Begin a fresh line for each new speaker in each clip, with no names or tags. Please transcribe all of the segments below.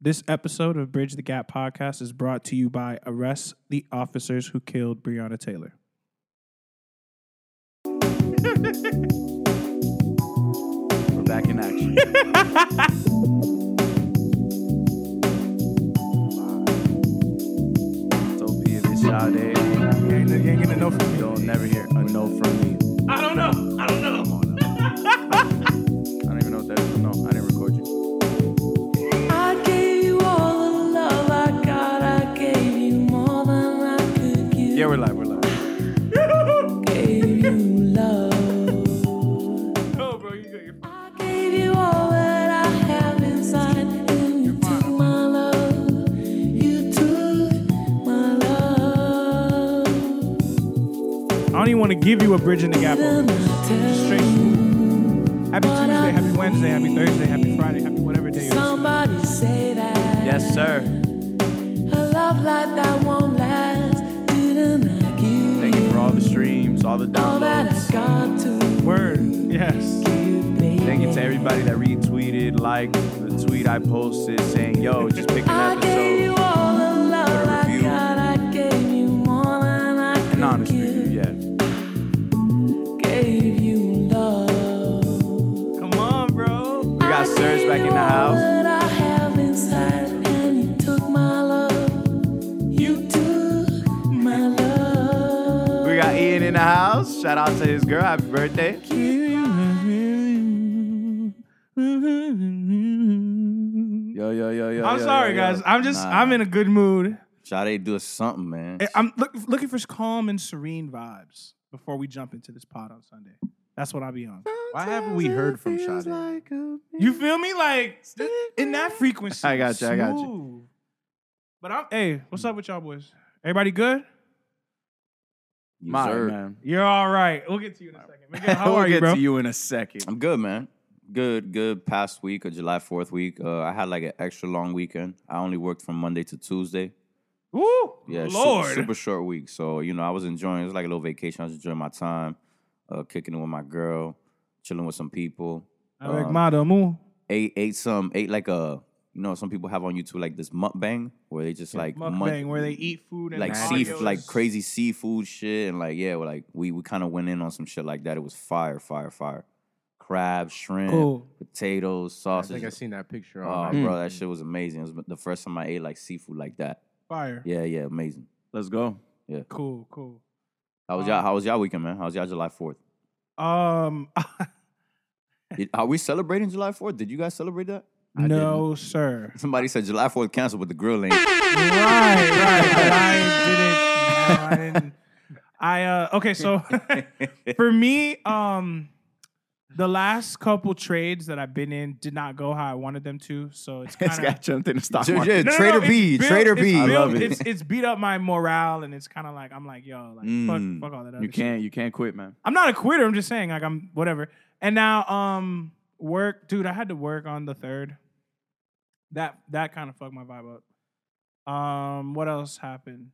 This episode of Bridge the Gap podcast is brought to you by Arrest the Officers Who Killed Breonna Taylor.
We're back in action. it's OP and it's Sade. You ain't, you ain't gonna know from me. You'll never hear a no from me.
I don't know. I don't know.
Come on now. I don't even know what that is. No, I didn't record you.
I gave you all the love I got. I gave you more than I could give.
Yeah, we're live. We're live.
Gave you love.
No, bro, you got your
I gave you all that I have inside. And you took my love. You took my love.
I don't even want to give you a Bridge in the Gap.
Then
moment.
I tell
Straight. Happy Tuesday, happy Wednesday, happy Thursday, happy Friday, happy whatever day it is.
somebody say that.
Yes, sir.
A love like that won't last. Didn't I give
Thank you for all the streams, all the
all that
downloads.
I got to
Word. Yes.
give, baby?
Thank you to everybody that retweeted, liked the tweet I posted saying, yo, just pick
I
an
gave you
episode.
all the love
Put a
I
review.
got. I gave you more than I could
An honest
give.
review, yeah.
Gave you love.
Come on, bro.
We got Serge back in the house.
What I have inside, and you took my love. You took my love.
We got Ian in the house. Shout out to his girl. Happy birthday. Yo, yo, yo, yo.
I'm
yo,
sorry,
yo, yo.
guys. I'm just,
Nah,
I'm
nah.
in a good mood.
Sade, do us something, man.
I- I'm look, looking for calm and serene vibes before we jump into this pod on Sunday. That's what I'll be on.
Why haven't we heard from Sade?
You feel me? Like th- in that frequency.
I got you, I got you.
smooth. But I'm hey, what's up with y'all boys? Everybody good?
You
My
deserve-
man.
You're all right. We'll get to you in a second. Miguel, how
we'll
are
get
you, bro?
to you in a second.
I'm good, man. Good, good. Past week or July 4th week, uh, I had like an extra long weekend. I only worked from Monday to Tuesday.
Woo!
Yeah, su-
Lord.
super short week. So, you know, I was enjoying, it was like a little vacation. I was enjoying my time, uh, kicking it with my girl, chilling with some people.
Avec
Um,
Madamu.
Ate, ate some, ate like a, you know, some people have on YouTube like this mukbang where they just like mun-
mukbang where they eat food and
like
audios.
sea, like crazy seafood shit, and like yeah, well, like we we kind of went in on some shit like that. It was fire, fire, fire. Crab, shrimp,
Cool.
potatoes,
I
sausage.
think I seen that picture.
oh,
online.
bro, that shit was amazing. It was the first time I ate like seafood like that.
fire.
Yeah, yeah, amazing.
Let's go.
Cool, cool.
How was y'all?
Um,
How was y'all weekend, man? How was y'all July Fourth?
Um
Are we celebrating July Fourth? Did you guys celebrate that? I
no, sir.
didn't. Somebody said July Fourth canceled, but the grill ain't.
right, right. But I didn't. no, I didn't. I uh okay, so for me, um the last couple trades that I've been in did not go how I wanted them to. So it's
This
kind
guy
of
jumped in the stock
Yeah,
market.
yeah, Trader
it's
B,
built-
Trader
it's
B. I
built-
love
It's
it.
it's beat up my morale, and it's kind of like I'm like, yo, like
Mm.
fuck, fuck all that. Other
You
shit.
can't, you can't quit, man.
I'm not a quitter. I'm just saying, like I'm whatever. And now, um, work, dude. I had to work on the third. That that kind of fucked my vibe up. Um, what else happened?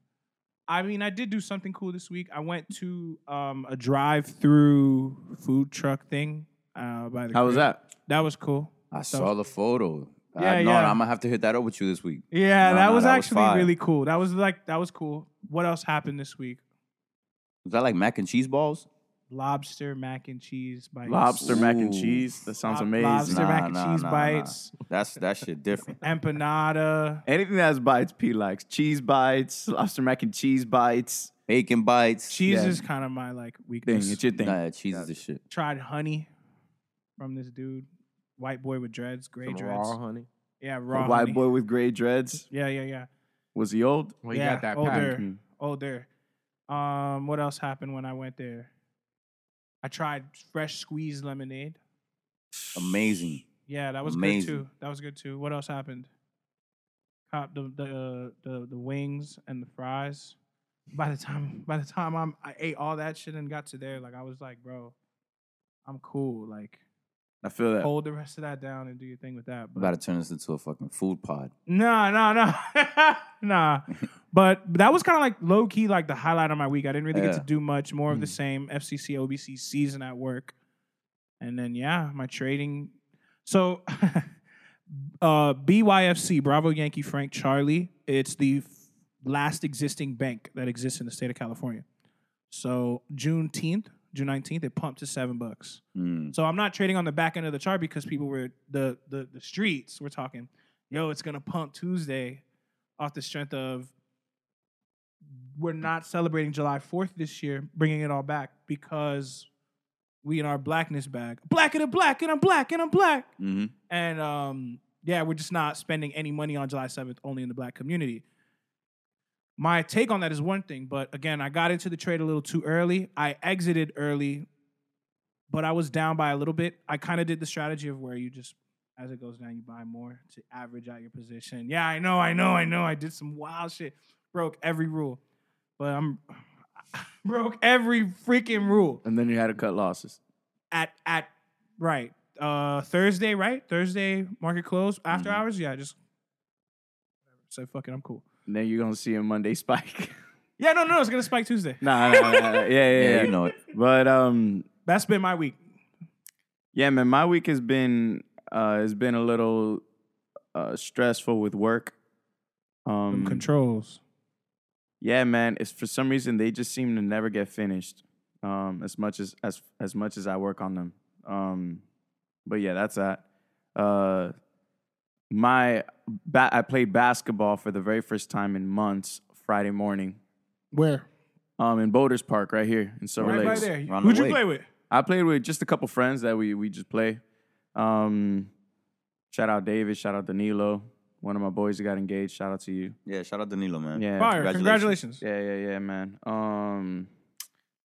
I mean, I did do something cool this week. I went to um a drive-through food truck thing. Uh, by the
How was
crib.
that?
That was cool.
I saw the photo.
Yeah,
I, no,
yeah.
I'm gonna have to hit that up with you this week.
Yeah,
No,
that
no,
was
that was
actually
fire.
really cool. That was like that was cool. What else happened this week?
Was that like mac and cheese balls?
Lobster mac and cheese bites.
Lobster mac and
Ooh.
cheese. That sounds
Lob-
amazing.
Lobster
Nah,
mac and
nah,
cheese
nah, nah.
bites.
That's that shit different.
Empanada.
Anything that has bites, P likes. Cheese bites, lobster mac and cheese bites.
Bacon bites.
Cheese
Yeah.
is kind of my like
Thing,
weakness.
it's your thing.
Nah, cheese is the shit.
Tried honey from this dude, white boy with dreads, gray
Some
dreads.
raw honey.
Yeah,
A
raw.
white
honey.
boy with gray dreads.
Yeah, yeah, yeah.
Was he old?
Well, you
yeah, oh,
got that
older,
pack.
Mm.
older. Um, what else happened when I went there? I tried fresh squeezed lemonade.
Amazing.
Yeah, that was
Amazing.
good too. That was good too. What else happened? Cop the the uh, the the wings and the fries. By the time by the time I'm I ate all that shit and got to there, like I was like, bro, I'm cool. Like
I feel that.
hold the rest of that down and do your thing with that.
About
But
to turn this into a fucking food pod.
no, no, no, nah. But that was kind of like low key, like the highlight of my week. I didn't really get
Yeah.
to do much. More of the same FCC OBC season at work, and then yeah, my trading. So uh, BYFC, Bravo Yankee Frank Charlie. It's the f- last existing bank that exists in the state of California. So Juneteenth, June nineteenth, it pumped to seven bucks.
Mm.
So I'm not trading on the back end of the chart because people were the the, the streets were talking, yo, it's gonna pump Tuesday off the strength of we're not celebrating July 4th this year, bringing it all back because we in our blackness bag. Black and I'm black and I'm black and I'm black.
Mm-hmm.
hmm
And um, yeah, we're just not spending any money on July 7th only in the black community. My take on that is one thing, but again, I got into the trade a little too early. I exited early, but I was down by a little bit. I kind of did the strategy of where you just, as it goes down, you buy more to average out your position. Yeah, I know, I know, I know. I did some wild shit, broke every rule, but I'm broke every freaking rule
And then you had to cut losses.
at at right uh Thursday, right? Thursday market close after
Mm-hmm.
Mhm.
hours. Yeah, I just say fuck it, I'm cool.
And then you're gonna see a Monday spike.
Yeah, no, no, no, it's gonna spike Tuesday.
nah, nah, nah, nah, nah. Yeah, yeah,
Yeah,
yeah.
you know it.
But um,
That's been my week.
Yeah, man, my week has been uh has been a little uh stressful with work. Um
Them controls.
Yeah, man, it's for some reason they just seem to never get finished. Um as much as as as much as I work on them. Um but yeah, that's that. Uh my ba- I played basketball for the very first time in months Friday morning.
Where?
Um in Boulders Park right here in Silver
Right by
Lakes.
there.
Ronald
Who'd you
Wake.
play with?
I played with just a couple friends that we we just play. Um, shout out David, shout out Danilo, one of my boys that got engaged. Shout out to you.
Yeah, shout out Danilo, man.
Yeah,
Fire. Congratulations.
congratulations.
yeah, yeah, yeah, man. Um,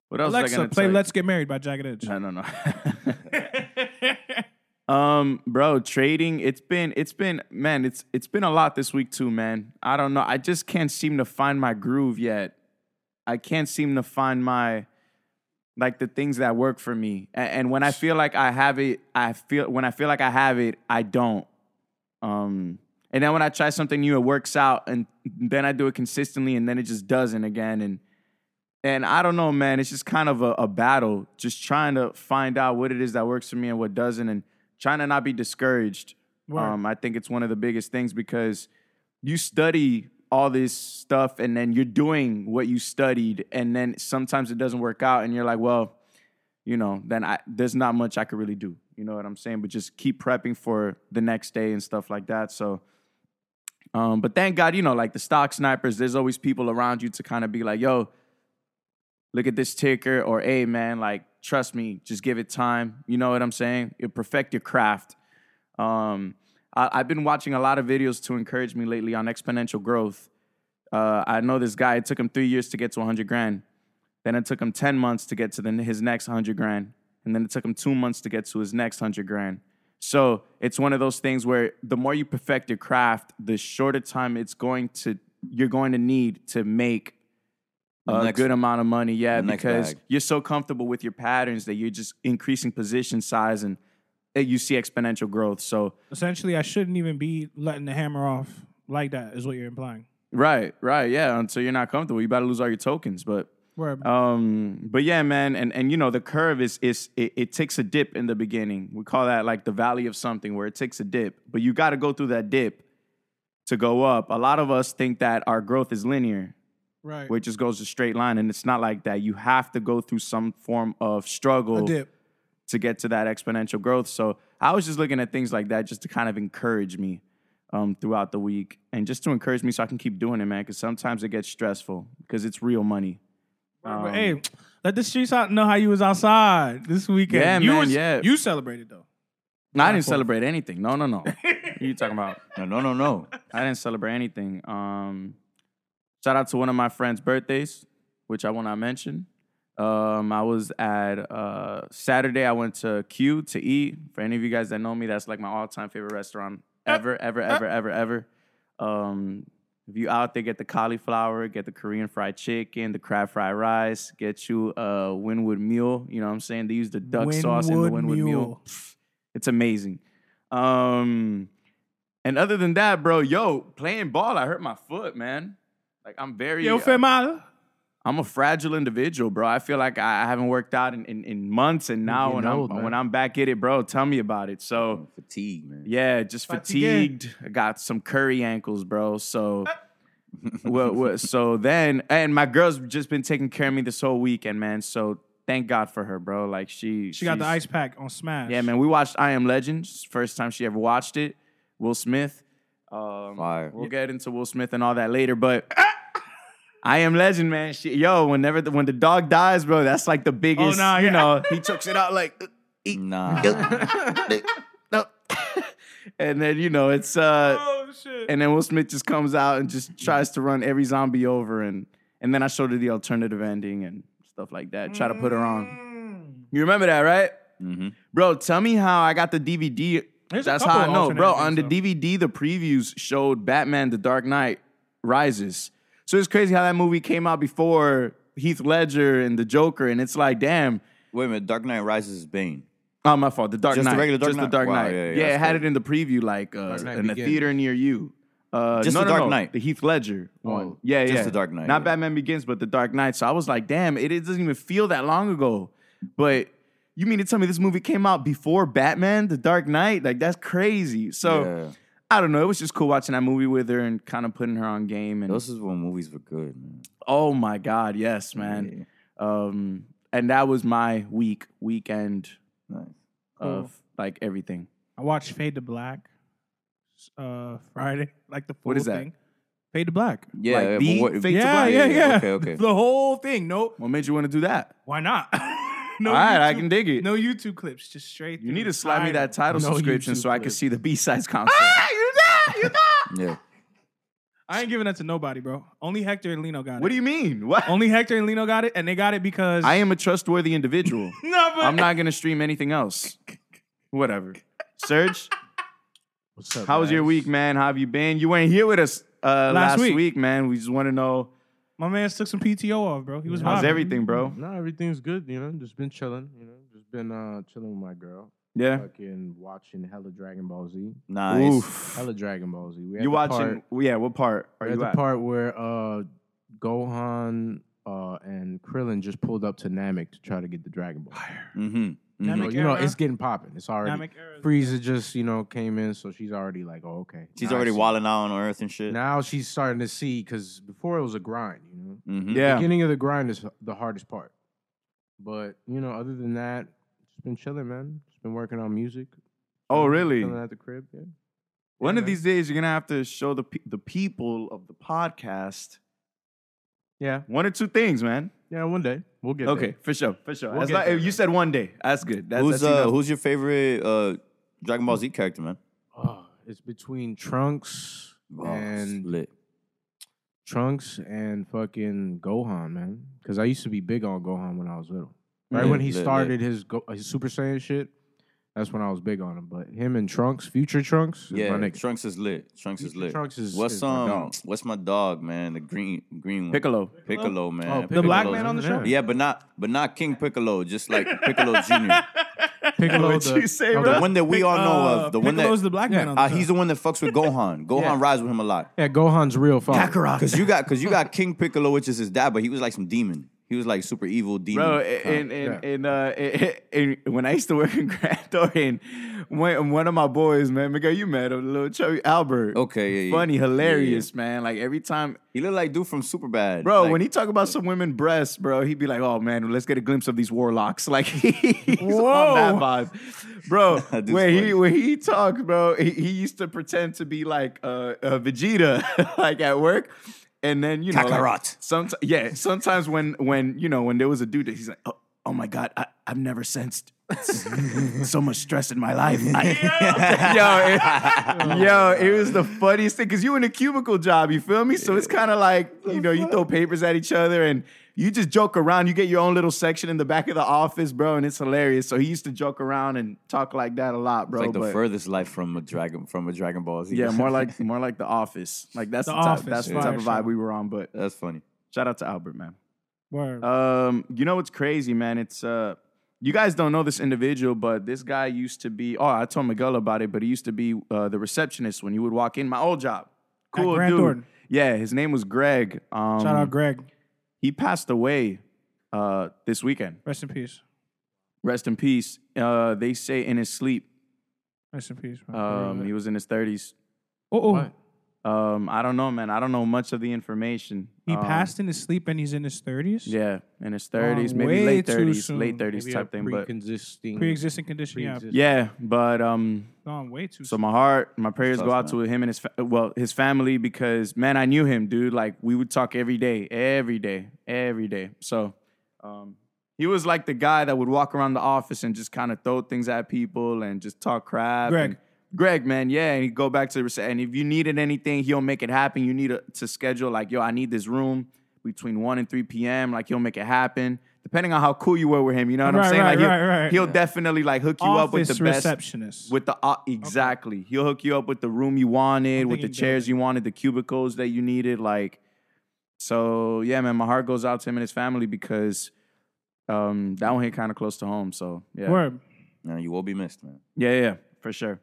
what else? was I
Alexa,
gonna
play
tell you?
Let's Get Married by Jagged Edge.
I don't know. um, bro, trading. It's been, it's been, man. It's it's been a lot this week too, man. I don't know. I just can't seem to find my groove yet. I can't seem to find my like the things that work for me. A- And, when I feel like I have it, I feel when I feel like I have it, I don't. Um, and then when I try something new, it works out, and then I do it consistently, and then it just doesn't again, and and I don't know, man. It's just kind of a, a battle, just trying to find out what it is that works for me and what doesn't, and trying to not be discouraged.
Word.
Um, I think it's one of the biggest things because you study all this stuff and then you're doing what you studied, and then sometimes it doesn't work out, and you're like, well, you know, then I there's not much I could really do. You know what I'm saying? But just keep prepping for the next day and stuff like that. So um, but thank God, you know, like the stock snipers, there's always people around you to kind of be like, yo, look at this ticker, or hey man, like, trust me, just give it time. You know what I'm saying? You perfect your craft. Um, I, I've been watching a lot of videos to encourage me lately on exponential growth. Uh, I know this guy, it took him three years to get to 100 grand. Then it took him 10 months to get to the, his next 100 grand. And then it took him two months to get to his next 100 grand. So it's one of those things where the more you perfect your craft, the shorter time it's going to, you're going to need to make
The
a
next-
good amount of money. Yeah,
the next
because
bag.
you're so comfortable with your patterns that you're just increasing position size and uh, you see exponential growth. So,
Essentially, I shouldn't even be letting the hammer off like that, is what you're implying.
Right, right, yeah. Until you're not comfortable, you about to lose all your tokens. But,
Word.
um, but yeah, man, and and you know the curve is is it, it takes a dip in the beginning. We call that like the valley of something, where it takes a dip. But you got to go through that dip to go up. A lot of us think that our growth is linear,
right.
where it just goes a straight line, and it's not like that. You have to go through some form of struggle
A dip.
to get to that exponential growth. So I was just looking at things like that just to kind of encourage me um, throughout the week and just to encourage me so I can keep doing it, man. Because sometimes it gets stressful because it's real money.
Word, but
Um,
hey, let the streets out know how you was outside this weekend.
Yeah,
you
man,
was-
yeah.
You celebrated though.
I didn't celebrate anything. No, no, no. what are you talking about?
No, no, no, no.
I didn't celebrate anything. Um, shout out to one of my friends' birthdays, which I will not mention. Um, I was at uh, Saturday. I went to Q to eat. For any of you guys that know me, that's like my all-time favorite restaurant ever, ever, ever, ever, ever. Um, if you out there, get the cauliflower, get the Korean fried chicken, the crab fried rice, get you a Winwood mule. You know what I'm saying? They use the duck sauce in the
Winwood
Winwood mule.
mule.
Pff, It's amazing. Um, and other than that, bro, yo, playing ball, I hurt my foot, man. Like I'm very
Yo,
uh,
fue mal.
I'm a fragile individual, bro. I feel like I I haven't worked out in, in, in months, and now
You're
when
old,
I'm
man.
when I'm back at it, bro, tell me about it. So
Fatigue, man.
yeah, just
Fatigue.
fatigued. I got some curry ankles, bro. So, well, well, so then, and my girl's just been taking care of me this whole weekend, man. So thank God for her, bro. Like she,
She got the
she's-
ice pack on Smash.
Yeah, man. We watched I Am Legends. First time she ever watched it. Will Smith. Um,
Fire.
We'll get into Will Smith and all that later, but. I am legend, man. She, yo, whenever the, when the dog dies, bro, that's like the biggest.
Oh, nah,
you
yeah.
know, he chokes it out like,
Nah.
and then you know it's uh,
Oh shit.
and then Will Smith just comes out and just tries to run every zombie over, and and then I showed her the alternative ending and stuff like that. Try to put her on.
Mm.
You remember that, right,
Mhm.
bro? Tell me how I got the DVD.
There's a
That's
couple
how I know,
alternate
bro. On the
endings,
DVD, the previews showed Batman: The Dark Knight Rises. So it's crazy how that movie came out before Heath Ledger and the Joker, and it's like, damn.
Wait a minute. Dark Knight Rises is Bane.
Oh, my fault. The Dark
Just the
Knight.
regular Dark
just
Knight?
the Dark
Wow,
Knight.
yeah,
Yeah,
yeah,
it
that's
had
dope.
it in the preview, like uh,
Dark Knight
in a
Begins.
theater near you. Uh,
Just
no,
the
no,
Dark
no,
Knight.
The Heath Ledger one.
Oh,
yeah, yeah.
just the Dark Knight,
Not
yeah.
Batman Begins, but the Dark Knight. So I was like, damn, it, it doesn't even feel that long ago. But you mean to tell me this movie came out before Batman, The Dark Knight? Like that's crazy. So
yeah.
I don't know. It was just cool watching that movie with her and kind of putting her on game. And
Those is when movies were good, man.
oh my god, yes, man. Um, and that was my week weekend
Yeah. Nice.
of like everything.
I watched Fade to Black uh Friday. Like the full
What is that?
thing. Fade to Black.
Yeah,
Like
yeah, but
the
what-
Fade to
yeah,
Black?
yeah, yeah.
Okay, okay.
The whole thing. Nope.
What made you want to do that?
Why not? no
All right, I
YouTube-
can dig it.
No YouTube clips, just straight.
you
through.
need to slide me that title
No
subscription
YouTube
so I can
clips.
see the B sides concert.
Yeah.
I ain't giving that to nobody, bro. Only Hector and Lino got it.
What do you mean? What?
Only Hector and Lino got it, and they got it because
I am a trustworthy individual.
No, but
I'm not gonna stream anything else. Whatever. Serge,
What's up?
how was your
guys?
week, man? How have you been? You weren't here with us uh, last,
week.
week. man. We just want to know
My man took some PTO off, bro. He was
how's
vibing.
everything, bro.
No, everything's good. You know, just been chilling. You know, just been uh chilling with my girl.
Yeah.
Fucking watching hella Dragon Ball Z.
Nice.
Oof.
Hella Dragon Ball Z. We at
You
the
watching?
part-
yeah. What part
we're
are
at
you
the
at?
part where uh Gohan uh and Krillin just pulled up to Namek to try to get the Dragon Ball.
Mm-hmm.
Namek
So, you know,
era.
it's getting popping. It's already
Namek era.
Frieza just, you know, came in, so she's already like, oh, okay.
She's
Now I
already
see.
wilding out on Earth and shit.
Now she's starting to see because before it was a grind, you know.
Mm-hmm.
Yeah.
Beginning of the grind is the hardest part. But you know, other than that, just been chilling, man. Just been working on music.
Oh,
Chilling-
really?
Chilling at the crib. Yeah.
One
Yeah,
of
man.
these days, you're gonna have to show the pe- the people of the podcast
Yeah.
one or two things, man.
Yeah. One day we'll get.
Okay, for sure, for sure.
We'll
That's
get
not-
there,
you
man.
said one day. That's good. That's,
who's
that's
uh,
enough.
who's your favorite uh, Dragon Ball Z character, man?
There. Oh, it's between Trunks
Oh,
and
split.
Trunks and fucking Gohan, man. Because I used to be big on Gohan when I was little. Right
Yeah,
when he
lit, lit.
started his go- his Super Saiyan shit, that's when I was big on him. But him and Trunks, future Trunks, is
Yeah,
my nigga.
Trunks is lit. Trunks is lit.
Trunks is-
what's
is my
um
dog.
what's my dog, man? The green green one.
Piccolo.
Piccolo, man.
Oh,
the black
Piccolo's
man
in
on the
there.
show.
Yeah, but not but not King Piccolo, just like Piccolo Junior.
Piccolo,
What'd you
the-
say,
oh,
bro?
the-
One that we all know of. The one
Piccolo's
that
the black man on the
uh,
show.
he's the one that fucks with Gohan. Gohan
Yeah.
rides with him a lot.
Yeah, Gohan's real father.
Cause you got cause you got King Piccolo, which is his dad, but he was like some demon. He was like super evil demon.
Bro, in
kind.
in, in, uh, in, in- when I used to work in Grand Thorian, one, one of my boys, man, Miguel, you met him, little chubby Albert.
Okay, yeah, yeah.
funny,
Yeah, yeah.
hilarious, man. Like every time,
he looked like dude from Superbad.
bro,
Like,
when he talk about some women breasts, bro, he'd be like, "Oh man, let's get a glimpse of these warlocks." Like he's on that vibe, bro.
Dude's
when
funny.
he when he talked, bro, he, he used to pretend to be like uh, a Vegeta, like at work. And then you know, like,
Kakarot.
sometimes yeah, sometimes when when you know when there was a dude that he's like, oh, oh my god, I, I've never sensed so much stress in my life. I- yo, it, yo, it was the funniest thing because you in a cubicle job, you feel me? So it's kind of like you know you throw papers at each other and you just joke around. You get your own little section in the back of the office, bro, and it's hilarious. So he used to joke around and talk like that a lot, bro.
like the
Oh, but-
furthest life from a dragon from a Dragon Ball Z.
yeah, more like more like the office. Like that's
The
the, type,
Office,
that's the
fire
type of vibe
show.
we were on. But
that's funny.
shout out to Albert, man.
Word.
Um, you know what's crazy, man? It's uh, you guys don't know this individual, but this guy used to be. Oh, I told Miguel about it, but he used to be uh, the receptionist when you would walk in. My old job,
At
cool
Grant
dude.
Thornton.
Yeah, his name was Greg. Um,
Shout out Greg.
He passed away uh, this weekend.
Rest in peace.
Rest in peace. Uh, they say in his sleep.
Rest in peace. man.
Um, he was in his thirties.
oh, oh.
What?
Um, I don't know, man. I don't know much of the information.
he
Um,
passed in his sleep and he's in his 30s?
Yeah, in his thirties,
Um,
maybe
way
late
too
thirties,
soon.
late thirties
Maybe
type
a
thing. But
pre-existing-
Pre-existing condition, yeah.
pre-existing-
yeah, but um,
Gone way too
So
soon.
my heart, my prayers
Tough,
go out
man.
to him and his fa- well, his family because man, I knew him, dude. Like we would talk every day, every day, every day. So um, he was like the guy that would walk around the office and just kind of throw things at people and just talk crap.
Greg.
and- Greg, man, yeah, and he'd go back to the rece- and if you needed anything, he'll make it happen. You need a, to schedule like, yo, I need this room between one and three p.m. Like he'll make it happen. Depending on how cool you were with him, you know what
Right,
I'm saying?
right,
like he'll,
right, right.
he'll definitely like hook you up with
Office
the best
receptionist.
with the uh, exactly, he'll hook you up with the room you wanted, with the
thinking
chairs you wanted, the cubicles that you needed. Like, so yeah, man, my heart goes out to him and his family because um, that one hit kind of close to home. So yeah,
Word.
Now you will be missed, man.
yeah, yeah, for sure.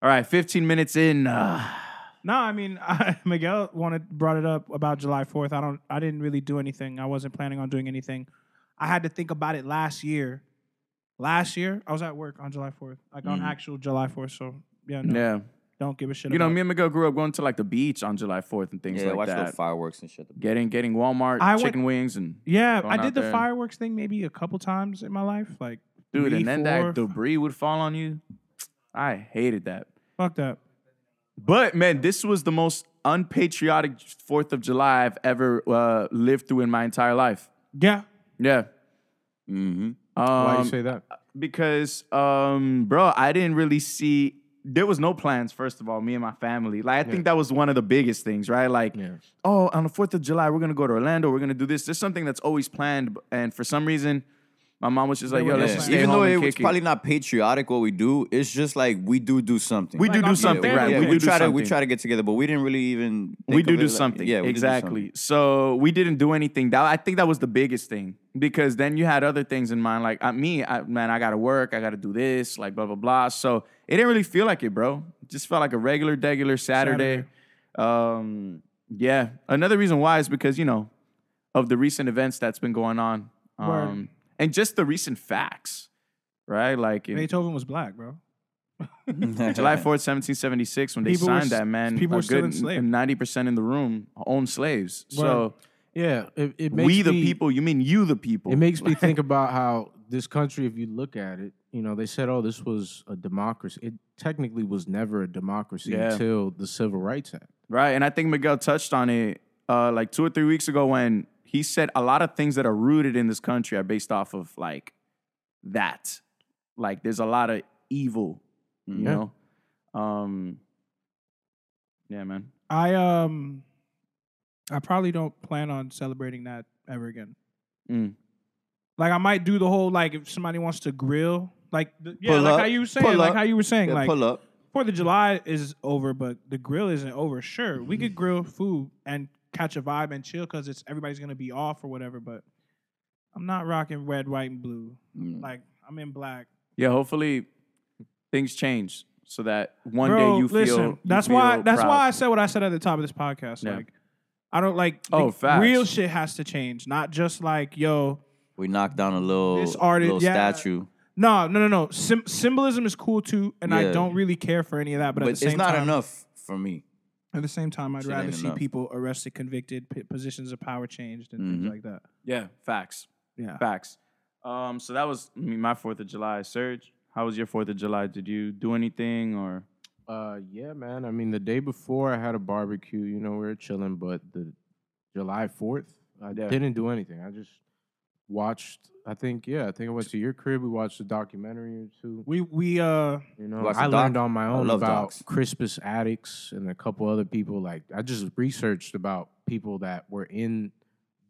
All right, 15 minutes in. Uh,
No, I mean Miguel wanted brought it up about July Fourth. I don't. I didn't really do anything. I wasn't planning on doing anything. I had to think about it last year. Last year, I was at work on July Fourth, like on
Mhm.
actual July Fourth. So yeah, no,
Mm. yeah,
don't give a shit.
you know,
about
me
it.
and Miguel grew up going to like the beach on July 4th and things
yeah,
like
watch the
that.
fireworks and shit. The
Getting getting Walmart
I went-
chicken wings and
Yeah,
going
I
out
did the
there.
fireworks thing maybe a couple times in my life. Like
dude,
three,
and then
four.
that debris would fall on you. I hated that.
fuck that.
But man, this was the most unpatriotic Fourth of July I've ever uh, lived through in my entire life.
Yeah,
Yeah.
Mm-hmm.
Why
Um,
you say that?
because, um, bro, I didn't really see. There was no plans. First of all, me and my family. Like, I think that was one of the biggest things, right? Like,
Yeah.
oh, on the Fourth of July, we're gonna go to Orlando. We're gonna do this. There's something that's always planned, b- and for some reason, my mom was just like,
They
"Yo,
were
let's
just
just
like-
stay
Even
home
though
and
it was
kick it."
probably not patriotic what we do, it's just like we do do something.
we do
Like, I'm
do something,
saying,
right?
yeah,
we
we,
do do
try
something.
to we try to get together, but we didn't really even. Think
we
of
do
it
do
like-
something.
Yeah, we do do something.
exactly. So we didn't do anything. That I think that was the biggest thing because then you had other things in mind. Like I, me, I, man, I got to work. I got to do this. Like blah blah blah. So it didn't really feel like it, bro. It just felt like a regular, regular Saturday. Um, yeah. Another reason why is because you know of the recent events that's been going on,
Word.
um, and just the recent facts, right? Like in
Beethoven was black, bro.
July 4th, 1776, when they
People were
signed
s-
that, man,
people
a
were still
good
enslaved.
90% in the room owned slaves. So
Word.
Yeah, it, it makes
we the
me-
people, you mean you the people.
It makes me think about how this country, if you look at it, you know, they said, "Oh, this was a democracy." It technically was never a democracy
Yeah.
until the Civil Rights Act.
right. And I think Miguel touched on it uh, like two or three weeks ago when he said a lot of things that are rooted in this country are based off of like that. Like there's a lot of evil, you
Yeah.
know? Um, yeah, man.
I um, I probably don't plan on celebrating that ever again.
Mm.
Like I might do the whole like if somebody wants to grill, like the, yeah,
Pull
like
up,
how you were
pull
saying, like
up,
how you were saying,
Yeah,
like
pull up.
Fourth of July is over, but the grill isn't over. Sure, we
Mm-hmm.
could grill food and catch a vibe and chill because it's everybody's gonna be off or whatever. But I'm not rocking red, white, and blue.
Mm.
Like I'm in black.
Yeah, hopefully things change so that one
Bro,
day you feel.
listen,
you
that's why.
feel
That's
proud.
why I said what I said at the top of this podcast.
Yeah.
Like I don't like.
Oh,
like,
facts.
real shit has to change, not just like yo.
We knocked down a little
This artist-
little
yeah.
statue,
No, no, no, no. Sym symbolism is cool too, and I
Yeah.
don't really care for any of that. But,
but,
at the
it's
same
not
time,
enough for me.
At the same time, I'd
Shit
rather
ain't
see
enough.
people arrested, convicted, p- positions of power changed, and things
Mm-hmm.
Mhm.
like that.
Yeah, facts.
Yeah.
Facts. Um, so that was I mean, my Fourth of July. Serge, how was your Fourth of July? Did you do anything or?
Uh, yeah, man. I mean, the day before I had a barbecue. You know, we were chilling, but the July Fourth, I
Yeah.
didn't do anything. I just watched. I think, yeah, I think I went to your crib. We watched a documentary or two.
We we uh
You know,
watched
I
the
learned
doc?
on my own
love
about
docs.
Crispus Attucks and a couple other people. Like, I just researched about people that were in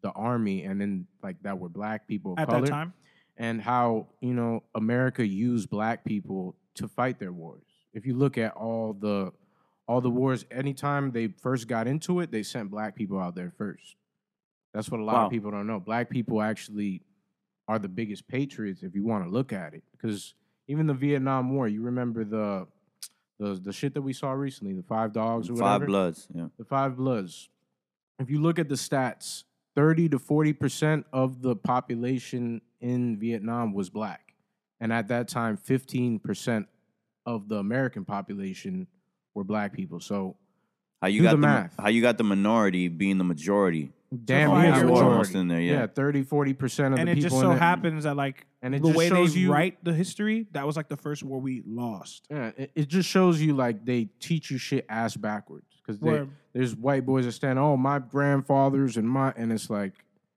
the army and then like that were black people of
at
color
that time.
and how you know America used black people to fight their wars. If you look at all the all the wars, anytime they first got into it, they sent black people out there first. That's what a lot
Wow.
of people don't know. Black people actually are the biggest patriots if you want to look at it, because even the Vietnam War, you remember the the the shit that we saw recently, the Five Dogs or whatever
Five Bloods. Yeah.
the Five Bloods. If you look at the stats, 30 to 40% of the population in Vietnam was black. And at that time, 15% of the American population were black people. So
How you
Do
got
the
the
math.
how you got the minority being the majority?
damn
almost-
near
it's
majority.
almost in there, yeah.
30, 40% of
and
the
it
people
just
in
so
there-
happens that like
And it
the
just
way they
shows you
write the history, that was like the first war we lost.
Yeah, it, it just shows you like they teach you shit ass backwards because
Word.
there's white boys that stand, oh my grandfathers and my and it's like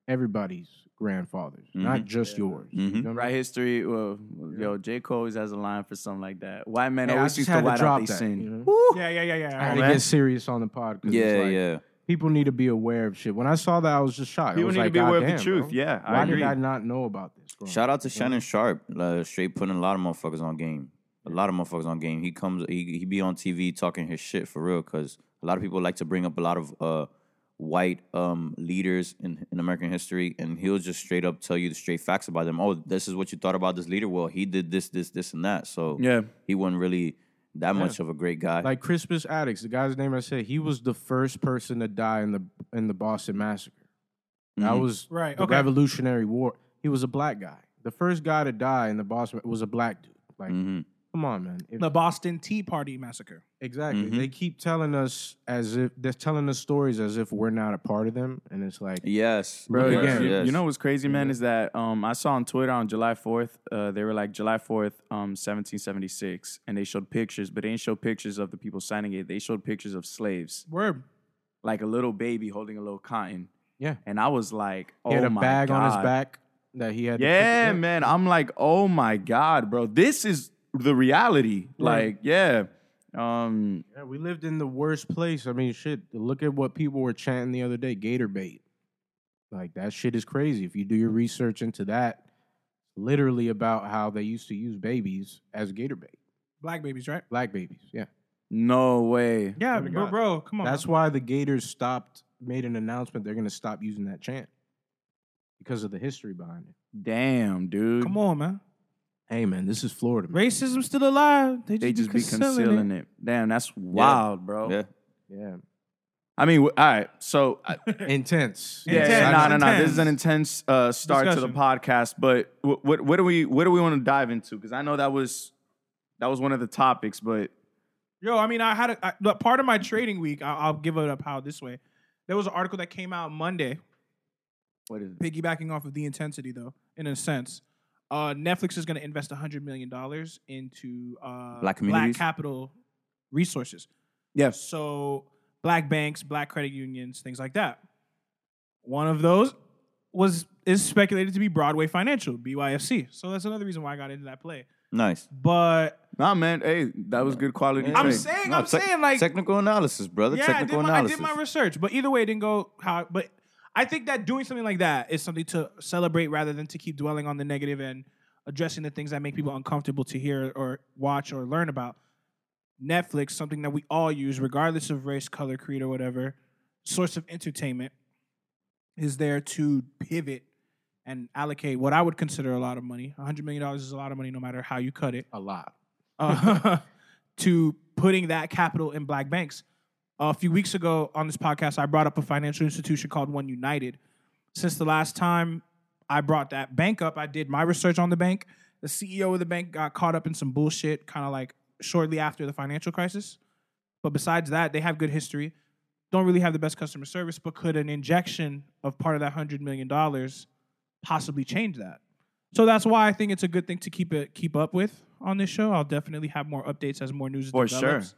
everybody's grandfathers,
Mm-hmm.
not just yours. You
Mhm.
know what I
Right
mean?
history. uh, Well, yo, J. Cole always has a line for something like that. White men
Hey, I
always
just
used
had
to
to
white
drop
out they
that,
sin.
you know?
Yeah, yeah, yeah, yeah.
I had
I
to
man.
get serious on the pod. 'cause it's
Oh, Yeah,
like,
yeah.
People need to be aware of shit. When I saw that, I was just shocked. I
People
was
need to
like,
be aware of the
"Goddamn,
truth."
bro.
Yeah, I
Why
agree.
did I not know about this? Bro?
Shout out to Shannon Sharp, uh, straight putting a lot of motherfuckers on game. A lot of motherfuckers on game. He comes, he, he be on TV talking his shit for real, because a lot of people like to bring up a lot of uh, white um, leaders in, in American history, and he'll just straight up tell you the straight facts about them. Oh, this is what you thought about this leader. Well, he did this, this, this, and that. So
Yeah.
he wasn't really that much of a great guy.
Like Crispus Attucks, the guy's name I said, he was the first person to die in the in the Boston Massacre. That
Mm-hmm.
was
Right,
the
okay.
Revolutionary War. He was a black guy. The first guy to die in the Boston was a black dude. Like,
Mhm.
come on, man. If-
the Boston Tea Party massacre.
exactly.
Mm-hmm.
They keep telling us as if they're telling us stories as if we're not a part of them, and it's like,
yes,
Bro,
yes,
again,
you,
yes.
you know what's crazy, man, is that um, I saw on Twitter on July 4th, uh, they were like July 4th, um, 1776, and they showed pictures, but they didn't show pictures of the people signing it. They showed pictures of slaves,
Word.
like a little baby holding a little cotton.
yeah,
And I was like, oh
he had a
my
bag on his
God.
back that he had. to
Yeah,
pick up.
man. I'm like, oh my God, bro. This is the reality. Like, yeah. Um,
Yeah, we lived in the worst place. I mean, shit. Look at what people were chanting the other day: Gator bait. Like that shit is crazy. If you do your research into that, literally about how they used to use babies as gator bait,
Black babies, right?
black babies. Yeah.
no way.
Yeah,
to
bro,
God.
bro, come on.
That's
That's
why the Gators stopped, made an announcement they're going to stop using that chant because of the history behind it.
Damn, dude.
come on, man.
Hey, man, this is Florida. Man.
Racism's still alive. They just,
They just be concealing it. Damn, that's wild, bro.
yeah.
Yeah.
I mean, w- all right. So, I-
Intense.
Yeah,
I
yeah,
Intense,
know.
no, no, no. This is an
intense.
intense uh, start to
Discussion.
the podcast, but what, what, what do we, what do we want to dive into? Because I know that was, that was one of the topics, but
Yo, I mean, I had a I, look, part of my trading week. I'll, I'll give it up how this way. There was an article that came out Monday,
what is it?
piggybacking off of the intensity, though, in a sense. Uh, Netflix is going to invest $100 million into uh,
Black communities?
capital resources.
Yes.
So, black banks, black credit unions, things like that. One of those was is speculated to be Broadway Financial, BYFC. So, that's another reason why I got into that play.
Nice.
But
Nah, man. Hey, that was good quality.
I'm
trade.
saying,
No,
I'm
tec-
saying, like,
technical analysis, brother.
yeah, I did,
technical
my, I
analysis.
did my research, but either way, it didn't go how. But I think that doing something like that is something to celebrate rather than to keep dwelling on the negative and addressing the things that make people uncomfortable to hear or watch or learn about. Netflix, something that we all use, regardless of race, color, creed, or whatever, source of entertainment, is there to pivot and allocate what I would consider a lot of money. $100 million is a lot of money no matter how you cut it
a lot.
uh, to putting that capital in black banks. Uh, a few weeks ago on this podcast, I brought up a financial institution called One United. Since the last time I brought that bank up, I did my research on the bank. The CEO of the bank got caught up in some bullshit, kind of like shortly after the financial crisis. But besides that, they have good history. Don't really have the best customer service, but could an injection of part of that $100 million possibly change that? So that's why I think it's a good thing to keep it keep up with on this show. I'll definitely have more updates as more news
For
develops.
sure.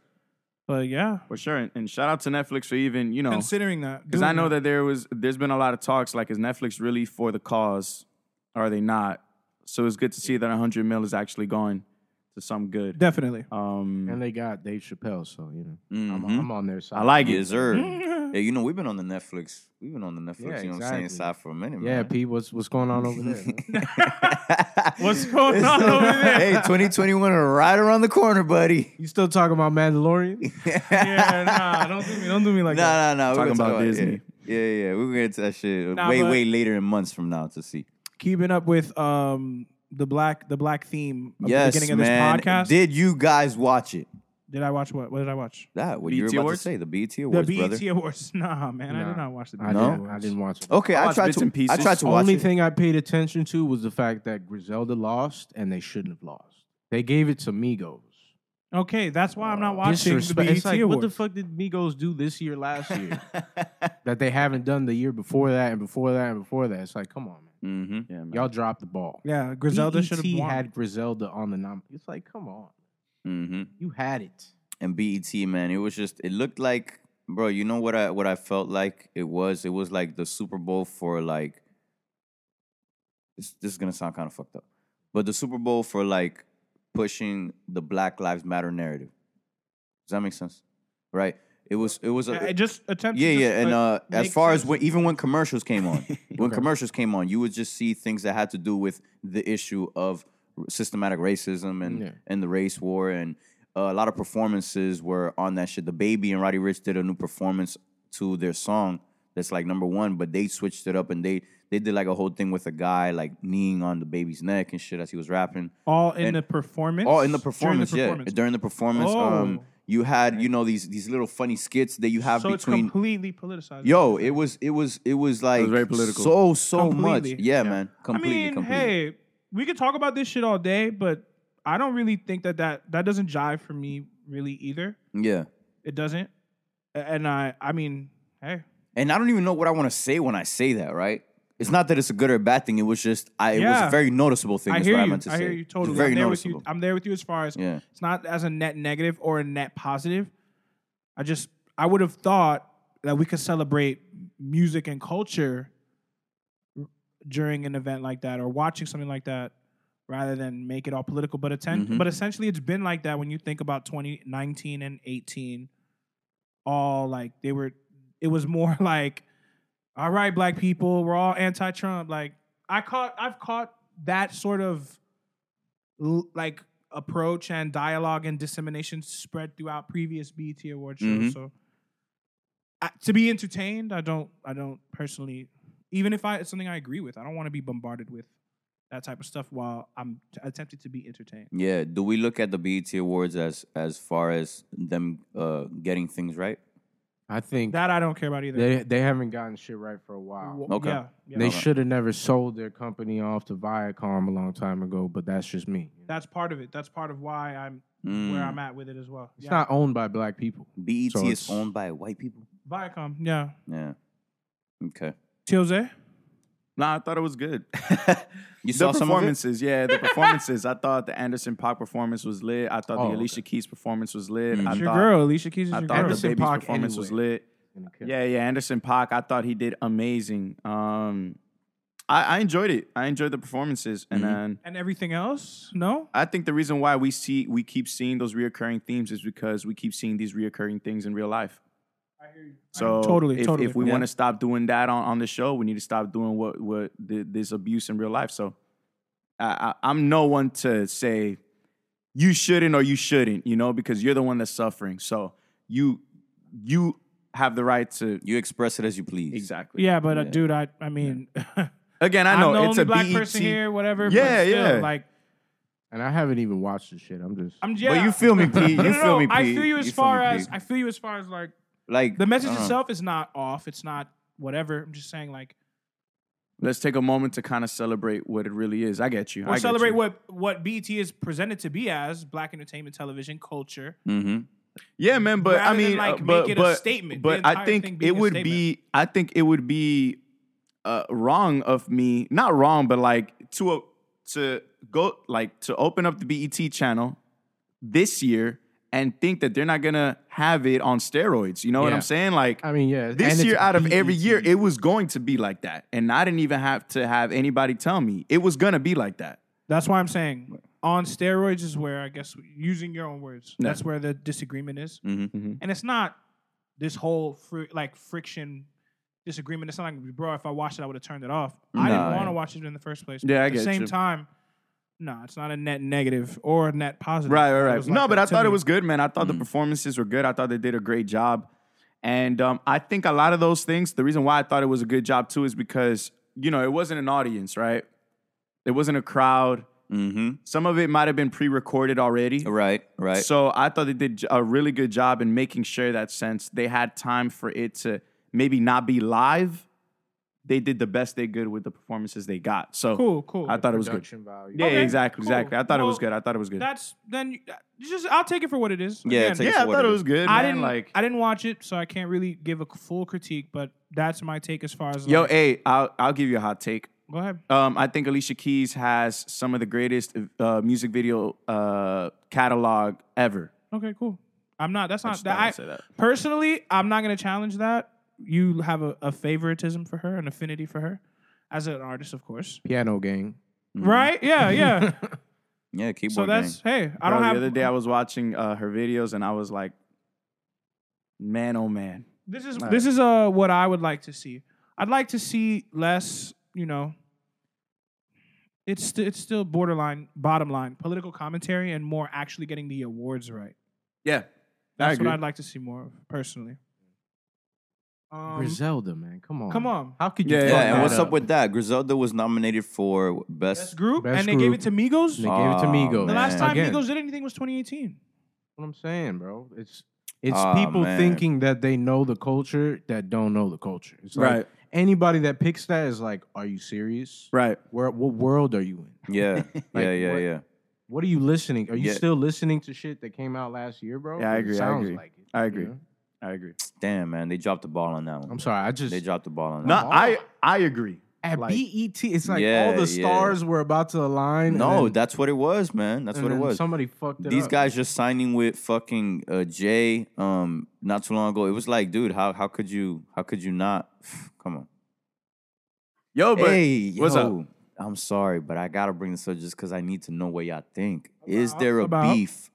But yeah,
For sure. And, and shout out to Netflix for even, you know,
considering that
because I know that there was there's been a lot of talks like is Netflix really for the cause? Or are they not? So it's good to see that 100 mil is actually going to some good.
definitely.
Oh.
Um,
Mm-hmm.
And they got Dave Chappelle, so, you know, I'm,
Mhm.
I'm on their side.
I like
Yes,
it.
sir. yeah, you know, we've been on the Netflix. We've been on the Netflix,
Yeah,
you know what I'm saying,
exactly.
side for a minute,
Yeah,
man.
Pete, what's, what's going on over there? man?
What's going on over there?
Hey, 2021 are right around the corner, buddy.
you still talking about Mandalorian?
yeah, nah, don't do me, don't do me like that.
No, no, no. we're
Talking
gonna talk
about Disney.
Yeah, yeah, yeah. We're gonna get to that shit
Nah,
way,
but-
way later in months from now to see.
Keeping up with um the black the black theme of
Yes,
the beginning of
man.
this podcast.
Did you guys watch it?
Did I watch what? What did I watch?
That what
BET
you were about
Awards?
to say? The BET Awards,
the BET
brother.
Awards. Nah, man, I
Nah.
did not watch the E BET.
I
No?
didn't, I didn't watch it.
Okay, I,
watched
tried
bits
to.
and pieces.
I tried to
The
watch
only
it.
thing I paid attention to was the fact that Griselda lost and they shouldn't have lost. They gave it to Migos.
Okay, that's why I'm
Oh.
not watching the
Disrespect-
BET
it's like,
Awards.
what the fuck did Migos do this year, last year? that they haven't done the year before that and before that and before that. It's like, come on, man.
Mm-hmm.
Yeah, man.
Y'all dropped the ball.
Yeah,
E
Griselda
BET
should have won.
had Griselda on the nom. It's like, come on.
Mm-hmm.
You had it.
and BET, man, it was just it looked like, bro, you know what I what I felt like it was? It was like the Super Bowl for like this this is gonna sound kind of fucked up. But the Super Bowl for like pushing the Black Lives Matter narrative. Does that make sense? Right? It was it was a
I I just attempt.
yeah,
to
yeah,
just,
and uh, as
make
far as
sense.
when, even when commercials came on, when commercials came on, you would just see things that had to do with the issue of r- systematic racism and
Yeah.
and the race war, and uh, a lot of performances were on that shit. The Baby and Roddy Rich did a new performance to their song that's like number one, but they switched it up and they they did like a whole thing with a guy like kneeing on the baby's neck and shit as he was rapping.
all in
and-
the performance.
Oh, in the
During
performance, yeah. During the performance, um,
Oh.
you had you know these these little funny skits that you have
so it's
between.
completely politicized.
Yo, it was it was it was like
very political.
So so much.
Completely.
Yeah, man. Completely,
I mean,
completely.
hey, we could talk about this shit all day, but I don't really think that that that doesn't jive for me really either.
Yeah.
It doesn't, A- and I I mean, hey,
And I don't even know what I want to say when I say that, right? It's not that it's a good or bad thing. It was just I it was
Yeah.
a very noticeable thing,
I
is
hear
what I
you.
meant to
I
say.
hear you
It's
totally.
Very
I'm there
noticeable.
with you. I'm there with you as far as
Yeah.
it's not as a net negative or a net positive. I just I would have thought that we could celebrate music and culture during an event like that or watching something like that rather than make it all political. But atten-
Mhm.
but essentially it's been like that when you think about 2019 and 18. All like they were it was more like, all right, black people, we're all anti Trump. Like I caught I've caught that sort of l- like approach and dialogue and dissemination spread throughout previous BET award shows.
Mhm.
So I, to be entertained, I don't I don't personally even if I it's something I agree with, I don't want to be bombarded with that type of stuff while I'm t- attempting to be entertained.
Yeah. Do we look at the BET Awards as as far as them uh getting things right?
I think
That I don't care about either.
they they haven't gotten shit right for a while.
W-
Okay.
Yeah, yeah.
They
Okay.
should have never sold their company off to Viacom a long time ago, but that's just me.
That's part of it. That's part of why I'm
Mm.
where I'm at with it as well.
It's
yeah.
not owned by black people.
BET
So
E is
it's-
owned by white people.
Viacom. Yeah.
Yeah. Okay.
TLZ.
Nah, I thought it was good.
You
the
saw some of it?
performances, yeah, the performances. I thought the Anderson Park performance was lit. I thought
Oh,
the Alicia Keys performance was lit.
Mm.
I
It's your
thought,
girl. Alicia Keys is
I
your
thought
girl.
Anderson
the baby's
Paak
performance was
anyway.
lit.
And it-
Yeah, yeah. Anderson Park, I thought he did amazing. Um, I, I enjoyed it. I enjoyed the performances, and
Mhm.
then
and everything else? No?
I think the reason why we see we keep seeing those reoccurring themes is because we keep seeing these reoccurring things in real life.
I hear you.
So
totally,
if,
totally.
if we
Yeah.
want to stop doing that on, on the show, we need to stop doing what what th- this abuse in real life. So I, I, I'm no one to say you shouldn't or you shouldn't, you know, because you're the one that's suffering. So you you have the right to
You express it as you please.
exactly.
Yeah, but uh,
Yeah.
dude, I I mean
Again, I
I'm
know
the
it's
only
a E
black
BET,
person here, whatever.
Yeah,
but still,
yeah.
Like
And I haven't even watched the shit. I'm just.
I'm yeah.
But you feel me, P. You
No, no,
feel
no,
me, P. Uh-huh.
I feel you as
feel
far
me, P.
as I feel you as far as like
Like
the message
I don't know.
itself is not off. It's not whatever. I'm just saying like
Let's take a moment to kind of celebrate what it really is. I get you. I
we'll
get
celebrate
you.
what what BET is presented to be as black entertainment television culture.
Mm-hmm.
Yeah, man, but
rather than,
I mean,
like,
uh, but,
make it a
but,
statement, the
But I
entire thing
think
being
it
a
would
statement.
be, I think it would be uh, wrong of me, not wrong, but like to a, to go like to open up the BET channel this year and think that they're not gonna have it on steroids. You know what
Yeah.
I'm saying? Like,
I mean, yeah. and
this
it's
year out of every
BET.
year, it was going to be like that, and I didn't even have to have anybody tell me it was gonna be like that.
That's why I'm saying on steroids is where I guess using your own words.
Yeah.
That's where the disagreement is.
Mm-hmm.
and it's not this whole fr- like friction disagreement. It's not like, bro, if I watched it, I would have turned it off. I
Nah,
didn't want
yeah.
to watch it in the first place.
Yeah, I
at the
get
same
you.
time, no, it's not a net negative or a net positive.
Right, right,
It
right.
was
no,
like
but
that
I
to
thought it
me.
was good, man. I thought the performances were good. I thought they did a great job. And um, I think a lot of those things, the reason why I thought it was a good job too is because, you know, it wasn't an audience, right? It wasn't a crowd.
Mm-hmm.
Some of it might have been pre-recorded already.
Right. Right.
So I thought they did j- a really good job in making sure that since they had time for it to maybe not be live, they did the best they could with the performances they got. So
Cool, cool.
I thought it was good.
production value.
Yeah,
Okay,
exactly,
cool.
exactly. I thought it was
Well,
good. I thought it was good.
That's then you, uh, just I'll take it for what it is.
Yeah,
Again,
take
yeah,
it
I
for
thought
what
it
it
was
is.
good.
I
man.
didn't
like.
I didn't watch it, so I can't really give a full critique. But that's my take as far as
yo,
like-
hey, I'll I'll give you a hot take.
go ahead.
Um, I think Alicia Keys has some of the greatest uh, music video uh, catalog ever.
Okay, cool. I'm not. That's not
just
that.
thought I'd
I,
say that.
Personally, I'm not gonna challenge that. You have a, a favoritism for her, an affinity for her, as an artist, of course.
Piano gang.
Mm-hmm.
Right? Yeah, yeah.
yeah. Keyboard.
so that's
gang.
hey. I
Bro,
don't have.
the other day I was watching uh, her videos and I was like, man, oh man.
This is this is uh what I would like to see. I'd like to see less, you know. It's st- it's still borderline, bottom line, political commentary, and more actually getting the awards right.
Yeah, I
That's
agree.
what I'd like to see more of, personally. Um,
Griselda, man. Come on.
Come on.
How could you?
Yeah,
fuck
Yeah, and
that
what's up
with?
with that? Griselda was nominated for best.
best group,
Best
and they gave
group.
it to Migos.
They gave it to
Oh,
Migos.
the last
man.
time
Again.
Migos did anything was 2018.
What I'm saying, bro. It's it's
Aw,
people
man.
thinking that they know the culture that don't know the culture. It's like
Right.
anybody that picks that is like, are you serious?
Right.
Where what world are you in?
Yeah. yeah. Yeah.
what-
Yeah.
What are you listening? Are you
Yeah.
still listening to shit that came out last year, bro?
Yeah, I
'Cause it
agree, I
sounds
agree.
like it.
I
you
agree.
know?
I agree.
Damn, man. They dropped the ball on that one.
I'm sorry. I just
They dropped the ball on that.
No,
one.
I I agree.
at
like-
BET. It's like
Yeah,
all the
yeah.
stars were about to align. and
No,
then-
that's what it was, man. That's
and
what it
then
was.
Somebody fucked it
These
up.
guys just signing with fucking uh, Jay um not too long ago. It was like, dude, how how could you how could you not? Come on.
Yo, but
hey,
what's up?
yo, I'm sorry, but I gotta bring this up just because I need to know what y'all think. Is
About-
there a
about-
beef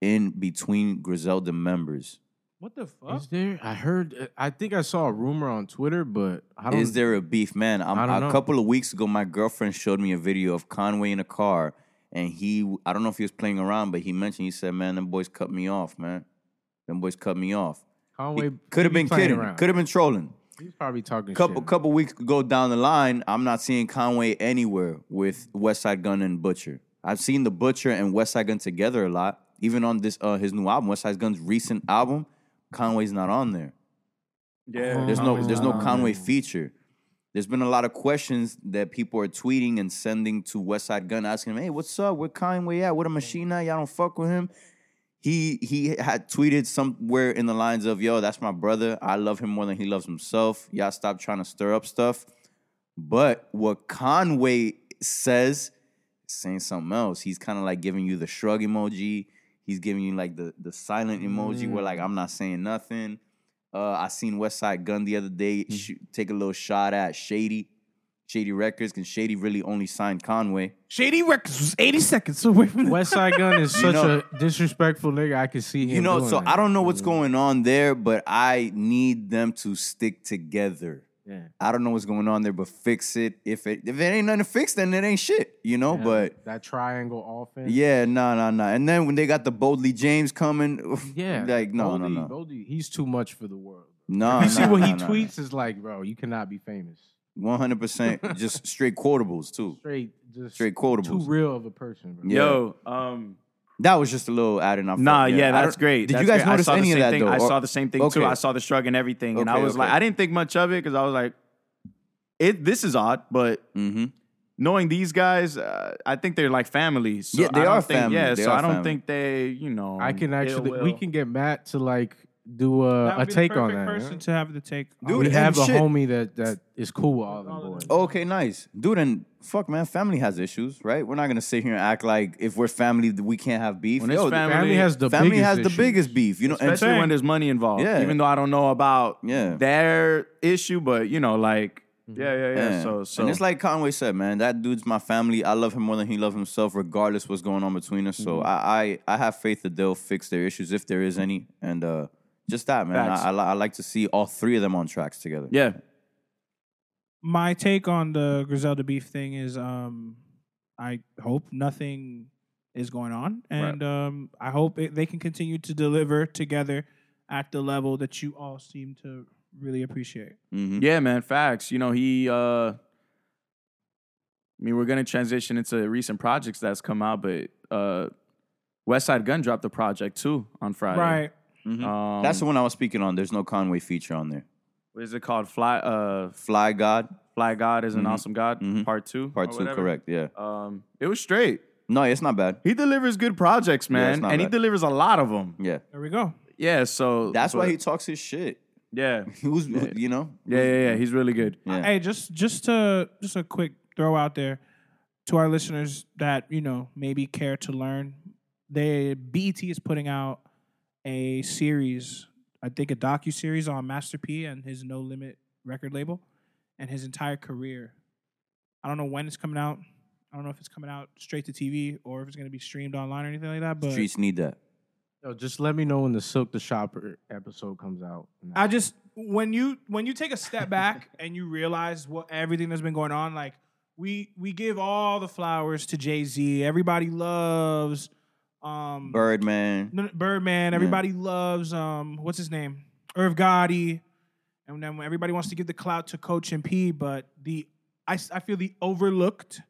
in between Griselda members?
What the fuck?
Is there? I heard. I think I saw a rumor on Twitter, but I don't.
Is there a beef, man? I'm,
I don't
a
know.
couple of weeks ago, my girlfriend showed me a video of Conway in a car, and he I don't know if he was playing around, but he mentioned he said, "Man, them boys cut me off, man. Them boys cut me off."
Conway
Could have
he
been
playing
kidding.
around.
Could have been trolling.
He's probably talking
Couple
shit.
couple weeks go down the line, I'm not seeing Conway anywhere with West Side Gun and Butcher. I've seen the Butcher and West Side Gun together a lot. Even on this uh, his new album, West Side Gun's recent album, Conway's not on there.
Yeah.
There's no
Conway's
there's no
not on
Conway feature. There's been a lot of questions that people are tweeting and sending to West Side Gun, asking him, "Hey, what's up? Where Conway at? What a machine at? Y'all don't fuck with him." He he had tweeted somewhere in the lines of, "Yo, that's my brother. I love him more than he loves himself. Y'all stop trying to stir up stuff." But what Conway says, saying something else. He's kind of like giving you the shrug emoji. He's giving you like the the silent emoji where
Mm.
like I'm not saying nothing. Uh, I seen Westside Gun the other
Mm.
day shoot, take a little shot at Shady, Shady Records, because Shady really only signed Conway.
Shady Records was 80 seconds away from
West Side Gun is such
know-
a disrespectful nigga. I can see him.
You know,
doing
so
that. Mm.
I don't know what's going on there, but I need them to stick together.
Yeah.
I don't know what's going on there, but fix it. If it if it ain't nothing fixed, then it ain't shit. You know, but
that triangle offense.
Yeah, no, no, no. And then when they got the Boldly James coming,
Yeah.
like no,
Goldie,
no, no,
Goldie, he's too much for the world.
Oh, no.
You see what he tweets is like, bro, you cannot be famous.
One hundred percent, just straight quotables too.
Straight, just
Straight
too
quotables.
real of a person, bro.
Yeah.
Yo, um,
That was just a little added on.
nah,
I
yeah, that's
don't-
great.
Did
That's
you guys
great. I
notice
saw the
any of
same
that
thing-
though?
I
Or-
saw the same thing too.
Okay.
I saw the shrug and everything, and I
Okay,
was like,
okay.
I didn't think much of it because I was like, it. This is odd, but
Mhm.
knowing these guys, uh, I think they're like family. So
Yeah, they
I don't
are
think,
family.
Yeah,
They
so
are
I don't
family.
think they, you know,
I can
ill
actually, we
will.
can get Matt to like do a, a take on that.
Person
yeah?
to have the take. on
Dude,
We
it.
and
have a
shit. Oh,
homie that that is cool with all them
All of
boys.
them.
Okay, nice, dude. And fuck, man, family has issues, right? We're not gonna sit here and act like if we're family, that we can't have beef.
When it's
Yo,
family,
Family has the
family
biggest
has the
issues.
biggest beef, you know. And
especially when there's money involved.
Yeah.
even though I don't know about
Yeah.
their issue, but you know, like,
Mm-hmm.
yeah, yeah, yeah.
Yeah.
So, so
and it's like Conway said, man, that dude's my family. I love him more than he loves himself, regardless what's going on between us.
Mm-hmm.
So I, I I have faith that they'll fix their issues if there is any, and uh, just that, man.
Facts.
I, I, li- I like to see all three of them on tracks together.
yeah,
my take on the Griselda beef thing is um I hope nothing is going on and um I hope it, they can continue to deliver together at the level that you all seem to really appreciate.
Mhm.
yeah, man. Facts. You know, he uh I mean, we're gonna transition into recent projects that's come out, but uh, West Side Gun dropped the project too on Friday.
Right.
Um,
Mm-hmm. That's
that's
the one I was speaking on. There's no Conway feature on there.
what is it called? Fly uh,
Fly God,
Fly God is an
Mhm.
awesome God.
Mhm.
Part two.
part
or
two,
Oh, whatever.
correct? Yeah.
Um, it was straight.
No, it's not bad.
He delivers good projects,
Yeah,
man,
it's not
and he
bad.
delivers a lot of them.
Yeah,
There we go.
Yeah, so
that's why
but-
he talks his shit.
Yeah,
He was, you know,
yeah, yeah, yeah. He's really good.
Yeah.
Hey, just just to just a quick throw out there to our listeners that you know maybe care to learn. They BET is putting out a series, I think a docu series on Master P and his No Limit record label and his entire career. I don't know when it's coming out. I don't know if it's coming out straight to TV or if it's going to be streamed online or anything like that. But
streets need that.
Yo, just let me know when the Silk the Shopper episode comes out. And
I just when you when you take a step back and you realize what everything that's been going on, like we we give all the flowers to Jay Z. Everybody loves um
Birdman,
N- Birdman. Everybody loves um what's his name, Irv Gotti, and then everybody wants to give the clout to Coach and P. But the I s- I feel the overlooked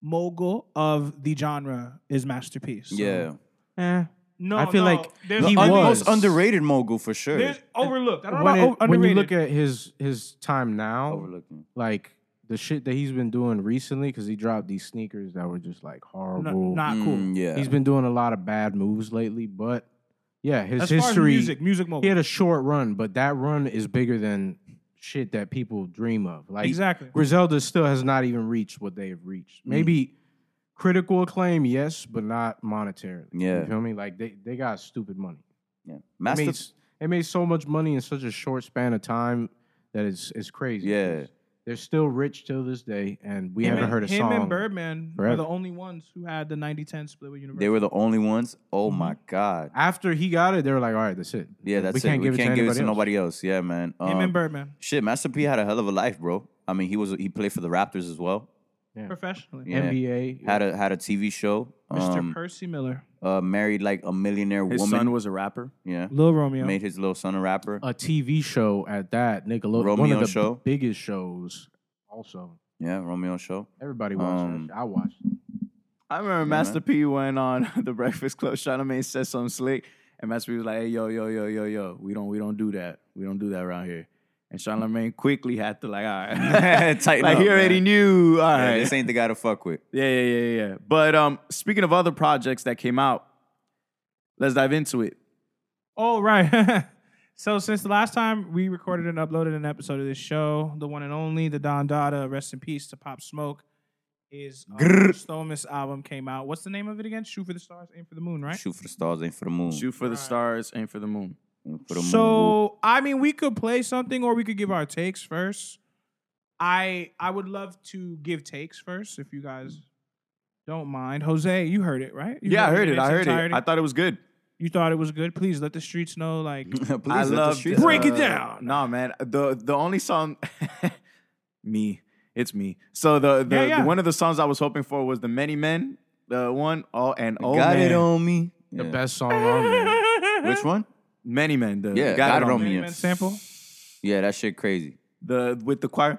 mogul of the genre is masterpiece.
yeah,
Eh.
no,
I feel
no,
like
there's
he
the un-
was.
most underrated mogul for sure.
There's overlooked. I don't
when,
know about
it-
o-
when you
underrated.
look at his his time now,
Overlooked. him.
like the shit that he's been doing recently, because he dropped these sneakers that were just like
No-
horrible.
not cool.
Mm, yeah,
He's been doing a lot of bad moves lately, but yeah, his
As far as
history.
music, music mogul.
He had a short run, but that run is bigger than shit that people dream of. Like
exactly.
Griselda still has not even reached what they have
Mm.
reached. Maybe critical acclaim, yes, but not monetarily.
Yeah.
you feel me? Like they they got stupid money.
yeah.
They
Master
made, s- they made so much money in such a short span of time that it's it's crazy.
Yeah.
'cause They're still rich till this day, and we haven't
and,
heard a
him
song.
and Birdman were
forever.
the only ones who had the 90-10 split with Universal.
They were the only ones. Oh my god.
After he got it, they were like, "All right, that's it.
Yeah, that's
we
it.
can't give
we
it
can't
to
give it
anybody
to
else."
nobody else. Yeah, man.
him
Um,
and Birdman
shit, Master P had a hell of a life, bro. I mean, he was he played for the Raptors as well.
professionally.
Yeah.
NBA
Had a had a TV show.
Mr.
Um,
Percy Miller,
uh, married like a millionaire
His
woman.
son was a rapper.
yeah,
Lil Romeo.
made his little son a rapper.
a TV show at that Nickelodeon, one
Romeo
of the
show?
biggest shows. Also,
yeah, Romeo show.
everybody watched
Um,
that. shit. I watched. it.
I remember Master P went on the Breakfast Club. Charlamagne said something slick, and Master P was like, "Hey, yo, yo, yo, yo, yo, we don't, we don't do that. We don't do that around here." And Charlamagne quickly had to like, "All right,
Mm. Tighten
like
up,
he already
man.
knew. All
Yeah,
right,
This ain't the guy to fuck with.
yeah, yeah, yeah, yeah." But um, speaking of other projects that came out, let's dive into it.
Oh, right. so since the last time we recorded and uploaded an episode of this show, the one and only, the Don Dada, rest in peace to Pop Smoke, his uh, Stomus album came out. What's the name of it again? Shoot for the Stars, Aim for the Moon, right?
Shoot for the stars, ain't for the moon.
Shoot for the stars, aim for the moon.
Ain't for the moon.
So I mean, we could play something, or we could give our takes first. I I would love to give takes first, if you guys don't mind. Jose, you heard it, right? You
yeah, I heard
in
it. I
its
heard
entirety?
it. I thought it was good.
you thought it was good. Please let the streets know, like
Please
I
let the
love
streets
Break
know.
it down.
Nah, man. The the only song me. It's me. So the the,
Yeah, yeah.
the- one of the songs I was hoping for was the Many Men, the one all and oh
Got
man.
it on me.
The
Yeah.
best song on there.
Oh,
Which one?
Many Men. The,
Yeah, Got It On Me.
Many Men sample.
Yeah, that shit crazy.
The with the choir.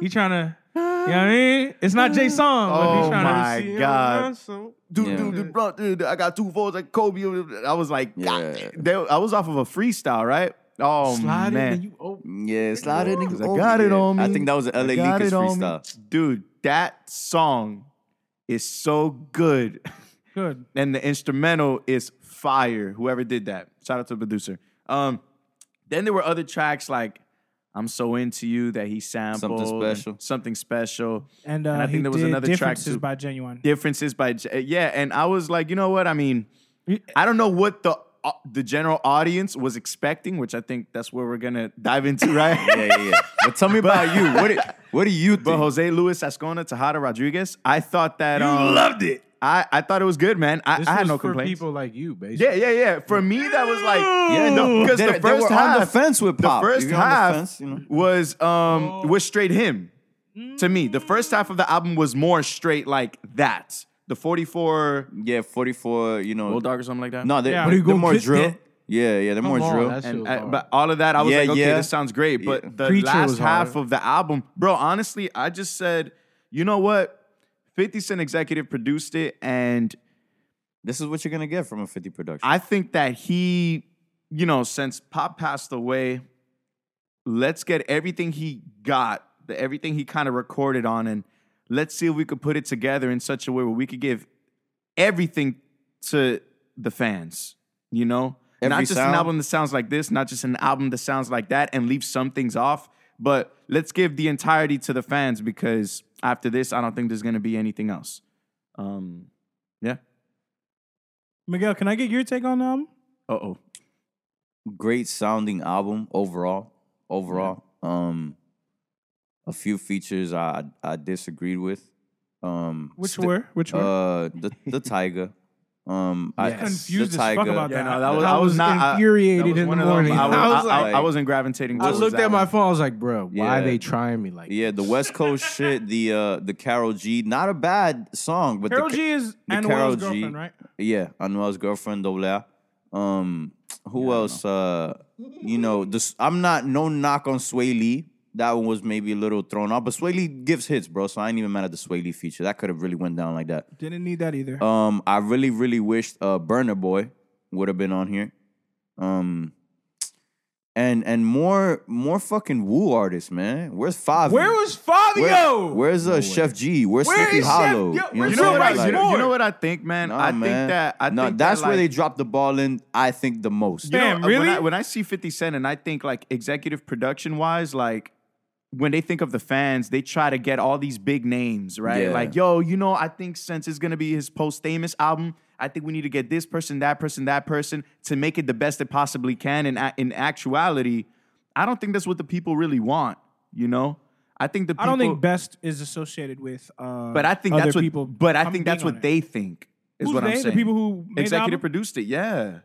He trying to, you know what I mean? It's not Jay song. but
Oh
he tryna
my
see-
God. Dude,
Yeah.
dude, dude, bro, dude, I got two fours like Kobe. I was like,
Yeah.
God, they- I was off of a freestyle, right? Oh
Slide it
man,
and you open.
Yeah, slide it. niggas
I
over,
got it
oh, yeah.
on me.
I think that was an
I
LA
got
Leakers
it on me.
freestyle.
Dude, that song is so good.
Good.
and the instrumental is fire. Whoever did that, shout out to the producer. Um, then there were other tracks like "I'm So Into You" that he sampled,
Something Special.
and something special,
And, uh, I think there was another track too. by Genuine.
differences by J- yeah. And I was like, you know what? I mean, I don't know what the uh, the general audience was expecting, which I think that's where we're gonna dive into, right?
Yeah, yeah, yeah. But tell me about you. What do, what do you think?
But Jose Luis Ascona, Tejada Rodriguez, I thought that you um, loved it. I, I thought it was good, man. I,
This
I had
was
no
for
complaints.
people like you, basically.
Yeah, yeah, yeah. For me, that was like yeah, no, because
They-
the
they
first
were
half,
on the fence with Pop.
the first
If you're on the
half
fence, you know.
was um was straight him. To me, the first half of the album was more straight like that. The forty four
Yeah, 44, you know.
Dog or something like that.
No, they,
Yeah.
are
What are you
they're
gonna
more
get
drill.
that?
Yeah, yeah, they're more
on,
drill.
that's-
And-
and
That shit was
I-
hard.
but all of that, I was
Yeah,
like, okay,
yeah.
this sounds great. But the
Preacher
last
was
half
hard.
of the album, bro, honestly, I just said you know what? 50 Cent executive produced it, and
This is what you're gonna get from a 50 production.
I think that he, you know, since Pop passed away, let's get everything he got, the, everything he kind of recorded on, and let's see if we could put it together in such a way where we could give everything to the fans, you know? not
Every
just an
sound.
album that sounds like this, not just an album that sounds like that, and leave some things off, but let's give the entirety to the fans because after this, I don't think there's gonna be anything else. Um, yeah.
Miguel, can I get your take on the album?
Uh oh.
Great sounding album overall. Overall, um, a few features I I disagreed with. Um,
Which
sti-
were? Which were?
Uh, the the tiger. Um, I,
Confused
the
as fuck
tiger.
about
Yeah,
that.
no, that was,
I
I was,
was
not I-
infuriated
that was
in
one
the
of them.
morning.
I, was,
I
I,
was
like-
I, wasn't gravitating.
I
towards
looked
that
at my
one.
phone. I was like, bro, why
Yeah.
they trying me like?
Yeah, the West Coast shit. The uh, the Carol G. Not a bad song, but
Carol
the,
G is
the
Anuel's
Karol G.
girlfriend, right?
Yeah, Anuel's girlfriend Double A. Um, who else? Uh, you know, this I'm not no knock on Sway Lee. That one was maybe a little thrown off, but Sway Lee gives hits, bro. So I ain't even mad at the Sway Lee feature. That could have really went down like that.
Didn't need that either.
Um, I really, really wished uh Burner Boy would have been on here. Um and and more more fucking woo artists, man. Where's Five?
Where was Fabio?
Where- where's uh, Chef G? Where's
Where
Sleepy
is Chef-
Hollow?
yo, where's
what I'm
You know, what
saying?
I,
Somebody's
you, know, you
bored.
know what I think, man.
Nah,
I think
man.
that I
no,
think
that's
that,
where they
like,
dropped the ball in. I think the most.
you know,
Damn,
uh, When I,
really?
when I see Fifty Cent and I think like executive production wise, like when they think of the fans, they try to get all these big names, right?
Yeah.
Like, yo, you know, I think since it's gonna be his posthumous album, I think we need to get this person, that person, that person to make it the best it possibly can. And a- in actuality, I don't think that's what the people really want. You know, I think the people,
I don't think best is associated with. Uh,
but I think
other
that's what
people.
But I
I'm
think that's
being
what
on it.
they think is
Who's
what I'm
they? The
saying.
people who made the album?
executive produced it, yeah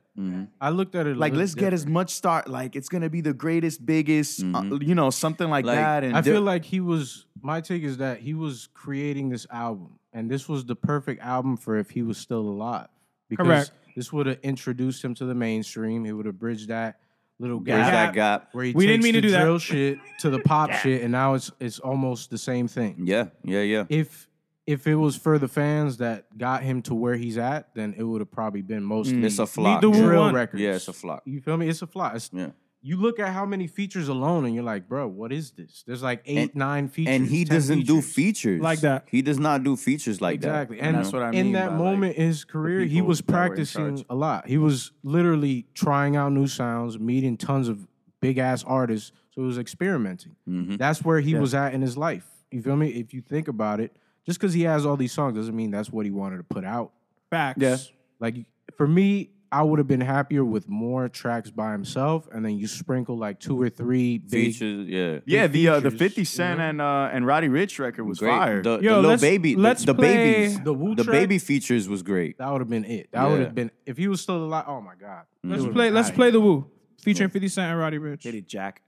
I looked at it
like let's get
his.
as much start like it's gonna be the greatest biggest uh, you know something like,
Like,
that and
I feel like he was. My take is that he was creating this album, and this was the perfect album for if he was still alive. Because
Correct.
This would have introduced him to the mainstream. It would have bridged that little gap
Where's
Yeah.
that gap?
where he
We didn't
takes
mean
the
to do that.
drill shit to the pop shit, and now it's it's almost the same thing.
Yeah, yeah, yeah.
If if it was for the fans that got him to where he's at, then it would have probably been mostly
Mm, It's a flop.
the
yeah.
Woo
drill
one.
records.
Yeah, it's a flop.
You feel me? It's a flop. It's-
Yeah.
You look at how many features alone, and you're like, bro, what is this? There's like eight,
And-
nine features,
And he
10
doesn't do
features.
features
Like that.
He does not do features like
Exactly,
that.
and
that's what I mean
in that
by,
moment in his career, he
people
was
that were in
practicing
charge.
a lot. He was literally trying out new sounds, meeting tons of big ass artists. So he was experimenting.
Mm-hmm.
That's where he was at in his life. You feel me? If you think about it, just because he has all these songs doesn't mean that's what he wanted to put out.
Facts.
Yeah.
Like for me, I would have been happier with more tracks by himself, and then you sprinkle like two or three big
Features, yeah.
yeah the uh, the
features,
50
you
cent
know?
and uh and roddy rich record was fire
Yo,
The, the little
let's-
baby, the-
let's
the,
play
babies,
the Wu
the
track.
baby features was great.
That would have been it. That
Yeah.
would have been if he was still alive. Oh my god.
Let's play. Let's play the Woo featuring Fifty Cent and Roddy Rich.
hit it jack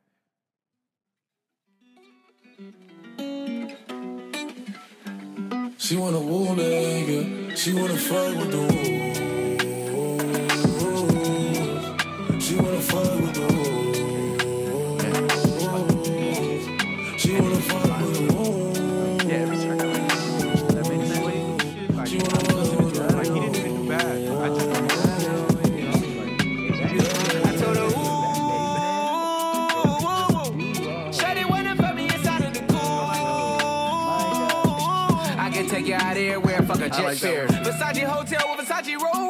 She wanna woo nigga, she wanna fuck with the woo. She wanna fuck with the woo. She wanna fuck with the woo.
Yeah, every track I made, that made it way. Like, I'm listening to it, like, he didn't even do bad. I just don't know. You know what I mean? Like, I told her, ooh. Shawty waiting for me inside of the pool. I can take you out everywhere, fuck a jet fare. Versace hotel with Versace roll.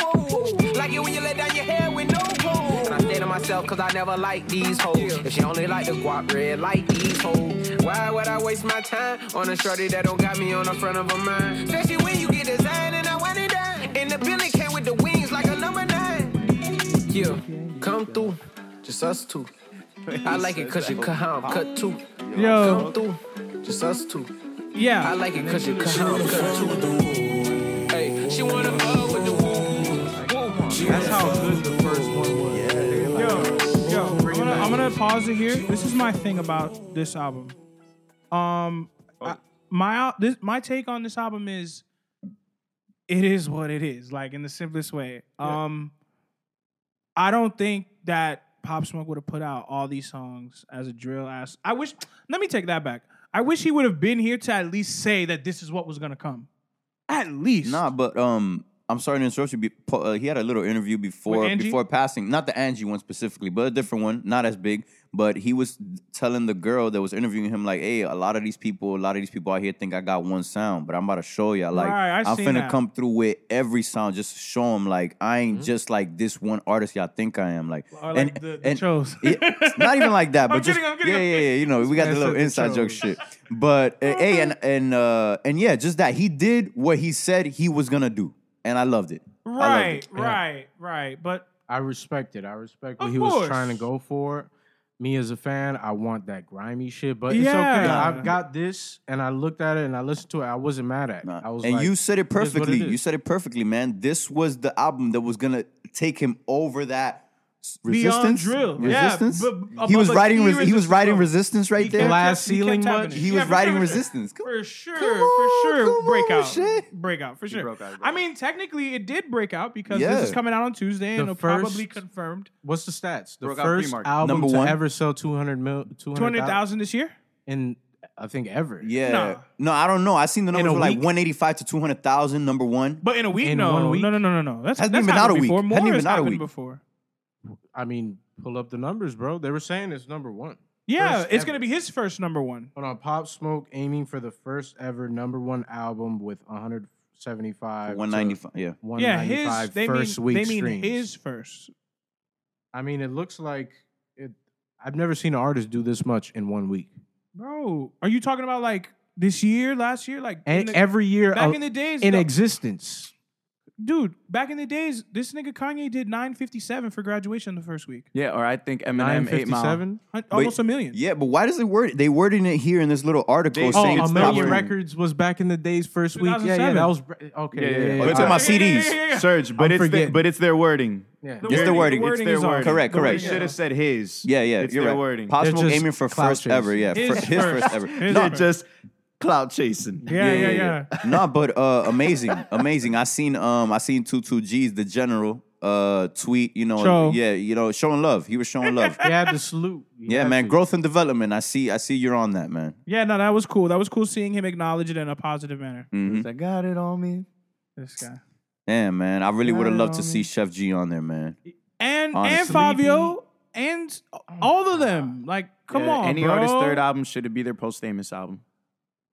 Like it when you let down your hair with no clothes. And I stay to myself cause I never like these hoes. If she only like the guap red, like these hoes. Why would I waste my time on a shorty that don't got me on the front of a mind? Especially when you get designed and I want it done. And the building came with the wings like a number nine. Yeah, come through, just us two. I like it cause you kaham, cut two. Come
Yo,
through, just us two. I
yeah.
like it cause you kaham, cut two. Hey, she wanna fuck with the woo. She
That's how
good the first one was.
Yo, yo, I'm gonna, I'm gonna pause it here. This is my thing about this album. Um, I- my al- this my take on this album is, it is what it is. Like in the simplest way. Um, I don't think that Pop Smoke would have put out all these songs as a drill ass. I wish. Let me take that back. I wish he would have been here to at least say that this is what was gonna come. At least.
Nah, but um, I'm sorry to interrupt you. be- po- Uh, he had a little interview
With
before
Angie?
before passing, not the Angie one specifically, but a different one, not as big. But he was telling the girl that was interviewing him, like, "Hey, a lot of these people, a lot of these people out here think I got one sound, but I'm about to show y'all, like,
Right, I
I'm
seen
finna
that. Mm-hmm.
come through with every sound, just to show them, like, I ain't just like this one artist y'all think I am, like,
Or like the, the chose.
yeah, it's not even like that, but
I'm
just
kidding, I'm kidding,
yeah,
I'm
yeah, yeah. You know, we got the little inside joke shit. But
Oh,
eh, hey, and and uh, and yeah, just that he did what he said he was gonna do, and I loved it. I loved
right,
it.
right, right. But
I respect it. I respect what
Of
he
course.
was trying to go for. Me as a fan, I want that grimy shit, but it's okay.
Yeah.
I've got this, and I looked at it and I listened to it. I wasn't mad at. it.
Nah.
I was
and
like,
you said
"It
it
is what
perfectly.
it
you
is."
said it perfectly, man. This was the album that was gonna take him over that s-
Beyond
resistance.
drill. Yeah,
resistance.
but-
he was
but
writing. Res- he was
irresistible.
writing resistance right
he
there.
kept-
Glass
he kept
ceiling
tapping
much?
it.
He
Yeah,
was
for
riding
sure.
resistance. Come
For sure,
come on,
for sure,
come
break
on,
out,
shit.
break out for sure.
broke out, he broke
I mean, technically, it did break out because this is
Yeah.
coming out on Tuesday and
The
it'll probably
first-
confirmed
"What's the stats? The
Broke out
first
pre-market.
album
Number
to
one.
ever sell 200 mil,
200
200,000
thousand this year.
in I think ever.
Yeah.
Nah.
No, I don't know. I seen the numbers
a
were like
week?
185 to 200,000, number one.
But in a week,
In
no,
one week?
no, no, no, no, no. That's
Hasn't
that's
even out a
happened
week.
before.
Hasn't
More
even
has
out a
happened
week.
before.
I mean, pull up the numbers, bro. They were saying it's number one.
Yeah,
First
it's
ever.
gonna be his first number one.
Hold on, Pop Smoke aiming for the first ever number one album with 175,
195. Yeah.
to 195
Yeah, his they mean
first week
they mean
streams.
his first.
I mean, it looks like it. I've never seen an artist do this much in one week.
Bro, are you talking about like this year, last year, like in
And
the-
every year,
back
uh,
in the days?
in
though-
existence,
dude, back in the days, this nigga Kanye did nine fifty seven for graduation the first week,
Yeah, or I think Eminem Eight Mile.
957.
Hun- almost a million.
Yeah, but why does it word they wording it here in this little article
They-
Oh,
saying
a
it's
million
top ten.
records was back in the days first week. Yeah, yeah,
2007.
that was br- okay.
Yeah,
Yeah,
yeah, yeah.
yeah,
Oh,
It's on my CDs.
Surge, but
I'm
it's their,
forgetting.
but it's their wording.
yeah.
The
It's the wording.
the
It's
wording
their
is on.
wording.
Correct,
The
correct.
wording is
They should
on.
have said his.
Yeah, yeah,
It's
you're
their
right.
wording.
Pop
They're
Smoke
just
aiming for
clout
first
chasers.
ever. Yeah,
His
fir- his
first.
first ever.
His
No,
They're just clout chasing.
Yeah, yeah, yeah.
no, but uh, amazing, amazing. I seen um, I seen two two G's the general uh tweet. You know,
Show.
yeah, you know, showing love. He was showing love.
You had to salute. You
yeah,
had
man,
to.
growth and development. I see, I see you're on that, man.
Yeah, no, that was cool. That was cool seeing him acknowledge it in a positive manner.
I got it on me.
This guy.
Damn, man, I really would have loved to see Chef G on there, man.
And and
Honestly.
Fabio and all of them. Like, come
Yeah,
on.
Any
bro.
artist's third album should be their posthumous album.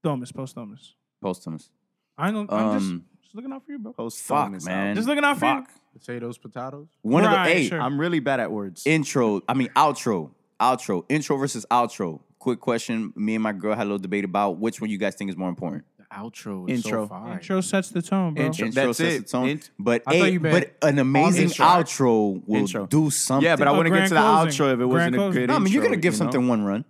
Thomas, post Thomas.
Posthumous.
I
Uh,
don't I'm
Um,
just, just looking out for you, bro.
Posthumous
man.
album.
Just looking out for you.
potatoes, potatoes.
One of
Right,
the eight
sure.
I'm really bad at words.
intro. I mean outro. Outro. Intro versus outro. Quick question. Me and my girl had a little debate about which one you guys think is more important.
The outro is
Intro.
so fire.
Intro sets the tone, bro.
Intro.
Intro
That's
sets
it.
the tone,
Int-
but
I thought
a-
you meant
but an amazing
intro.
outro will
Intro.
do something.
Yeah, but I
Oh,
wouldn't get
grand
to the
closing.
outro if it
Grand
wasn't a
closing.
good.
no, I mean you're
intro,
gonna give
you know?
something one run.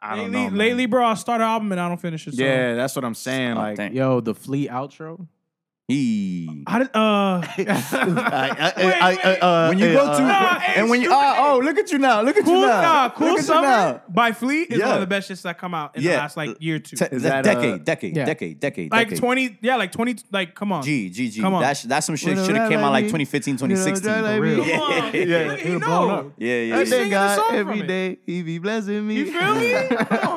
I don't
Lately,
know, man.
lately, bro, I'll start an album and I don't finish it. so-
Yeah, that's what I'm saying.
Oh,
Like,
thank-
Yo, the flea outro.
He.
I did, uh,
uh,
when you go to and when you oh, oh look at you now look at
Cool,
you now
nah,
Look
cool
at you
Summer
now.
by Fleet is one
Yeah.
of the best shits that come out in the
Yeah.
last like year or two.
Te-
Is that,
decade,
uh,
decade,
Yeah.
decade, decade,
like
decade.
20, yeah, like 20, like, come on.
G, G, G.
Come on.
That's that's some shit.
Little
Should have came out like
Raleigh.
2015,
Little
2016.
Raleigh.
For
real.
Come on.
Yeah.
He, he know.
Yeah, yeah,
I
yeah.
think- singing the song
every
from it.
day, He be blessing me.
You feel me? Come on.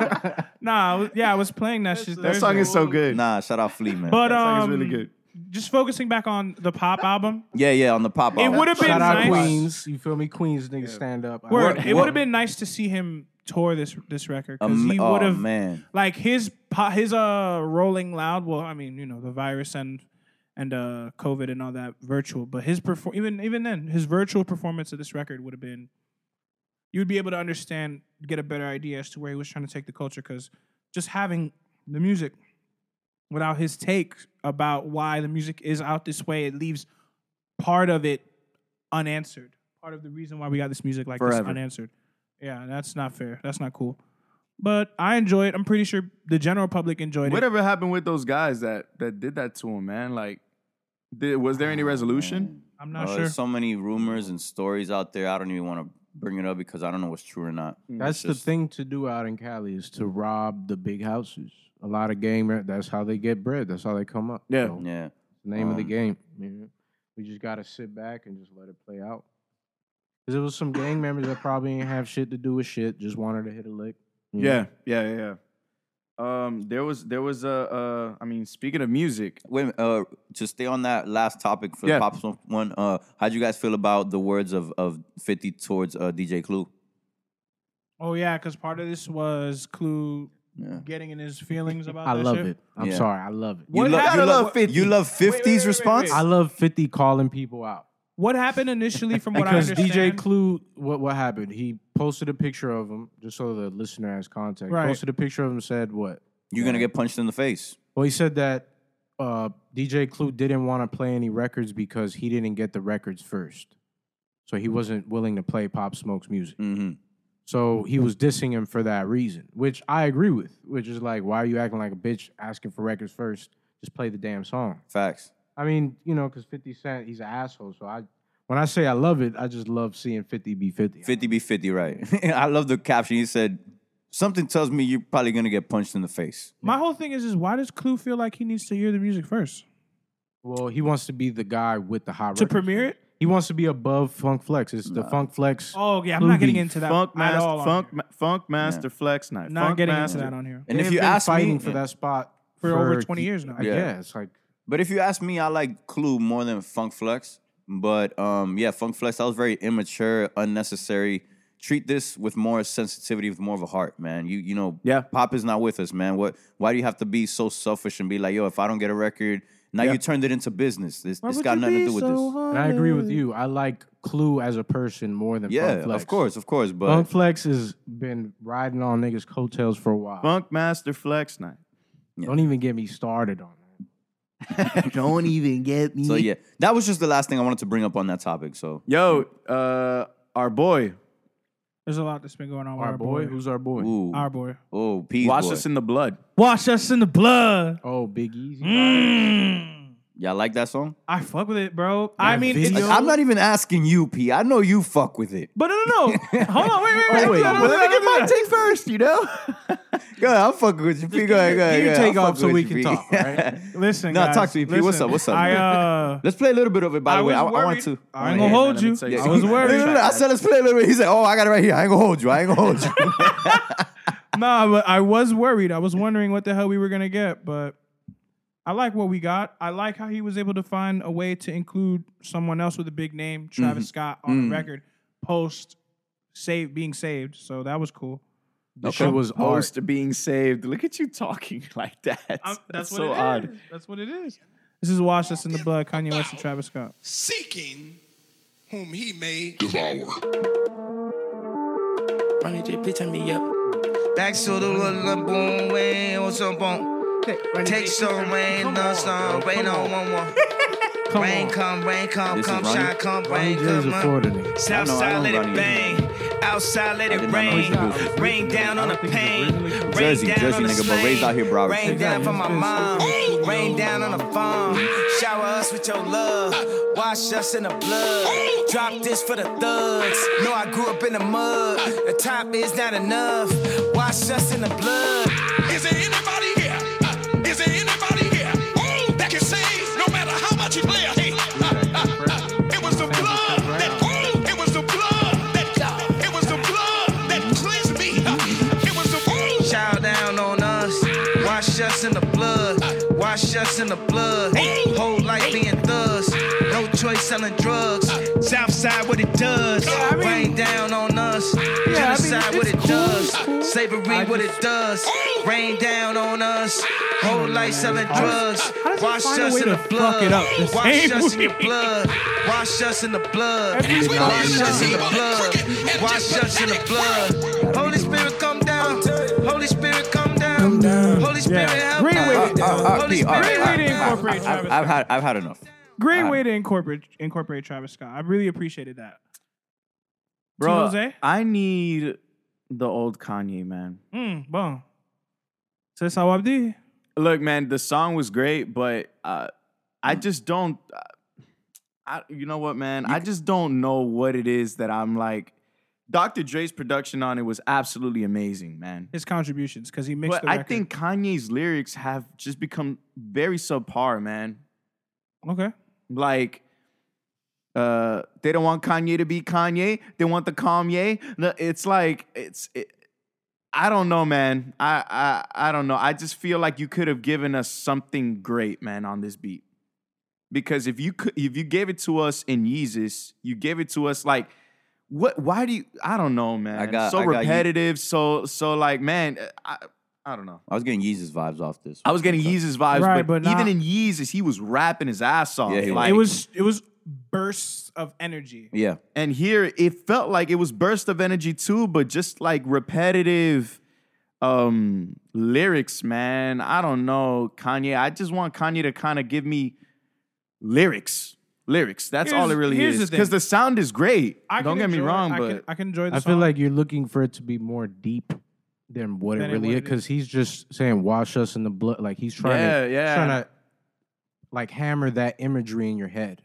Nah, I was- yeah, I was playing that shit.
that song
Thursday.
is so good.
Nah, shout out Flea, man.
But
that
um,
song is really good.
just focusing back on the pop album,
yeah, yeah, on the pop.
it
album.
would have been
Shout out
nice.
Queens. You feel me? Queens niggas stand up. I-
Word, it
What-
would have been nice to see him tour this this record because
Um,
he
oh,
would have
man.
like his po- his uh Rolling Loud. Well, I mean, you know, the virus and and uh COVID and all that virtual, but his perform even even then his virtual performance of this record would have been you'd be able to understand get a better idea as to where he was trying to take the culture because just having the music without his take about why the music is out this way it leaves part of it unanswered part of the reason why we got this music like this
Forever.
unanswered yeah that's not fair that's not cool but i enjoy it i'm pretty sure the general public enjoyed it
Whatever happened with those guys that that did that to him, man? Like, did, was there any resolution?
i'm not
Uh,
sure
There's so many rumors and stories out there. I don't even want to bring it up because I don't know what's true or not.
That's the
just-
thing to do out in Cali is to rob the big houses. A lot of gamer. That's how they get bread. That's how they come up.
Yeah.
So,
Yeah.
the name of the
Um,
game. man. We just gotta sit back and just let it play out. Cause it was some gang members that probably ain't have shit to do with shit. Just wanted to hit a lick. you know?
Yeah, yeah, yeah. yeah. Um, there was there was a. Uh, I mean, speaking of music,
Wait, a minute, uh, to stay on that last topic for
Yeah.
the Pop Smoke one, uh, how'd you guys feel about the words of, of 50 towards uh, DJ Clue?
Oh yeah, because part of this was Clue
Yeah.
getting in his feelings about.
I
that
love
shit.
it. I'm
Yeah.
sorry, I love it.
What
you
happened-
you
Gotta
love
love
50. You love 50's
wait, wait, wait,
response?
wait.
I love 50 calling people out.
What happened initially, from what I
because
understand?
DJ Clue, what what happened? He posted a picture of him, just so the listener has context.
Right.
Posted a picture of him, said what?
You're going to get punched in the face.
Well, he said that uh, DJ Clue didn't want to play any records because he didn't get the records first, so he wasn't willing to play Pop Smoke's music.
Mm-hmm.
So he was dissing him for that reason, which I agree with. Which is like, why are you acting like a bitch asking for records first? Just play the damn song.
Facts.
I mean, you know, because 50 Cent, he's an asshole. So I, when I say I love it, I just love seeing 50 be 50.
50 be 50, right. I love the caption. He said, Something tells me you're probably going to get punched in the face.
My whole thing is, is why does Clue feel like he needs to hear the music first
Well, he wants to be the guy with the hot
to
records.
premiere it?
He wants to be above Funk Flex. It's the Funk Flex.
Oh yeah, I'm
Clue
not getting
be
into that
Funk
at
Master,
all. on
Funk,
here.
Ma- Funk Master Flex Night.
not
Funk
getting
Master.
into that on here.
And
They've
if you
been
ask
fighting
me, eh,
for that spot
For over 20 years now.
Yeah,
Yeah.
it's like
But if you ask me, I like Clue more than Funk Flex. But um, yeah, Funk Flex, that was very immature, unnecessary. Treat this with more sensitivity, with more of a heart, man. You you know,
Yeah.
Pop is not with us, man. What? Why do you have to be so selfish and be like, yo, if I don't get a record, now
Yeah.
you turned it into business. This
Why
it's
would
got
you
nothing to
be
do with
so
this.
and I agree with
hard?
you. I like Clue as a person more than Funk
Yeah,
Flex.
of course, of course. But
Funk Flex has been riding on niggas' coattails for a while.
Funk Master Flex Night.
Don't even get me started on that.
Don't even get me.
so yeah, that was just the last thing I wanted to bring up on that topic. So
Yo, uh, our boy,
There's a lot that's been going on. with
Our, boy, who's our boy?
ooh,
our boy.
oh, peace.
Wash
boy.
Us in the Blood.
Wash us in the blood.
Oh, Big Easy.
Y'all like that song?
I fuck with it, bro. I mean,
video-
it's,
Yo.
I'm not even asking you, P. I know you fuck with it.
but no, no, no. Hold on, wait, wait, wait.
Oh, wait.
Don't do
Well,
that,
let me
don't do that.
take first, you know?
Go ahead, I'm fucking with you, P. Go ahead, go ahead.
You
go ahead.
take
I'm
off
fucking
so
with
we
you,
can
P.
talk, all right?
Listen,
No,
guys,
talk to me, P. What's
listen.
up, what's up?
I uh,
Let's play a little bit of it, by
I
the way.
was
I, I want
worried.
to.
I ain't gonna hold you.
Yeah,
I was
No, no, no,
worried.
no, I said, let's play a little bit. He said, oh, I got it right here. I ain't gonna hold you. I ain't gonna hold you.
Nah, but I was worried. I was wondering what the hell we were gonna get, but I like what we got. I like how he was able to find a way to include someone else with a big name,
Mm-hmm.
Travis Scott, on
Mm.
the record post save being saved. So that was cool.
This shit was art.
Post being saved. Look at you talking like that.
I'm-
that's
Um, what
so
it is.
odd.
That's what it is. This is Wash Us in the Blood, Kanye West and Travis Scott.
seeking whom he may
Ronnie J, please turn me up.
Back to the little boom way, what's up on? Take some rain, no sun, rain on one one. Rain come, rain come,
This is
come
Ronnie-
shine, come,
Ronnie
rain
James
come.
a
on.
Florida nigga.
I
Southside
know
let it
Ronnie
bang, outside let
I
it
did not know
rain,
he was a-
rain down on the
think he's
pain,
originally-
rain
Jersey,
down on
Jersey
the
nigga, but raised out here, Broward.
Rain down for my mom, rain down on the farm, shower us with your love, wash us in the blood, drop this for the thugs. Know I grew up in the mud, the top is not enough, wash us in the blood.
Is there anybody here? Uh, Is there anybody here uh, that can say, no matter how much you play, hey, uh, uh, uh, it was the blood that, uh, it was the blood that, uh, it was the blood that cleansed me. Uh, It was the blood.
Chow down on us. Wash us in the blood. Wash us in the blood. Whole life being thugs. No choice selling drugs. Southside what it does. Rain down on us. Genocide what it does. Slavery what it does. Rain down on us. Whole life selling drugs.
how does he
Wash
find a
us
way
in the
to fuck
blood.
it up the
Wash
same
us in the
way?
blood. Wash us in the blood.
Every
We
time.
don't use
Wash us in the
evil and crooked
blood.
and
Wash
just
us in the
pathetic.
blood. Holy Spirit, come down. Holy Spirit, come down. Holy Spirit, help
Green
us.
Wave it down.
Uh, uh,
Holy
P, all right,
Great
Spirit,
way
all right.
to incorporate
I've,
Travis
I've
Scott.
had I've had enough.
Great way to incorporate incorporate Travis Scott. I really appreciated that.
Bro,
Jose?
I need the old Kanye, man.
Mm, bon. C'est ça, Wabdi?
Look, man, the song was great, but uh, I
Mm.
just don't. uh, I, you know what, man? I just don't know what it is that I'm like. Dr. Dre's production on it was absolutely amazing, man.
His contributions, because he mixed
But
the
I
record.
think Kanye's lyrics have just become very subpar, man.
Okay.
Like, uh, they don't want Kanye to be Kanye. They want the Kanye. No, It's like it's it, I don't know, man. I I I don't know. I just feel like you could have given us something great, man, on this beat. Because if you could, if you gave it to us in Yeezus, you gave it to us like what? Why do you? I don't know, man.
I got-
so
I got Ye-
repetitive. so so like, man. I I don't know.
I was getting Yeezus vibes off this.
I was getting Yeezus vibes,
Right,
but,
but
even
not-
in Yeezus, he was rapping his ass off.
Yeah, he was.
like,
it was it was bursts of energy.
Yeah,
and here it felt like it was burst of energy too, but just like repetitive um lyrics, man. I don't know, Kanye. I just want Kanye to kind of give me lyrics. Lyrics. That's all it
Here's-
really
here's the
is. Because
thing.
the sound is great.
I can
don't get me
enjoy-
wrong,
I
but
can, I can enjoy the
I feel
song.
like you're looking for it to be more deep than what
Than
it really
what
is,
it is.
because he's just saying "wash us in the blood." Like he's trying
Yeah,
to,
yeah.
trying to, like hammer that imagery in your head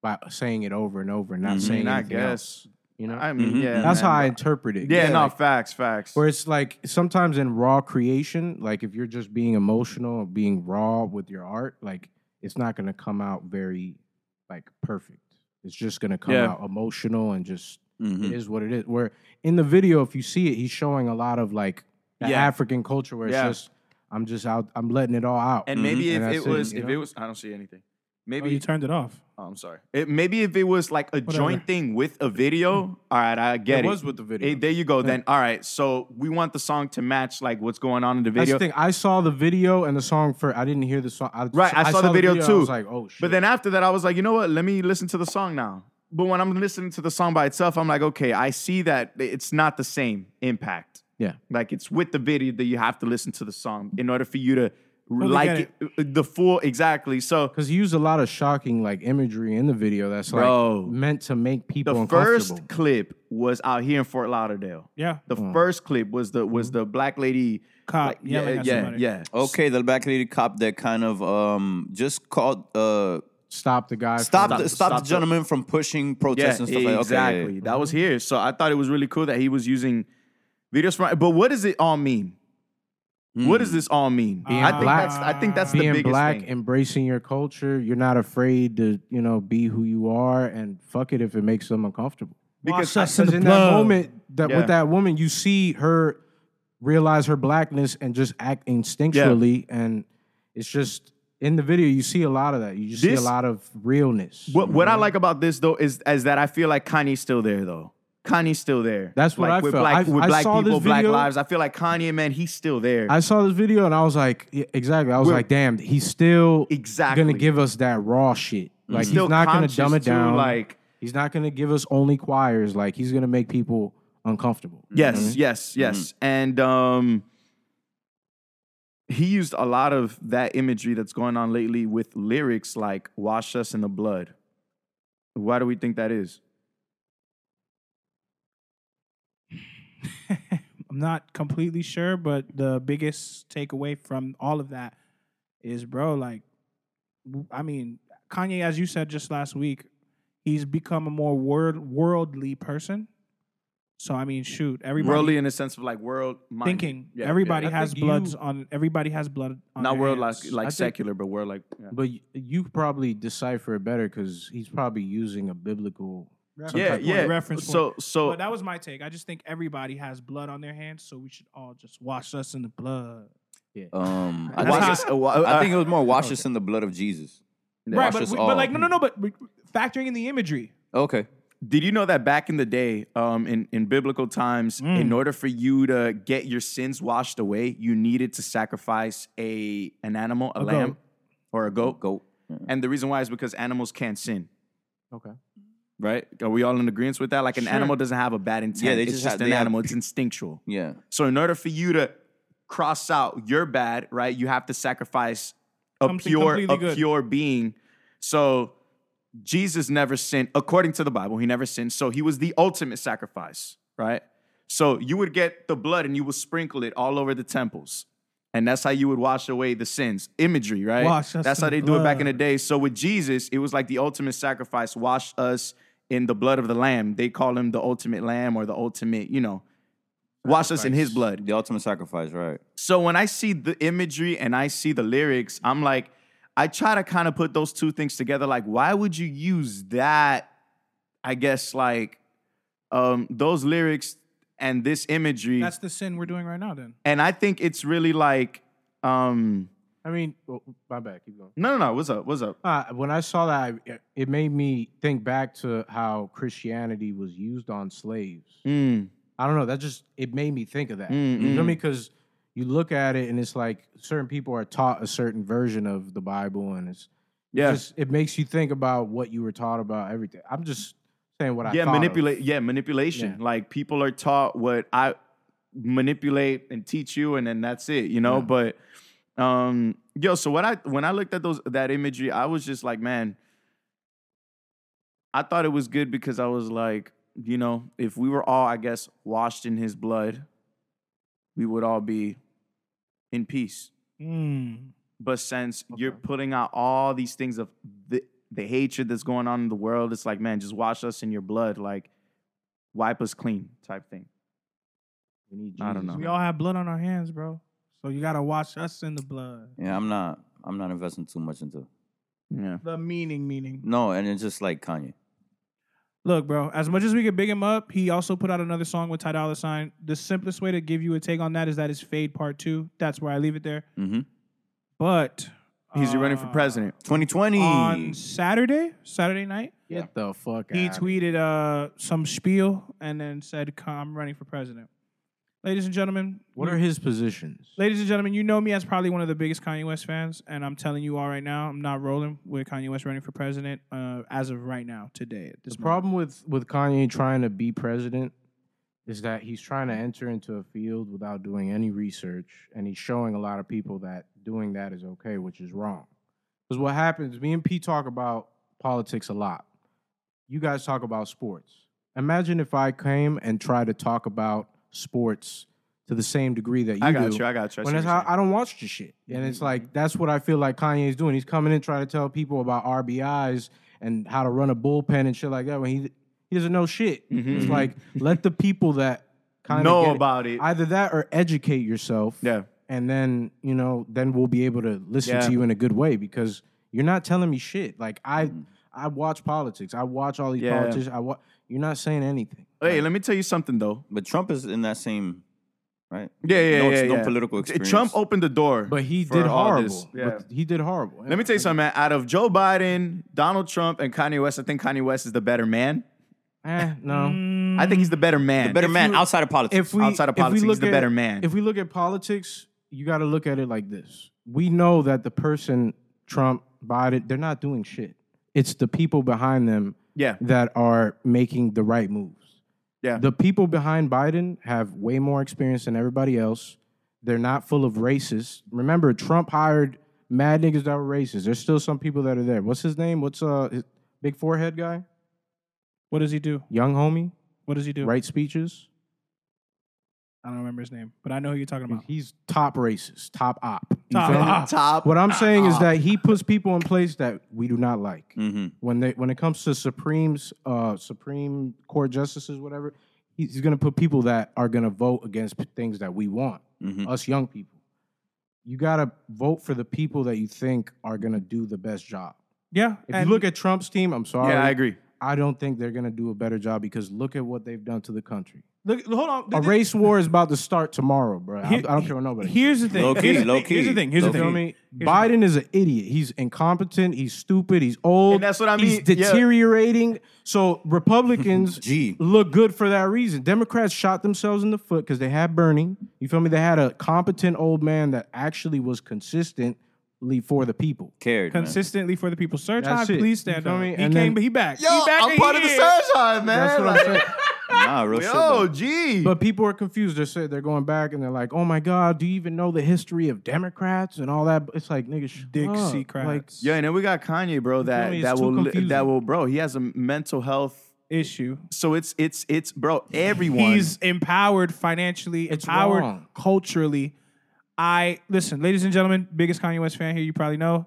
by saying it over and over, and not
I
saying.
mean, Mm-hmm. I
anything else,
guess.
you know.
I mean,
Mhm.
yeah.
Mm-hmm. That's
man,
how I
but-
interpret it.
Yeah, no,
like,
facts, facts.
where it's like sometimes in raw creation, like if you're just being emotional or being raw with your art, like it's not gonna come out very like perfect. It's just gonna come
Yeah. Mm.
out emotional and just
Mhm.
it is what it is. Where in the video, if you see it, he's showing a lot of like the
Yeah.
African culture where it's
Yeah.
just I'm just out I'm letting it all out.
and maybe
Mm-hmm. And
if
that's
it was
you
if
know?
it was I don't see anything.
Oh,
Maybe
you turned it off.
Oh, I'm sorry. It, maybe if it was like a joint thing with a video, all right, I get
Mm.
it.
was with the video.
Eh, there you go. Then all right. So we want the song to match like what's going on in the
that's
video.
the thing. I saw the video and the song for I didn't hear the song. I,
Right, I saw the video
I
too.
was like, oh shit.
But then after that, I was like, you know what? Let me listen to the song now. But when I'm listening to the song by itself, I'm like, okay, I see that it's not the same impact.
Yeah.
Like it's with the video that you have to listen to the song in order for you to like
get
it- uh, the full exactly. So
Because he used a lot of shocking like imagery in the video that's like
Bro.
meant to make people
the
uncomfortable.
first clip was out here in Fort Lauderdale.
Yeah. Mm-hmm.
The
Mm.
first clip was the was the black lady
Cop
like,
yelling at
yeah,
somebody.
yeah.
Oh,
Okay, the back lady cop that kind of um just called uh
stop the guy.
stop
from-
the, stop, the gentleman from pushing
Yeah,
protests and stuff like that. Okay,
exactly. That
Mm-hmm.
was here. So I thought it was really cool that he was using videos from. But what does it all mean? What does this all mean?
Being
I think
black-
that's I think that's the
Mm. being
biggest
black,
thing.
embracing your culture. You're not afraid to you know be who you are, and fuck it if it makes them uncomfortable.
because
Wash us
Because
the
in
blood.
that moment, that
Yeah.
with that woman, you see her realize her blackness and just act instinctually, and it's just in the video you see a lot of that. You just see
This-
a lot of realness.
what what
Mm-hmm.
I like about this though is is that I feel like Kanye's still there though. Kanye's still there.
That's what
like,
I
with
felt.
Black,
I-
with
I
black
saw this
people, black
video.
lives. I feel like Kanye, man, he's still there.
I saw this video and I was like, yeah, exactly. I was
We're-
like, damn, he's still
Exactly.
gonna give us that raw shit. Like he's
Still
not gonna
conscious
dumb it
to,
down.
like-
he's not gonna give us only choirs. Like he's gonna make people uncomfortable.
Yes,
Mm-hmm.
yes, yes. And um he used a lot of that imagery that's going on lately with lyrics like wash us in the blood. Why do we think that is?
I'm not completely sure, but the biggest takeaway from all of that is, bro, like, w- I mean, Kanye, as you said just last week, he's become a more word, worldly person. So I mean, shoot, everybody
Worldly in the sense of like world minded.
thinking,
Yeah,
everybody
yeah.
has
think
bloods
you-
on, everybody has blood on
not
their
world like
hands.
like
I think-
secular, but world like yeah.
But you, you could probably decipher it better because he's probably using a biblical.
Reference
Yeah,
point,
yeah.
Reference point.
so so
but that was my take. I just think everybody has blood on their hands, so we should all just wash us in the blood.
Um I
That's
think,
how-
it's-
uh,
I think it was more wash us in the blood of Jesus.
Right,
Wash
but,
us
we-
all.
but like no, no, no. But we- factoring in the imagery,
Okay.
Did you know that back in the day, um, in, in biblical times,
Mm.
in order for you to get your sins washed away, you needed to sacrifice a an animal, a, lamb,
goat.
or a goat. Mm.
Goat.
And the reason why is because animals can't sin,
Okay.
right? Are we all in agreement with that? Like an animal doesn't have a bad intent.
Yeah, they
it's
just
just,
have-
an
they have
animal. It's instinctual.
Yeah.
So in order for you to cross out your bad, right, you have to sacrifice a
Something
pure, a
completely good.
pure being. So Jesus never sinned, according to the Bible, he never sinned. So he was the ultimate sacrifice, right? So you would get the blood and you would sprinkle it all over the temples. And that's how you would wash away the sins. Imagery, right?
Wash us
that's
in
how
the
they do it back in the
blood.
day. So with Jesus, it was like the ultimate sacrifice. Wash us in the blood of the lamb. They call him the ultimate lamb or the ultimate, you know, wash us in his blood.
The ultimate sacrifice, right.
So when I see the imagery and I see the lyrics, I'm like, I try to kind of put those two things together. Like, why would you use that? I guess like um, those lyrics and this imagery.
That's the sin we're doing right now. Then
and I think it's really like, um,
I mean, well, my bad. Keep going.
no, no, no. What's up? What's up?
Uh, when I saw that, I, it made me think back to how Christianity was used on slaves.
Mm,
I don't know. That just it made me think of that.
Mm,
You know what I
mm.
mean? Because you look at it and it's like certain people are taught a certain version of the Bible, and it's
yeah,
just it makes you think about what you were taught about everything. I'm just saying what I
yeah.
thought of.
Manipulate. Yeah, manipulation. Like people are taught what I manipulate and teach you, and then that's it. You know. But um, yo, so when I when I looked at those that imagery, I was just like, man, I thought it was good because I was like, you know, if we were all, I guess, washed in His blood, we would all be in peace.
mm.
But since you're putting out all these things of the, the hatred that's going on in the world, it's like, man, just wash us in your blood, like wipe us clean type thing.
We need
I don't
Jesus.
we
know.
all have blood on our hands, bro. So you gotta wash us in the blood.
Yeah, I'm not. I'm not investing too much into.
Yeah.
The meaning, meaning.
No, and it's just like Kanye.
Look, bro. As much as we could big him up, he also put out another song with Ty Dolla Sign. The simplest way to give you a take on that is that it's Fade Part Two. That's where I leave it there.
Mm-hmm.
But
He's running for
uh,
president.
2020.
on Saturday, Saturday night.
Get the fuck
he
out.
tweeted uh, some spiel and then said, "Come, "I'm running for president." Ladies and gentlemen,
What are his positions?
ladies and gentlemen, you know me as probably one of the biggest Kanye West fans, and I'm telling you all right now, I'm not rolling with Kanye West running for president uh, as of right now, today. At this
Mm-hmm.
The
moment.
problem with with Kanye trying to be president is that he's trying to enter into a field without doing any research, and he's showing a lot of people that doing that is okay, which is wrong. Because what happens, me and P talk about politics a lot. You guys talk about sports. Imagine if I came and tried to talk about sports to the same degree that you
I got
do.
you. I got you. I
When
see
it's how,
what
I don't watch the shit.
Mm-hmm.
And it's like, that's what I feel like Kanye's doing. He's coming in trying to tell people about RBIs and how to run a bullpen and shit like that when he he doesn't know shit. It's like, let the people that
you're saying.
kind
Mm-hmm. know
of
about it.
either that or educate yourself.
yeah.
And then, you know, then we'll be able to listen
Yeah.
to you in a good way because you're not telling me shit. Like, I I watch politics. I watch all these
Mm-hmm. Yeah.
politicians. I wa- You're not saying anything.
Hey, let me tell you something though.
but Trump is in that same, right?
Yeah, yeah,
no,
yeah,
No
yeah.
political
T-
experience.
Trump opened the door.
But he
for
did
all
horrible.
this. Yeah.
But he did horrible.
Let me tell you something, man. Out of Joe Biden, Donald Trump, and Kanye West, I think Kanye West is the better man.
Eh, no.
I think he's the better man.
better man
you-
outside of politics.
if we
outside of
if we
politics, he's
look
the
at-
better man.
If we look at politics, you got to look at it like this: we know that the person Trump, Biden, they're not doing shit. It's the people behind them
Yeah.
that are making the right moves.
Yeah.
The people behind Biden have way more experience than everybody else. They're not full of racists. Remember, Trump hired mad niggas that were racist. There's still some people that are there. What's his name? What's uh his big forehead guy?
What does he do?
Young homie,
What does he do?
right speeches.
I don't remember his name, but I know who you're talking about.
He's top racist, top op. You
Top
feel me?
op.
Top.
What I'm saying is that he puts people in place that we do not like.
mm-hmm.
When they when it comes to Supremes, uh, Supreme Court justices, whatever, he's going to put people that are going to vote against p- things that we want,
Mhm.
us young people. You got to vote for the people that you think are going to do the best job.
Yeah,
If
and-
you look at Trump's team, I'm sorry.
Yeah, I agree.
I don't think they're going to do a better job because look at what they've done to the country.
look, hold on.
A
Th- th-
race war is about to start tomorrow, bro. I, I
Here-
don't care what nobody.
Here's the thing.
Low key,
here's the
low
thing, Here's the
key,
thing. Here's the
low
You feel
thing.
me?
key.
Biden is an idiot. He's incompetent. He's stupid. He's old.
And that's what I
He's
mean, yeah.
deteriorating. So Republicans
Gee.
look good for that reason. Democrats shot themselves in the foot because they had Bernie. You feel me? They had a competent old man that actually was consistently for the people.
cared. man.
Consistently for the people. Sir Todd,
That's it.
please
You
stand
feel
up.
me?
He
And
came,
then-
but he back.
Yo,
he back
I'm
and
part
he
of the
here.
surge hive, man.
That's what I'm
Like,
saying.
Nah, real
Yo,
shit. though.
gee.
But people are confused. They're saying they're going back and they're like, "Oh my God, do you even know the history of Democrats and all that?" It's like, nigga, shut
Dixie
up. Like,
crats.
Yeah, and then we got Kanye, bro. That
me? It's
that
too
will
confusing.
that will, bro. He has a mental health.
issue.
So it's it's it's, bro. Everyone.
He's empowered financially,
It's
empowered
wrong.
culturally. I listen, ladies and gentlemen, biggest Kanye West fan here, you probably know.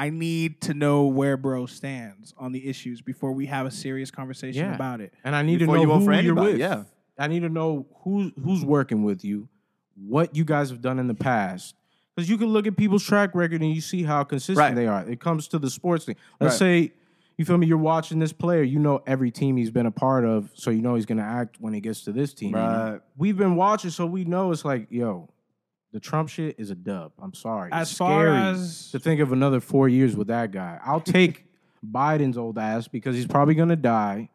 I need to know where bro stands on the issues before we have a serious conversation
Yeah.
about it.
And I need
Before
to
you
know
vote
who
for
you're
anybody,
with.
yeah.
I need to know who's who's working with you, what you guys have done in the past. Because you can look at people's track record and you see how consistent
Right.
they are. It comes to the sports thing. Let's
Right.
say You feel me? You're watching this player. You know every team he's been a part of, so you know he's gonna act when he gets to this team.
Right.
We've been watching, so we know it's like, yo, the Trump shit is a dub. I'm sorry.
As
It's
far
scary
as-
to think of another four years with that guy, I'll take Biden's old ass because he's probably gonna die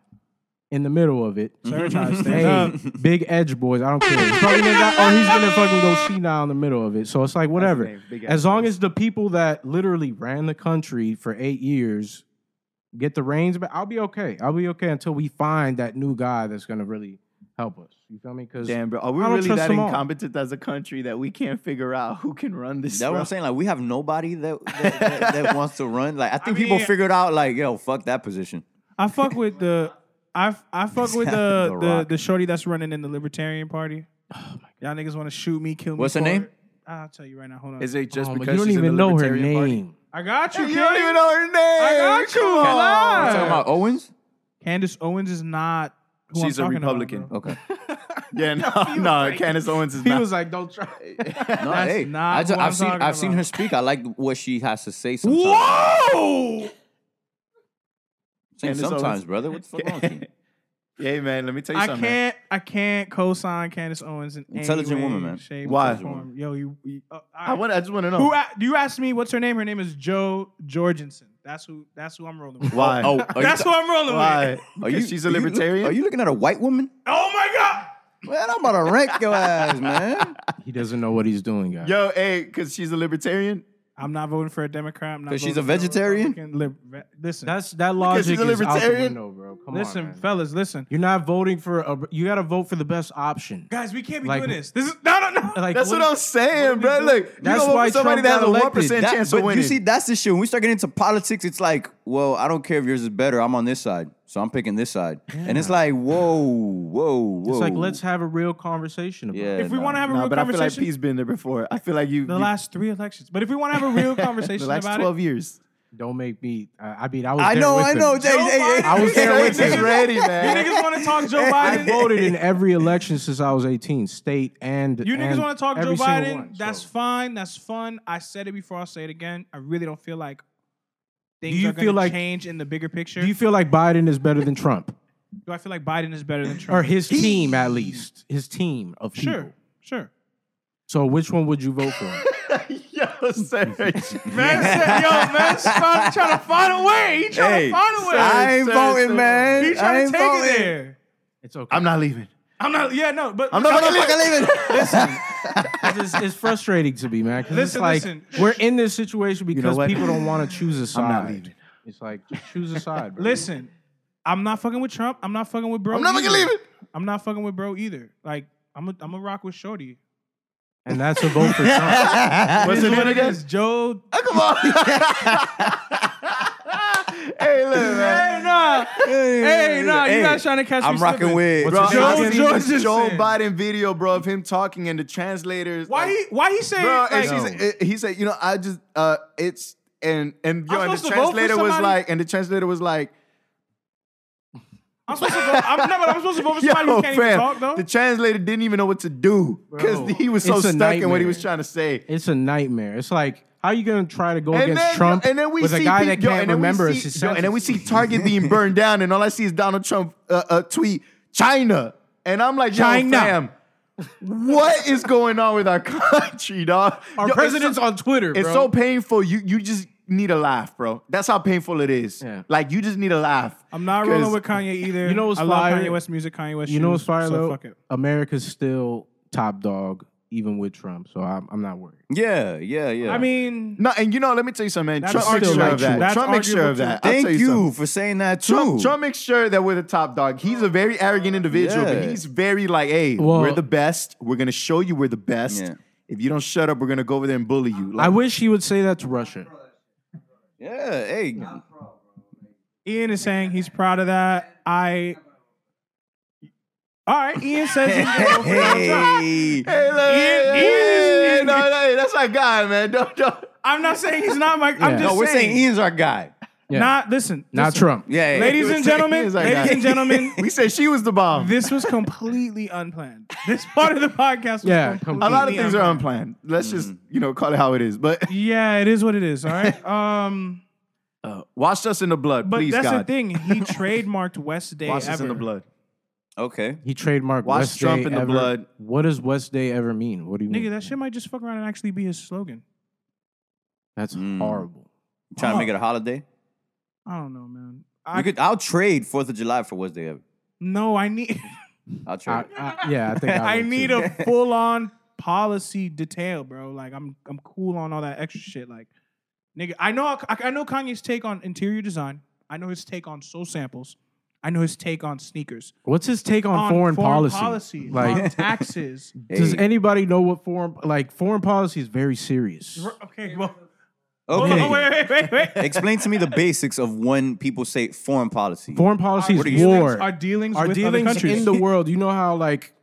in the middle of it.
Surgeon stands
Hey,
up.
big edge boys. I don't care. He's probably gonna die- or he's gonna fucking go senile in the middle of it. So it's like whatever.
name, Big Edge
as long
Boys.
as the people that literally ran the country for eight years get the reins back, I'll be okay. I'll be okay until we find that new guy that's gonna really help us. You feel me? Because
Damn, bro. Are we
I don't
really
trust
that
them all.
incompetent as a country that we can't figure out who can run this?
That's what I'm
bro?
saying. Like we have nobody that that, that, that wants to run. Like I think people
mean-
figured out like yo, fuck that position.
I fuck with the I f- I fuck with
The
the the,
Rock.
the shorty that's running in the Libertarian Party. Y'all niggas want to shoot me, kill me.
What's her
for
name?
it. I'll tell you right now. Hold on.
Is it just
Oh, but
because
you don't
she's in
even
the
know her
Libertarian Party?
name.
I got you.
You don't even know her name.
I got you.
Come on.
Alive.
You talking about Owens?
Candace Owens is not. Who
She's
I'm
a
talking about,
Republican.
bro.
Okay.
Yeah, no, no. Candace Owens is
he
not.
was like, "Don't try."
No,
That's
hey,
not
I ju-
who I'm
I've seen I've
talking
seen
about.
her speak. I like what she has to say sometimes.
Whoa!
Saying
Candace
sometimes,
Owens.
brother. What the fuck wrong with you?
Hey man, let me tell you
I
something. man.
can't. I can't co-sign Candace Owens in any
Intelligent
way,
woman, man.
shape,
Why?
or form. Yo, you. you uh,
I want. I just want to know
Who? a- Do you ask me what's her name? Her name is Joe Jorgensen. That's who. That's who I'm rolling with.
why.
Oh, are you
That's
ta-
who I'm rolling
why?
with.
are
Because
you,
she's a
are you look-
libertarian.
Are you looking at a white woman?
Oh my god.
Man, I'm about to rank your ass, man.
he doesn't know what he's doing, guys.
Yo, hey, because she's a libertarian.
I'm not voting for a Democrat. I'm not
'Cause she's
voting
a
for
vegetarian?
Republican. Lib- re- listen,
That's that
Because
logic
he's a
is out the
libertarian?
window, bro. Come on,
listen,
man.
fellas, listen.
You're not voting for a. You got to vote for the best option.
Guys, we can't be
Like-
doing this. This is no, no, no.
Like,
That's what, I'm
what are
saying,
we
bro.
doing?
Look,
That's
you go
why
vote for somebody
Trump
that has
got
a one
elected.
percent
That-
chance
but
of winning.
you see, that's the shit. When we start getting into politics, it's like, well, I don't care if yours is better. I'm on this side, so I'm picking this side. And it's like, whoa, whoa, whoa.
It's like let's have a real conversation about
Yeah,
it.
if we
no.
want to have a
Nah,
real
but I feel like
conversation,
P's been there before. I feel like you.
the
you-
last three elections. But if we want to have a real conversation
the last
about
twelve
it,
years.
Don't make me. I I mean, I was.
I
there
know,
with
I
him.
know. Jay, hey, hey,
Biden.
I was there with
He's
him.
ready,
you
man.
niggas want to talk Joe
I
Biden.
voted in every election since I was 18, state and
You niggas
and
want to talk Joe
every single
Biden?
one, so.
that's fine. That's fun. I said it before. I'll say it again. I really don't feel like things
you
are
feel
going
like-
to change in the bigger picture.
Do you feel like Biden is better than Trump
Do I feel like Biden is better than
or
Trump?
his team at least? His team of people.
Sure, sure.
So which one would you vote for?
Yo, Serge.
Man said, yo, man, trying, trying to find a way. He trying
Hey,
to find a way.
I ain't
Sir,
voting,
sir.
man.
he
I
trying
ain't
to take it
voting.
there.
it's okay.
I'm not leaving.
I'm not. Yeah, no. But
I'm not fucking leaving.
It's, just- it's frustrating to me, man. 'cause it's
Listen,
like
listen.
we're in this situation because
what?
people don't want to choose a side.
I'm not leaving.
It's like just choose a side. Bro.
Listen, I'm not fucking with Trump. I'm not fucking with bro.
I'm not fucking
either.
leaving.
I'm not fucking with bro either. Like I'm a, I'm a rock with Shorty.
and that's a vote for Trump.
What's
It
the
is what
name
it
again?
is, Joe.
Oh, come on. hey, look, man.
Hey, nah. Hey, nah. You
Hey,
guys trying to catch
I'm
me
rocking
slipping.
with
Bro,
Joe-
I seen
Joe
this
just
Joe
said-
Biden video, bro, of him talking and the translators.
Why
like,
he why he saying
bro?
like,
and she's, it- he said, you know, I just uh, it's and and yo,
I'm
and the
supposed to vote for
translator was
somebody?
like, and the translator was like,
I'm supposed to vote. I'm, no, but I'm supposed to vote for somebody
yo,
who can't even
fam,
talk though.
the translator didn't even know what to do because
Bro,
he was so
it's a
stuck in what he was
nightmare.
trying to say.
It's a nightmare. It's like how you gonna try to go
And
against
then,
Trump
and then we
with
see
a guy
peop-
that
yo,
can't
and then we
remember
see-
his
yo, and then we see
sentences?
Target being burned down, and all I see is Donald Trump uh, uh, tweet China, and I'm like, yo,
China.
fam, what is going on with our country, dog?
Our
Yo, it's
president's
so-
on Twitter,
It's
bro.
so painful. You you just need a laugh, bro. That's how painful it is.
Yeah.
Like you just need a laugh.
I'm not rolling
'Cause-
with Kanye either.
You know what's
I love
fire?
Kanye West music. Kanye West.
you know what's
shoes,
fire
so
though?
Fuck it.
America's still top dog even with Trump, so I'm, I'm not worried.
Yeah, yeah, yeah.
I mean,
No, and you know, let me tell you something, man.
That's
Trump makes
still
sure
like
of that.
true.
That's
Trump makes sure of
arguable
that.
too.
I'll
thank
tell you,
you,
something.
for saying that too.
Trump, Trump makes sure that we're the top dog. He's a very arrogant individual, but
Yeah.
he's very like, hey,
Well-
we're the best. We're gonna show you we're the best.
Yeah.
If you don't shut up, we're gonna go over there and bully you.
I
Like,
wish he would say that to Russia.
yeah, hey,
Ian is saying he's proud of that. I. All right, Ian says he's proud of that.
hey.
hey, look, hey,
Ian-
hey,
Ian-
hey, no, no, hey, that's our guy, man. Don't, don't.
I'm not saying he's not my.
Yeah.
I'm just
No, we're saying Ian's our guy.
Yeah.
Not listen.
not
listen.
Trump.
Yeah, yeah.
Ladies
We're
and
saying
gentlemen,
Ian's our
ladies
guy.
and gentlemen,
We said she was the bomb.
this was completely unplanned. This part of the podcast was
Yeah,
completely
a lot of things are
unplanned.
unplanned. Let's just you know call it how it is. But
Yeah, it is what it is. All right. Um,
Uh, Wash us in the blood,
But
please,
that's
God.
the thing. He trademarked West Day
Wash us
ever.
in the blood.
Okay.
He trademarked
Watch
West
Trump
Day
in the
ever.
blood.
What does West Day ever mean? What do you mean?
Nigga, that shit might just fuck around and actually be his slogan.
That's
Mm.
horrible.
Trying to make it a holiday.
I don't know, man.
I,
I
could. I'll trade Fourth of July for West Day ever.
no, I need
I'll trade.
I,
it.
I, yeah, I think I,
I
would
need
too.
a full on policy detail, bro. Like I'm I'm cool on all that extra shit. Like nigga, I know I, I know Kanye's take on interior design. I know his take on soul samples. I know his take on sneakers.
What's his take on, foreign, policy?
like on
Like,
taxes.
does
Hey.
anybody know what foreign like foreign policy is? Very serious.
Okay, well,
okay.
oh, wait, wait, wait, wait.
Explain to me the basics of when people say foreign policy.
Foreign policy
What are
is
you-
war.
Our dealings
Our
with other
dealings
countries
in the world. You know how like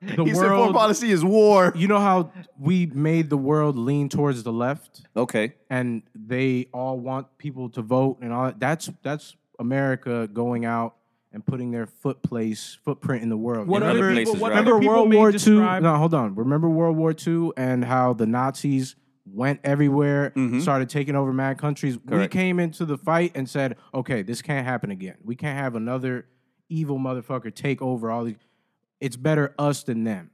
the
He said foreign
world.
policy is war.
you know how we made the world lean towards the left,
Okay.
and they all want people to vote and all that. That's that's America going out and putting their foot place footprint in the world.
What
In
other
other
people?
places,
What
right?
other
Remember
people
World
may
War II?
describe-
No, hold on. Remember World War II and how the Nazis went everywhere, started taking over mad countries.
Correct.
We came into the fight and said, "Okay, this can't happen again. We can't have another evil motherfucker take over all these. It's better us than them."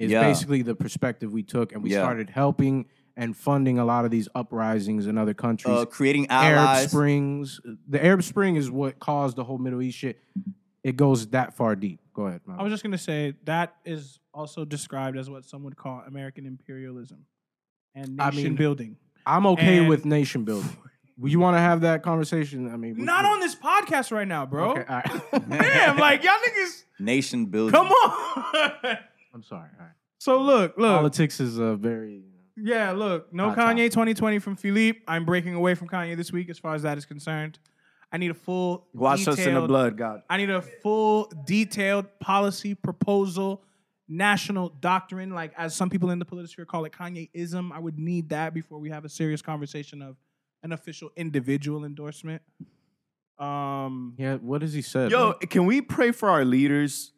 Is
Yeah.
basically the perspective we took, and we
Yeah.
started helping and funding a lot of these uprisings in other countries.
Uh, creating
Arab
allies.
Springs. The Arab Spring is what caused the whole Middle East shit. It goes that far deep. Go ahead. my
I was just gonna say that is also described as what some would call American imperialism and
I
nation
mean-
building.
I'm okay
And-
with nation building. You want to have that conversation? I mean, we-
Not
we-
on this podcast right now, bro.
Okay, all right.
Damn, like y'all niggas,
Nation building.
come on.
I'm sorry. all right.
so look, look,
Politics is a very
yeah, look. No
Hot
Kanye
topic.
2020 from Philippe. I'm breaking away from Kanye this week, as far as that is concerned. I need a full
Wash us in the
detailed-
blood, God.
I need a full, detailed policy proposal, national doctrine, like as some people in the politisphere call it, Kanyeism. I would need that before we have a serious conversation of an official individual endorsement. Um,
yeah. What does he say?
Yo,
man?
can we pray for our leaders?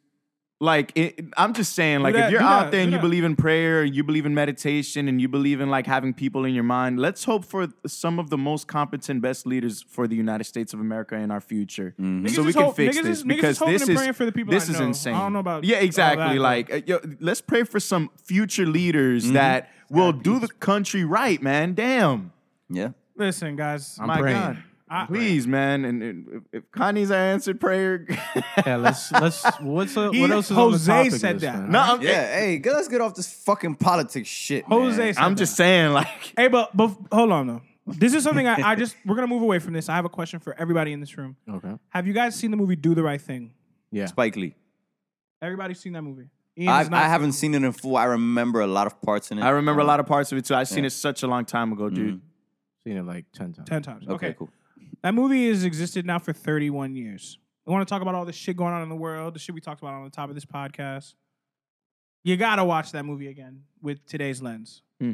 Like, it, I'm just saying, like,
that,
if you're
do
out
that,
there and
do
you
that.
believe in prayer, you believe in meditation, and you believe in like having people in your mind, let's hope for some of the most competent, best leaders for the United States of America in our future,
Mm-hmm. Niggas
so we
is
can
hope-
fix
niggas
this
is- niggas is
because
hoping
this
and
is
praying for the people
this
I
is
know. I
insane.
don't know about
yeah,
all that,
exactly.
though.
like, uh, yo, let's pray for some future leaders
Mm-hmm.
that will do the country right, man. Damn,
Yeah.
listen, guys,
I'm
my
praying.
God.
I-
Please, man, and, and if, if Connie's our answered prayer,
Yeah, let's let's. What's a,
He-
what else is
Jose
on the topic
said
list,
that.
man?
no, I'm,
Yeah. Hey, g- let's get off this fucking politics shit. man.
Jose, said
I'm
that.
just saying, like,
Hey, but, but hold on though. This is something I, I just we're gonna move away from this. I have a question for everybody in this room.
Okay.
Have you guys seen the movie Do the Right Thing?
Yeah.
Spike Lee.
Everybody's seen that movie. Ian
I,
has not
I haven't seen it in full. I remember a lot of parts in it.
I remember a lot of parts of it too. I've seen it such a long time ago, dude.
Seen it like ten times.
ten times.
Okay,
okay.
cool.
That movie has existed now for 31 years. I want to talk about all the shit going on in the world, the shit we talked about on the top of this podcast. You got to watch that movie again with today's lens.
Hmm.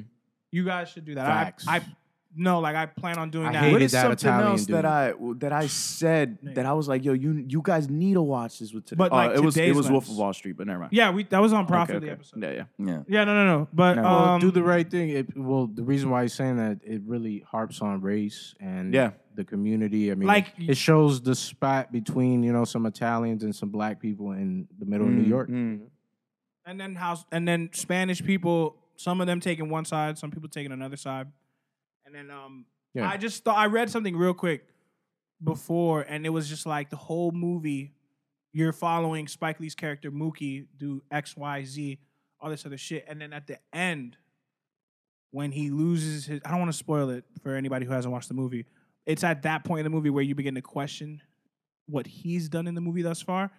You guys should do that.
Facts.
I, I no, like I plan on doing
I
that.
hate
What
Hated
is
that
something
Italian
else
dude.
that I that I said that I was like, yo, you you guys need to watch this with today.
But,
Oh,
like,
it was it
today's
was Wolf
lens.
of Wall Street, but never mind.
Yeah, we that was on
Okay,
Profit
okay.
the episode.
Yeah, yeah.
Yeah.
Yeah, no, no, no. But
No.
um,
Well, do the right thing. It, well, the reason why he's saying that it really harps on race and
Yeah.
the community. I mean,
Like-
it shows the spot between you know some Italians and some black people in the middle
Mm.
of New York.
Mm.
and then how and then Spanish people, some of them taking one side, some people taking another side. And then um
Yeah.
I just thought I read something real quick before and it was just like the whole movie you're following Spike Lee's character Mookie do X Y Z all this other shit and then at the end when he loses his I don't want to spoil it for anybody who hasn't watched the movie. It's at that point in the movie where you begin to question what he's done in the movie thus far.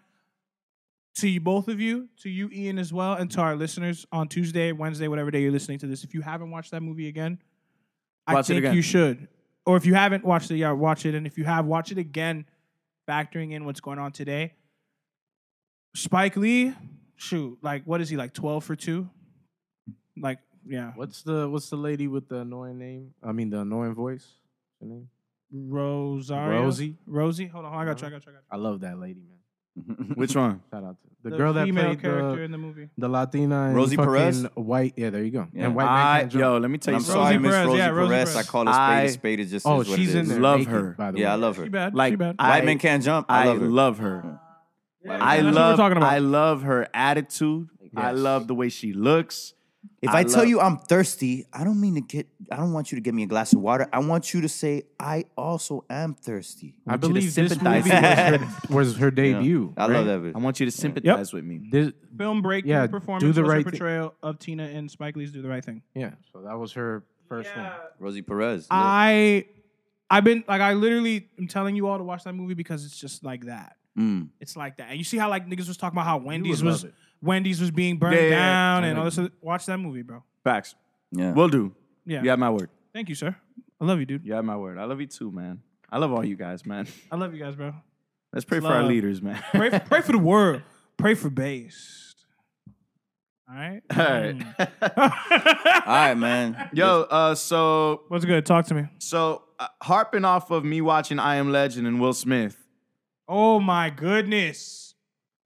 To you both of you, to you Ian as well, and to our listeners on Tuesday, Wednesday, whatever day you're listening to this, if you haven't watched that movie again, I
Watch it
think
again.
you should. Or if you haven't watched it, yeah, watch it. And if you have, watch it again, factoring in what's going on today. Spike Lee, shoot, like what is he like twelve for two? Like yeah,
What's the What's the lady with the annoying name? I mean, the annoying voice. Her name?
Rosario,
Rosie? Uh-huh.
Rosie. Hold on, hold on, I got you, I got you, I got you.
I love that lady, man.
Which one?
Shout out to the, girl that
female
played
character
the,
in the movie.
the Latina, and
Rosie
fucking
Perez?
white. Yeah, there you go.
Yeah.
And white man
I,
can't jump.
yo, let me tell
And
you
I'm
something.
sorry,
Rosie
Miss
Perez,
Rosie,
yeah, Rosie
Perez. I
Perez.
call her spade
I-
a spade. It just
Oh,
is what
she's
it
in
is.
there.
Love
naked,
her.
By the
Yeah, I
way.
love her.
She bad.
Like,
she bad.
I-
White men can't jump. I,
I
love her.
love her.
Yeah,
I
that's what we're
love.
talking about.
I love her attitude. I love the way she looks.
If
I
I, tell
love-
you I'm thirsty, I don't mean to get. I don't want you to get me a glass of water. I want you to say I also am thirsty.
I
want you to
believe this movie
sympathize.
was her, was her debut.
I love that.
I
Bitch.
want you to sympathize with me.
This,
Film break
Yeah, do
performance
the
was her
right thing.
portrayal of Tina and Spike Lee's Do the Right Thing.
yeah, so that was her first one.
Rosie Perez.
I I've been like I literally am telling you all to watch that movie because it's just like that.
Mm.
It's like that. And you see how like niggas was talking about how Wendy's
love
was
it.
Wendy's was being burned
Yeah, yeah, yeah.
down and all this. other- Watch that movie, bro.
Facts.
yeah.
Will do.
Yeah.
You have my word.
Thank you, sir. I love you, dude.
You have my word. I love you too, man. I love all you guys, man.
I love you guys, bro.
Let's pray for our
Love.
leaders, man.
Pray for, pray for the world. Pray for based. All right. Mm.
all right.
All right, man.
Yo, uh, so
What's good? Talk to me.
so uh, harping off of me watching I Am Legend and Will Smith,
Oh my goodness.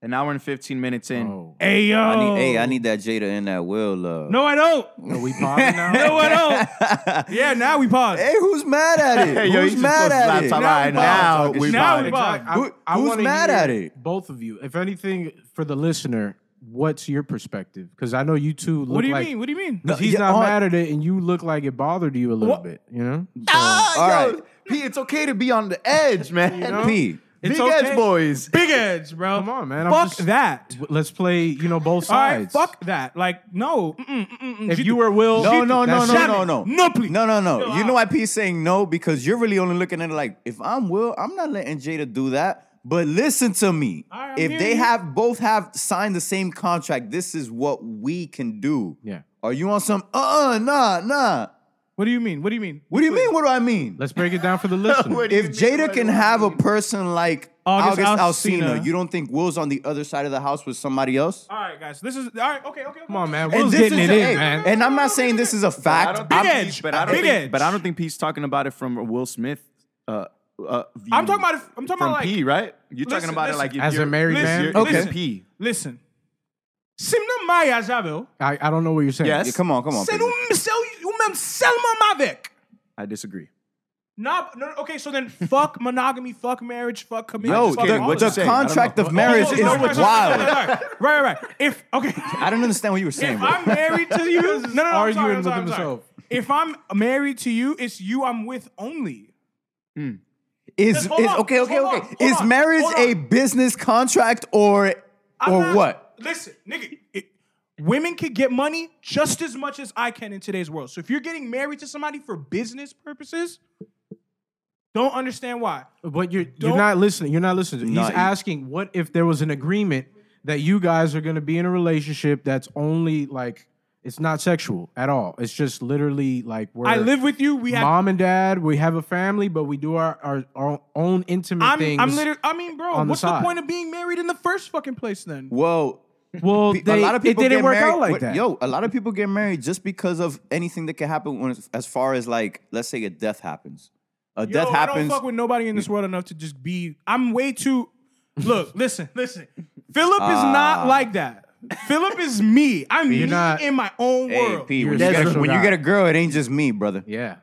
an hour and fifteen minutes in.
Oh,
Hey yo.
I need, hey, I need that Jada in that Will love.
No, I don't.
are we popping now?
No, I don't. yeah, now we pause.
Hey, who's mad at it?
Hey, yo,
who's
he just
mad
posted
at it?
laptop. All right, now we
Now
bond.
we
Exact- I-
Who-
I
who's
wanna
mad
hear
at it?
Both of you. If anything, for the listener, what's your perspective? Because I know you two look
What do you
like
mean? What do you mean?
'cause he's
Yeah,
not
oh, all-
mad at it, and you look like it bothered you a little
What?
bit. You know,
Ah,
All
yo, P, it's okay to be on the edge, man.
P.
Big
okay.
edge boys.
Big edge, bro.
Come on, man. I'm
Fuck
just-
that.
W- let's play. You know, both
All right,
sides.
fuck that. Like, no. Mm-mm, mm-mm, mm.
If you were Will,
No, no, no,
that's-
no,
Shut
no,
it.
no.
No, please.
No, no, no. You
out.
know why P's saying no? Because you're really only looking at it like, if I'm Will, I'm not letting Jada do that. But listen to me.
All right, I'm
if
hearing
they
you.
have both have signed the same contract, this is what we can do.
Yeah.
Are you on some uh uh nah nah?
What do you mean? What do you mean?
What do you mean? What do I mean?
Let's break it down for the listener.
If Jada can have a person like
August
August,
Alsina.
Alsina, you don't think Will's on the other side of the house with somebody else?
All right, guys. This is all right. Okay, okay. okay.
Come on, man.
And
Will's
this
getting
is
it
a-
in,
hey,
man.
And I'm not saying this is a fact.
don't
I'm-
Big edge.
But I don't
Big
think,
edge.
But I don't think P's talking about it from a Will Smith. Uh, uh, view.
I'm talking about. If, I'm talking
from
about like.
P, right? You're
Listen,
talking about
listen.
it like if
As a
you're-
married
if
man,
you're-
Okay.
if P.
Listen. Se não mai ajável,
I, I don't know what you're saying.
Yes.
Yeah, come on, come on.
se
people.
não me sel- o mesmo selma mavec.
I disagree.
Nah, no, no, okay, so then fuck monogamy, fuck marriage, fuck commitment.
Yo,
just fuck
the-
all
the,
of
the
that.
saying? I don't
contract
know.
of
Oh,
marriage
Oh,
is
no, no, no, no, no, no,
wild.
no, no. Right, right, right. If okay,
I don't understand what you were saying.
if
bro.
I'm married to you, no, no, no, I'm sorry,
Arguing
I'm
with
sorry, I'm sorry.
himself.
If I'm married to you, it's you I'm with only.
Is,
Just
is
hold on,
okay,
just
okay,
hold
okay.
on, hold
is
on,
marriage
hold
a
on.
business contract or
I'm
or
not-
what?
Listen, nigga, it, women can get money just as much as I can in today's world. So if you're getting married to somebody for business purposes, don't understand why.
But you're you're
Don't-
not listening. You're not listening. He's
Nah, you-
asking, what if there was an agreement that you guys are going to be in a relationship that's only like it's not sexual at all. It's just literally like we're
I live with you. We have.
mom and dad. We have a family, but we do our our, our own intimate
I'm,
things.
I'm literally. I mean, bro,
on the
what's the
side.
point of being married in the first fucking place then?
Well,
well, they,
a lot of
it
people
didn't
get
work
married,
out like
wait,
that.
Yo, a lot of people get married just because of anything that can happen when, as far as like, let's say a death happens. A
Yo,
death
I don't
happens.
fuck with nobody in this world enough to just be. I'm way too. Look, listen, listen. Philip is not like that. Philip is me. I'm me
Uh, You're not-
in my own
Hey,
world.
P,
You're
when,
a
you get, a,
special
when you
guy.
get a girl, it ain't just me, brother.
yeah,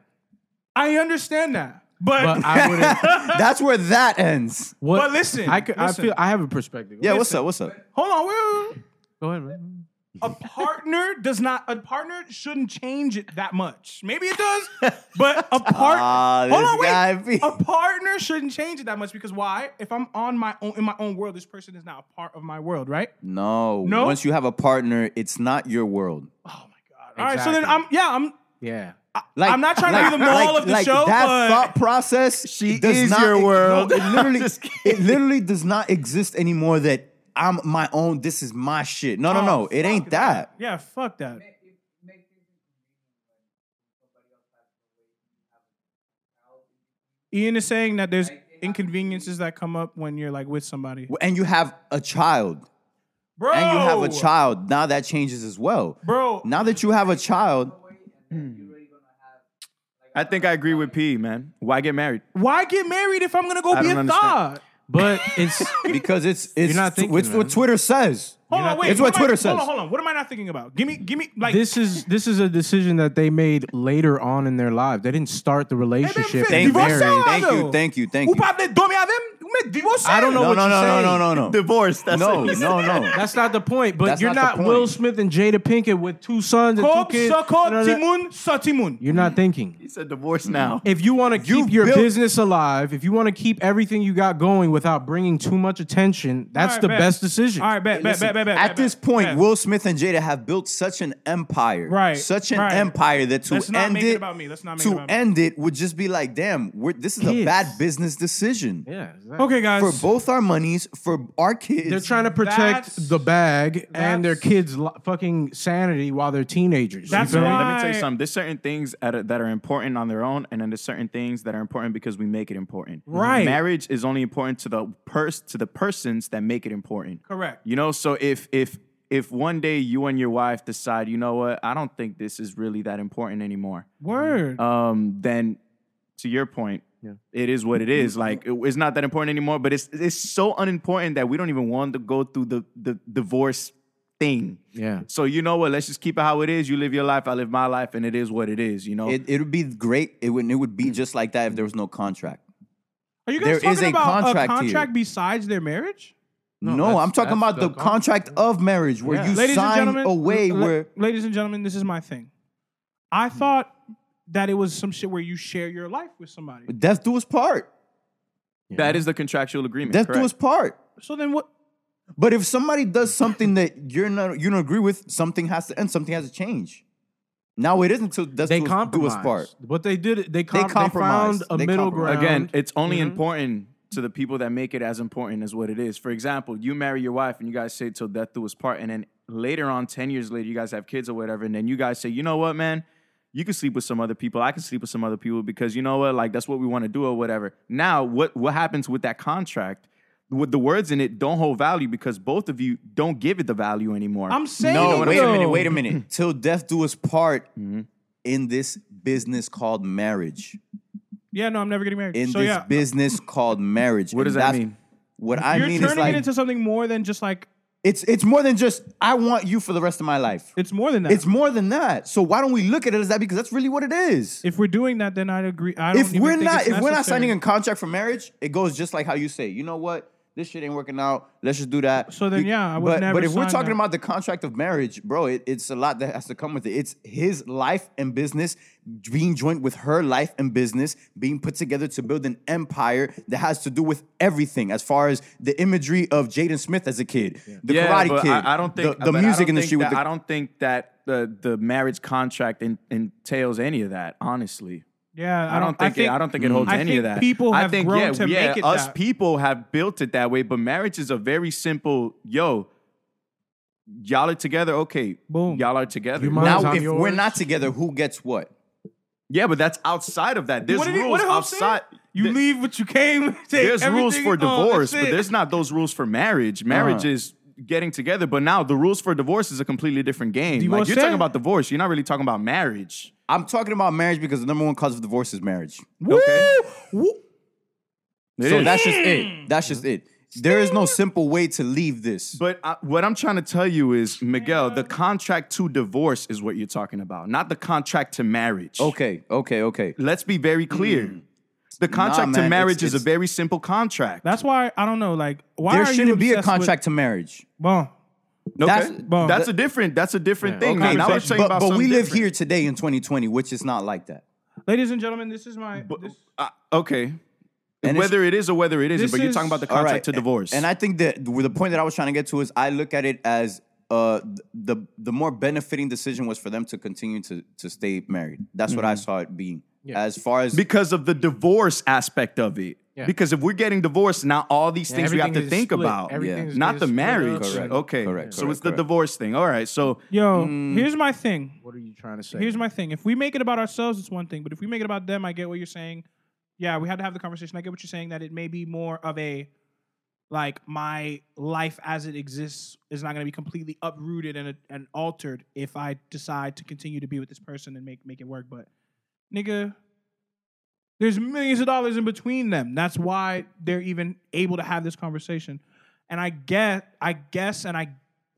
I understand that, but
but I wouldn't.
That's where that ends.
What,
But listen,
I could, I
listen.
feel I have a perspective.
Yeah, what's up? What's up?
hold on. Wait, wait, wait.
go ahead, man.
A partner does not. A partner shouldn't change it that much. Maybe it does, but a partner.
Ah,
hold
this
on,
guy,
wait.
P.
A partner shouldn't change it that much because why? If I'm on my own in my own world, this person is now a part of my world, right?
No.
No?
Once you have a partner, it's not your world.
All right. So then
Exactly.
I'm. Yeah, I'm.
Yeah,
Like,
I'm not trying to be the moral of the show,
That
but-
thought process
She
does
is
not,
your
no,
world.
it literally,
Just kidding.
it literally does not exist anymore. That I'm my own. This is my shit. No, no, no. It ain't that.
Yeah, fuck that. Ian is saying that there's inconveniences that come up when you're like with somebody.
And you have a child.
Bro,
And you have a child. Now that changes as well.
Bro,
Now that you have a child,
Hmm. I think I agree with P, man. Why get married?
why get married if I'm gonna go
I
be
don't
a
understand.
thot?
But it's
because it's it's
not
tw-
thinking,
it's
man.
what Twitter says.
Hold on, wait.
It's what
am I-
Twitter says.
Hold on, hold on. What am I not thinking about? Give me, give me, like
this is this is a decision that they made later on in their lives. They didn't start the relationship. they
Thank
Thank you,
Divorce
married.
out.
thank you, thank you, thank
Ou
you.
pa vle domi avem, ou me divose.
I don't know
No,
what
no,
you're
no, no,
saying.
no, no, no.
Divorce. That's
No,
what he
no, no.
That's not the point. But
That's
you're not,
not the
Will
point.
Smith and Jada Pinkett with two sons and
Kop,
two kids.
soko,
No, no, no.
timoun, so timoun.
You're not thinking.
He said divorce now.
If you want to keep your
built-
business alive, if you want to keep everything you got going without bringing too much attention, that's
All right,
the
bet.
best decision.
All right, bet, bet, bet, bet, bet.
At
bet,
this
bet,
point,
bet.
Will Smith and Jada have built such an empire,
Right,
Such an
right.
empire that to
Let's not
end
make
it,
it about me. Let's not make it
to
about me.
end it would just be like, damn, we're, this is a
Kids.
bad business decision
Yeah. exactly.
Okay, guys.
for both our monies, for our kids.
They're trying to
That's-
protect the bag and their
that's-
kids' li- fucking sanity while they're teenagers.
That's
you feel me?
why-
Let me tell you something. There's certain things at a- that are important on their own, and then there's certain things that are important because we make it important.
Right.
Marriage is only important to the pers- to the persons that make it important.
Correct.
You know, so if if if one day you and your wife decide, you know what, I don't think this is really that important anymore.
Word.
Um, then to your point, it is what it is. Like it- it's not that important anymore, but it's it's so unimportant that we don't even want to go through the the divorce thing.
Yeah.
So you know what? Let's just keep it how it is. You live your life, I live my life, and it is what it is. You know.
It, it would be great. It would it would be just like that if there was no contract.
Are you
there
guys
is
talking
a
about
contract
a
here.
contract besides their marriage?
No,
that's-
I'm talking
that's
about the,
the
contract of marriage where you
Ladies and
sign
gentlemen,
away
l- l-
where
ladies and gentlemen, this is my thing. I thought that it was some shit where you share your life with somebody.
death do us part.
That is the contractual agreement.
Death do
correct.
us part.
So then what?
But if somebody does something that you're not you don't agree with, something has to end. Something has to change. Now it isn't to that's
They
to us- do us part.
compromised. What they did, they, com- they
compromised.
found a
They
middle
compromised.
ground.
Again, it's only important to the people that make it as important as what it is. For example, you marry your wife and you guys say till death do us part, and then later on, ten years later, you guys have kids or whatever, and then you guys say, you know what, man, you can sleep with some other people. I can sleep with some other people because you know what, like that's what we want to do or whatever. Now, what what happens with that contract? With the words in it don't hold value because both of you don't give it the value anymore.
I'm saying
No, wait a
though.
minute, wait a minute. Till death do us part
Mm-hmm.
in this business called marriage.
Yeah, no, I'm never getting married.
In
so
this
yeah,
business called marriage.
What does
And
that
that's-
mean?
What I
you're
mean is
turning
like
it into something more than just like
it's it's more than just I want you for the rest of my life.
it's more than that.
It's more than that. So why don't we look at it as that? Because that's really what it is.
if we're doing that, then I'd agree. I don't
If
even
we're
think it's
not if we're not
necessary.
signing a contract for marriage, it goes just like how you say. You know what? This shit ain't working out. Let's just do that.
So then,
Be-
yeah, I would
but,
never
But if we're
sign
talking
that.
about the contract of marriage, bro, it, it's a lot that has to come with it. It's his life and business being joined with her life and business being put together to build an empire that has to do with everything, as far as the imagery of Jaden Smith as a kid, the Karate
but
Kid.
I, I don't think
the, the
but I
music
don't
industry.
think
With
that-
the,
I don't think that the the marriage contract en- entails any of that. Honestly,
Yeah,
I don't think, it, I don't think it holds
I
any
think
of that.
people
I
have
think
grown
yeah,
to
yeah,
make it
us
that.
people have built it that way. But marriage is a very simple. Yo, y'all are together. Okay,
Boom.
Y'all are together.
You mind-
now,
I'm
if we're
yours.
not together, who gets what?
yeah, but that's outside of that. There's
what did he,
rules
what did Hope say?
outside.
You
th-
leave what you came. Take
there's rules
everything
for
home, that's
divorce, but
it.
there's not those rules for marriage. Marriage
Uh.
is getting together, but now the rules for divorce is a completely different game. Like you're
Divorce.
talking about divorce, you're not really talking about marriage.
I'm talking about marriage because the number one cause of divorce is marriage.
Okay. It
so
is.
that's just it.
Mm.
That's just it. There is no simple way to leave this.
But I, what I'm trying to tell you is, Miguel, the contract to divorce is what you're talking about, not the contract to marriage.
okay, okay, okay.
Let's be very clear. The contract
man,
to
it's-
marriage is
it's-
a very simple contract.
That's why I don't know. Like, why
there
are you
shouldn't be a
obsessed with-
contract to marriage.
Well,
okay.
that's-
That's,
well,
a different. That's a different
Yeah,
thing.
Okay,
Now we're
but,
saying
but-
about
but we
something
live
different.
here today in 2020, which is not like that.
ladies and gentlemen, this is my.
But-
this,
uh, okay.
And it's-
whether it is or whether it isn't,
This
but you're
is-
talking about the
All
contract
right,
to divorce.
And I think that the the point that I was trying to get to is I look at it as uh, the the more benefiting decision was for them to continue to to stay married. That's what I
Mm-hmm.
saw it being. As far as
because of the divorce aspect of it.
Yeah.
Because if we're getting divorced, now all these things we have to
everything is
think
split.
about.
Everything's
Not
is
the
split
marriage.
up.
Correct.
Okay.
Correct,
So
correct,
it's the
correct.
divorce thing. All right. So
yo,
Mm.
here's my thing.
What are you trying to say?
Here's my thing. If we make it about ourselves, it's one thing. But if we make it about them, I get what you're saying. Yeah, we had to have the conversation. I get what you're saying. That it may be more of a like my life as it exists is not going to be completely uprooted and and altered if I decide to continue to be with this person and make make it work. But nigga, There's millions of dollars in between them. That's why they're even able to have this conversation. And I get, I guess, and I,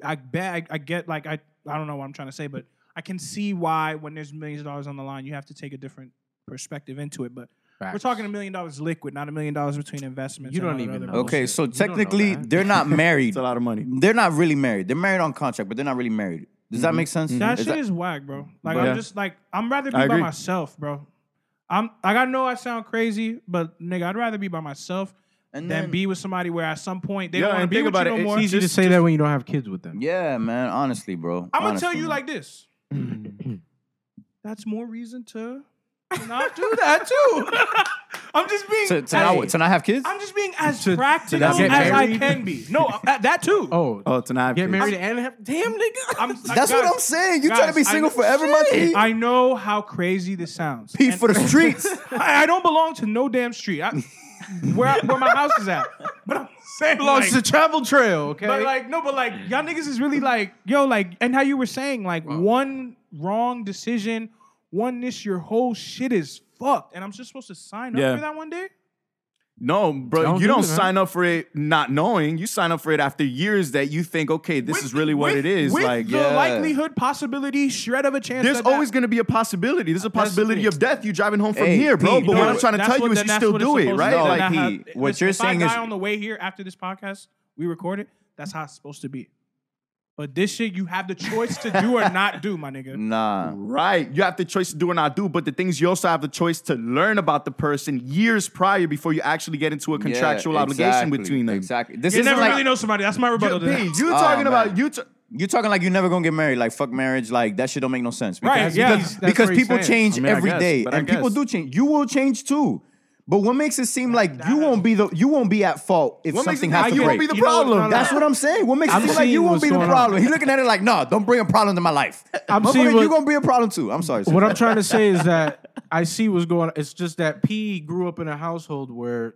I bet, I, I get like I, I don't know what I'm trying to say, but I can see why when there's millions of dollars on the line, you have to take a different perspective into it. But we're
Facts.
talking a million dollars liquid, not a million dollars between investments.
You
and
don't
all that
even
other
know.
bullshit.
Okay,
Oh,
so
You don't know
technically
that.
they're not married.
It's a lot of money.
They're not really married. They're married on contract, but they're not really married.
Mm-hmm.
Does that make sense?
That
Is
shit is whack, bro. Like
Yeah.
I'm just like I'm rather be
I
by
agree.
myself, bro. I'm like I know I sound crazy, but nigga, I'd rather be by myself
and
than be with somebody where at some point they
Yeah,
don't want to
and
be
think
with
about
you
it,
no
it's
more.
Easy to say that when you don't have kids with them.
Yeah, man. Honestly, bro.
I'm gonna tell you
like.
like this. That's more reason to not do that too. I'm just being
to, to,
as-
not, to not have kids?
I'm just being as
to
practical
not
as
get
I
married?
can be. No, uh, that too.
Oh,
Oh, tonight.
get married and have damn nigga.
I'm,
That's what I'm saying. You trying to
guys,
be
I
single
know-
forever, my P?
I know how crazy this sounds.
P
And-
for the streets.
I, I don't belong to no damn street. I, where where my house is at. But I'm saying like,
Belongs to travel trail, okay?
but like no, but like y'all niggas is really like yo like and how you were saying like one wrong decision, one this your whole shit is fucked, and I'm just supposed to sign up
Yeah.
for that one day.
No, bro,
Don't
you
do
don't
it, man.
sign up for it not knowing. You sign up for it after years that you think, okay, this
With
is
the-
really what
with-
it is.
With
Like,
the
yeah.
likelihood, possibility, shred of a chance.
there's
that that-
always going to be a possibility. There's a possibility
thing.
of death. You driving home from
Hey,
here, bro.
Pete,
but
no,
what I'm trying to
That's
tell
what-
you is
then
you
that's
still
what it's
do it,
supposed to
right?
be.
No,
like,
Not how-
Pete, what
listen,
you're
if
saying
I
is-
die on the way here after this podcast, we record it. That's how it's supposed to be. But this shit, you have the choice to do or not do, my nigga.
nah.
right. You have the choice to do or not do. But the things you also have the choice to learn about the person years prior before you actually get into a contractual
Yeah,
obligation
exactly,
between them.
Exactly. This
You
is
never
like,
really know somebody. That's my rebuttal. to
You,
that.
Pete, you talking about
man.
you? T-
You're talking like you're never gonna get married. Like fuck marriage. Like that shit don't make no sense.
Right,
Because,
yeah.
Because,
That's
because
what he's
people
saying.
change
I mean, I
every day,
guess, but I
and people
guess.
do change. You will change too. But what makes it seem like you won't be the you won't be at fault if
what makes it
something
think
has to
you
break?
won't be the
You know what-
problem?
no, no,
That's what I'm saying. What makes
I'm
it seem like you
seeing
won't
what's
be the
going on.
problem? He's looking at it like, nah, don't bring a problem to my life.
I'm
Motherfucker,
seeing
you're
what-
gonna be a problem too. I'm sorry. sis.
what I'm trying to say is that I see what's going on. It's just that P grew up in a household where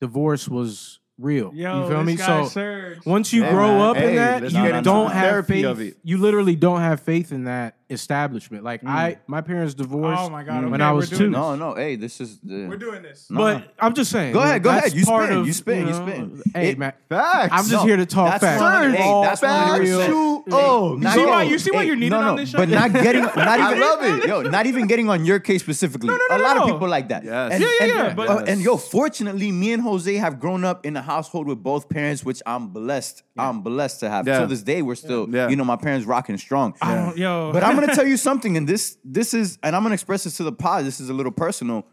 divorce was real.
Yo,
you feel
this
me?
guy
So
surged.
once you
Hey,
grow
man.
up in
Hey,
that,
let's
you
get into
don't
the
have
therapy
faith.
of it.
You literally don't have faith in that establishment. Like I, my parents divorced.
Oh my God,
When
okay,
I
we're
was
doing
two.
this.
no, no. Hey, this is. uh, The,
We're doing this.
But I'm just saying.
Go ahead, go
that's
ahead. You
part
spin,
of,
you spin, you
know,
spin.
Hey,
It-
man.
Facts.
I'm just
No,
here to talk
that's
facts.
one of the- hey,
All
that's one of the
facts.
real-
you oh,
see why- you see why you're needed
no, no,
on this show?
But not getting, not even,
I love it.
Yo, not even getting on your case specifically.
no,
a
no,
lot
no.
of people like that.
Yes.
And,
Yeah,
yeah,
and,
yeah, but-
uh, and yo, fortunately, me and Jose have grown up in a household with both parents, which I'm blessed. I'm blessed to have.
Yeah.
To this day, we're still,
Yeah.
you know, my parents rocking strong.
I don't, yo.
But I'm gonna tell you something, and this this is, and I'm gonna express this to the pod. This is a little personal.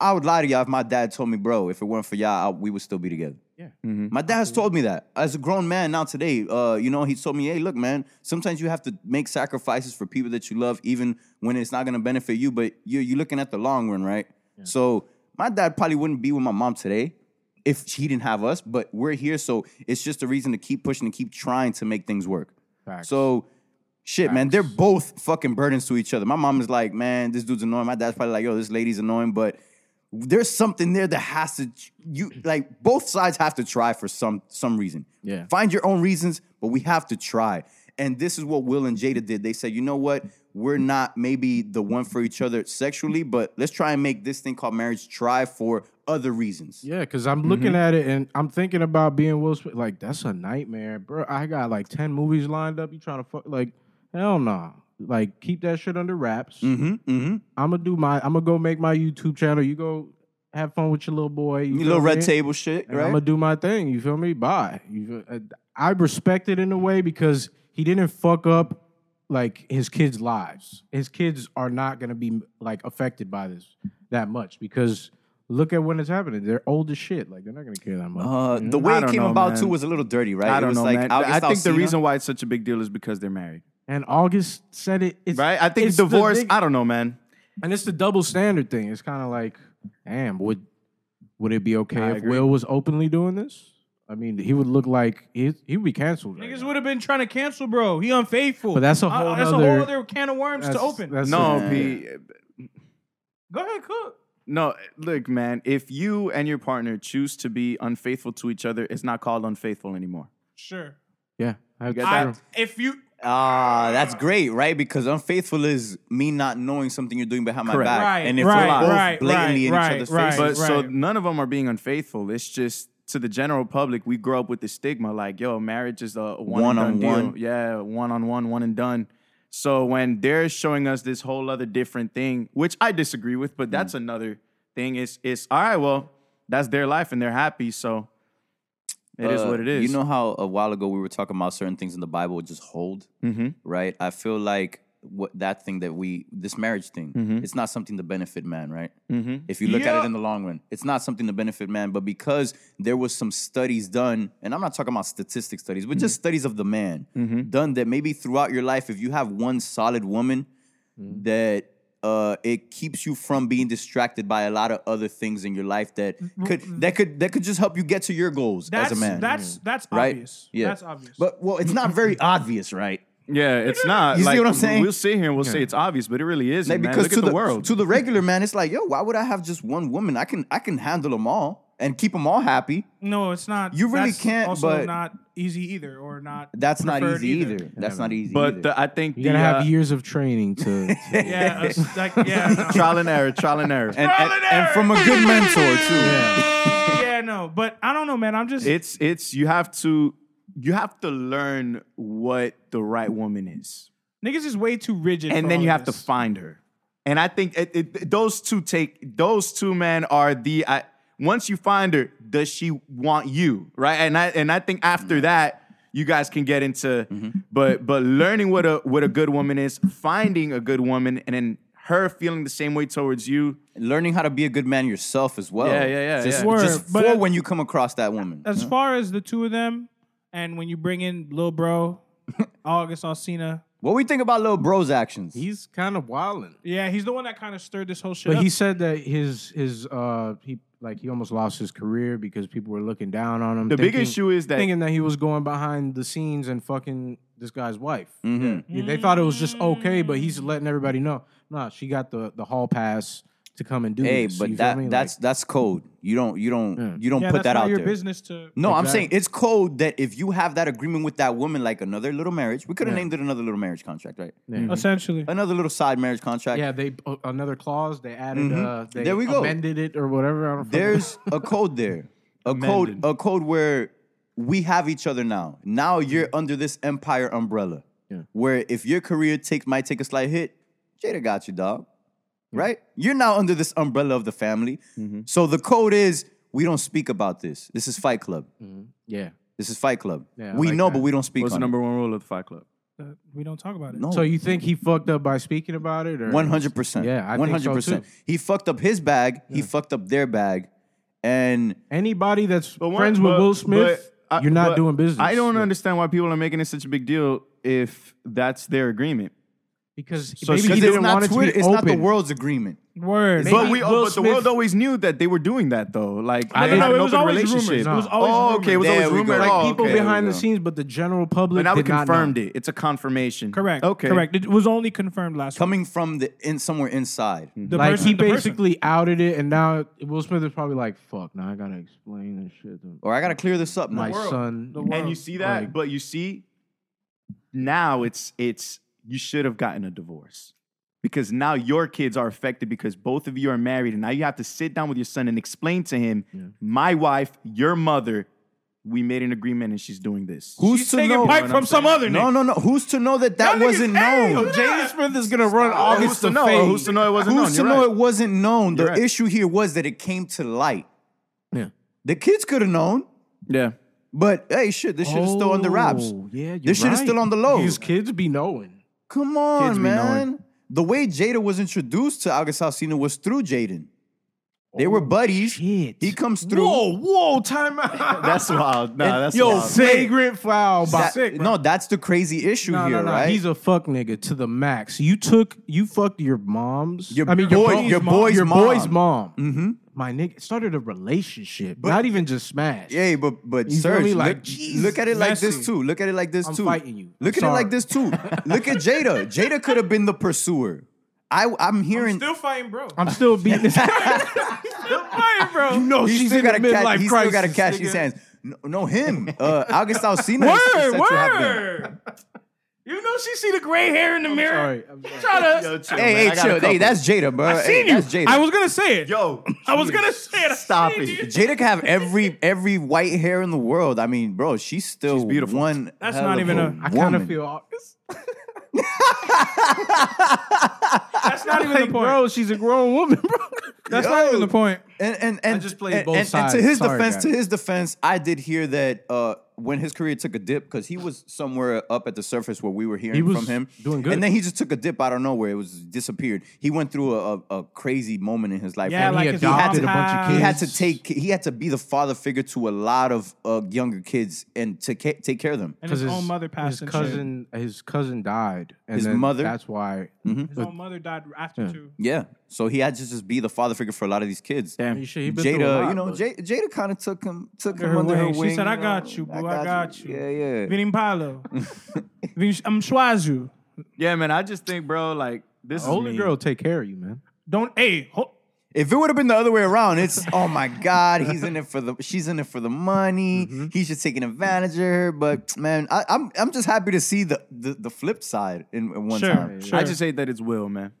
I would lie to y'all if my dad told me, bro, if it weren't for y'all, I, we would still be together. Yeah. My dad has told me that as a grown man now today. Uh, you know, he told me, hey, look, man, sometimes you have to make sacrifices for people that you love, even when it's not gonna benefit you, but you're, you're looking at the long run, right? So my dad probably wouldn't be with my mom today if she didn't have us, but we're here. So it's just a reason to keep pushing and keep trying to make things work.
Facts.
So Shit, man, they're both fucking burdens to each other. My mom is like, man, this dude's annoying. My dad's probably like, yo, this lady's annoying, but there's something there that has to you like both sides have to try for some some reason.
Yeah.
Find your own reasons, but we have to try. And this is what Will and Jada did. They said, you know what? We're not maybe the one for each other sexually, but let's try and make this thing called marriage try for other reasons.
Yeah, because I'm
Mm-hmm.
looking at it and I'm thinking about being Will Smith. Like, that's a nightmare, bro. I got like 10 movies lined up. You trying to fuck, like, hell no. Like, keep that shit under wraps.
Mm-hmm. Mm-hmm.
I'm going to do my, I'm going to go make my YouTube channel. You go have fun with your little boy. You
You
feel
little red
me?
table shit,
I'm
right?
going to do my thing. You feel me? Bye. You feel, uh, I respect it in a way because he didn't fuck up like his kids' lives. His kids are not going to be like affected by this that much because look at when it's happening. They're old as shit. Like, they're not going to care that much.
uh, the
I
way it
don't
came
know,
about
man.
too was a little dirty, right?
I
it
don't
was
know,
like
man.
August
I think the
Alsina.
reason why it's such a big deal is because they're married,
And August said it. It's,
right? I think
it's the
divorce.
big-
I don't know, man.
and it's the double standard thing. It's kind of like, damn, would would it be okay
I
if
agree.
Will was openly doing this? I mean, he would look like he he would be canceled. right
Niggas
now.
would have been trying to cancel, bro. He unfaithful. Uh,
But that's a whole
that's a whole
nother-
other can of worms to
That's-
open.
that's
No,
a-
P.
Go ahead, cook.
No, look, man. If you and your partner choose to be unfaithful to each other, it's not called unfaithful anymore.
Sure.
Yeah, I,
get
I-
I, if you
Ah, that's great, right? Because unfaithful is me not knowing something you're doing behind
Correct.
my back,
Right,
and if
right,
we're both
right,
blatantly
right,
in each other's
right,
faces,
right.
But so none of them are being unfaithful. It's just to the general public, we grow up with the stigma like, yo, marriage is a one, and
One on
done
one.
deal. Yeah, one on one, one and done. So when they're showing us this whole other different thing, which I disagree with, but that's
Mm.
another thing. It's it's all right, well, that's their life and they're happy, so it is
uh,
what it is.
You know how a while ago we were talking about certain things in the Bible would just hold,
Mhm.
right? I feel like what that thing that we this marriage thing,
Mm-hmm.
it's not something to benefit man, right?
Mhm.
If you look at it in the long run, it's not something to benefit man. But because there was some studies done, and I'm not talking about statistic studies, but
Mm-hmm.
just studies of the man done that maybe throughout your life, if you have one solid woman,
Mm-hmm.
that uh, it keeps you from being distracted by a lot of other things in your life that could that could that could just help you get to your goals
Mm-hmm. That's
as a man.
that's that's
right?
obvious. That's obvious.
But well, it's not very obvious, right?
yeah, it's not.
You see
like,
what I'm saying?
We'll sit here and we'll say it's obvious, but it really isn't.
Like,
man.
because
Look
to
at the, world.
to the regular man, it's like, yo, why would I have just one woman? I can I can handle them all and keep them all happy.
no, it's not.
You really
that's
can't,
Also,
but-
not easy either, or not.
That's not
preferred
easy either. That's not easy.
but
either.
the, I think
You're
the,
gonna
uh,
have years of training to. to-
Yeah, it's like yeah, no.
trial and error, trial and error.
and, and, and from a good mentor too.
yeah, no. But I don't know, man. I'm just
it's it's you have to you have to learn what the right woman is
niggas is way too rigid. for
and then
all
you
of
have to
this.
find her and i think it, it, those two take those two men are the I, once you find her does she want you right and i and i think after that you guys can get into
Mm-hmm.
but but learning what a what a good woman is finding a good woman and then her feeling the same way towards you
Learning how to be a good man yourself as well.
Yeah, yeah, yeah,
Just,
yeah.
Word,
just for
but-
when you come across that woman.
as far as the two of them, and when you bring in Lil Bro, August Alsina.
What we think about little bro's actions?
He's kind of wilding.
Yeah, he's the one that kind of stirred this whole shit
But
up.
he said that his his uh he like he almost lost his career because people were looking down on him.
the big
thinking-
issue is that
thinking that he was going behind the scenes and fucking this guy's wife. Yeah, they thought it was just okay, but he's letting everybody know. Nah, she got the the hall pass to come and do
hey,
this.
but
you
that
feel me?
that's
Like,
that's code. You don't you don't you don't
yeah,
put
that's
that
not
out
your
there. Mm-hmm.
business to.
No, I'm saying it's code that if you have that agreement with that woman, like another little marriage, we could have named it another little marriage contract, right?
Essentially,
Another little side marriage contract.
yeah, they uh, another clause they added. Uh, they
There we go.
amended it or whatever. I don't fucking-
There's a code there. A code a code where we have each other now. Now you're under this empire umbrella.
Yeah.
Where if your career take might take a slight hit, Jada got you, dog. Right? You're now under this umbrella of the family.
Mm-hmm.
So the code is we don't speak about this. This is Fight Club.
yeah.
This is Fight Club.
Mm. Yeah, I
we
like
know,
that.
but we don't speak
what's the
on
number one rule of the fight club
uh, we don't talk about it.
it. No.
So you think he fucked up by speaking about it? Or
One hundred percent.
Yeah, I think
one
so,
hundred percent.
too.
He fucked up his bag. He fucked up their bag, and
Anybody that's
But one-
friends with
but-
Will Smith,
but I-
you're not
but
doing business.
I don't
with.
understand why people are making it such a big deal if that's their agreement.
because
So
maybe
it's
he
because
didn't
it's not
want it to
Twitter-
be
It's
open.
not the world's agreement.
Word.
but we,
Will
oh, but the
Smith-
world always knew that they were doing that though. Like
No,
I
no,
didn't
no,
have
it
an
was
open
always
relationship.
rumors. It was
No.
always
oh, okay, it was
There
always
we
rumored.
go.
oh,
Like,
People
okay.
behind
we
the
go.
scenes, but the general public.
But now we
did not know.
confirmed it. It's a confirmation.
Correct.
Okay.
Correct. It was only confirmed last week.
Coming from the in somewhere inside.
The
like
person,
he
the person.
basically outed it, and now Will Smith is probably like, "Fuck, now I gotta explain this shit to
Or I gotta clear this up
my
now.
son."
The world.
And you see that,
Like-
but you see, now it's it's you should have gotten a divorce because now your kids are affected because both of you are married, and now you have to sit down with your son and explain to him, my wife, your mother, we made an agreement, and she's doing this.
Who's
She's
to
taking
know?
pipe from some other
no,
nigga.
no, no. Who's to know that that
Y'all niggas-
wasn't
hey,
known?
yo,
Jaden Smith is gonna run August
Who's to know? Who's to know it wasn't known?
Who's to
You're
know
right.
it wasn't known? The
You're right.
issue here was that it came to light.
Yeah.
The kids could have known,
Yeah.
but hey, shit, this shit is still under
Oh,
wraps.
Oh, Yeah, you're
This shit is
right.
still on the low.
These kids be knowing.
Come on,
Kids be
man. The way Jada was introduced to August Alsina was through Jaden. They were
Oh,
buddies.
shit.
He comes through.
whoa, time out.
That's wild. Nah, that's
Yo,
wild.
flagrant foul by
That- no, that's the crazy issue
No,
here,
no, no.
right?
He's a fuck nigga to the max. You took, you fucked your mom's.
Your
I mean,
boy-
your, bro-
your boy's
your
mom.
boy's mom. Mm-hmm. My nigga started a relationship, not even just smash.
yeah, but but
You feel
Serge,
me?
look-
Like,
look,
Jesus,
at it like this
messy.
too. Look at it like this
I'm
too.
fighting you. I'm
Look at it
sorry.
like this too. look at Jada. Jada could have been the pursuer. I I'm hearing
still fighting, bro.
I'm still beating this.
still fighting, bro. You
no,
he
she's
still
in a
got to catch.
midlife
He still
crisis.
got to catch
nigga.
his hands. No, no him. Uh, August Alsina. is
Word,
said to have been.
word. You know she see the gray hair in the mirror.
Sorry. I'm sorry.
Try to-
man,
Hey,
I
hey,
got a
chill. Hey,
couple.
that's Jada, bro.
I seen
hey, That's
you.
Jada.
I was gonna say it.
Yo,
I was
jeez.
gonna say it. I
Stop
seen
it.
you.
Jada can have every every white hair in the world. I mean, bro, she's still
She's beautiful.
One.
That's
hell
not
of
even a-
I kind
woman.
of feel aw- it's
That's not even
like,
the point.
bro, she's a grown woman, bro.
That's not even the point.
and and and
just played
and-
both
and, And
sides.
to his
Sorry,
defense,
guys.
to his defense, I did hear that uh, when his career took a dip because he was somewhere up at the surface where we were hearing
He was
from him,
doing good.
and then he just took a dip out of nowhere. It was disappeared. He went through a, a, a crazy moment in his life.
Yeah,
And
like
he
his
adopted
mom's
a bunch of
house.
he
kids.
had to take. He had to be the father figure to a lot of uh, younger kids and to ca- take care of them.
And his, own mother passed.
His
and
cousin, his cousin died. And
His
then
mother? Mm-hmm.
That's why.
shit. His own mother died after two.
Yeah, so he had to just be the father figure for a lot of these kids.
You should- he been through a
Jada,
lot,
you know,
but-
Jada, Jada kind of took him, took
Her
him under her
wing. She
wing.
said, "I
know,
got you, boo. I got you."
Yeah, yeah.
Vinny Palo. Vin- I'm Schwazu.
Yeah, man. I just think, bro, like this is
older
me.
girl take care of you, man.
Don't hey. Ho-
If it would have been the other way around, it's oh my god, he's in it for the she's in it for the money.
Mm-hmm.
He's just taking advantage of her. But man, I, I'm I'm just happy to see the the, the flip side in, in one
Sure,
time.
sure.
I just hate that it's Will, man.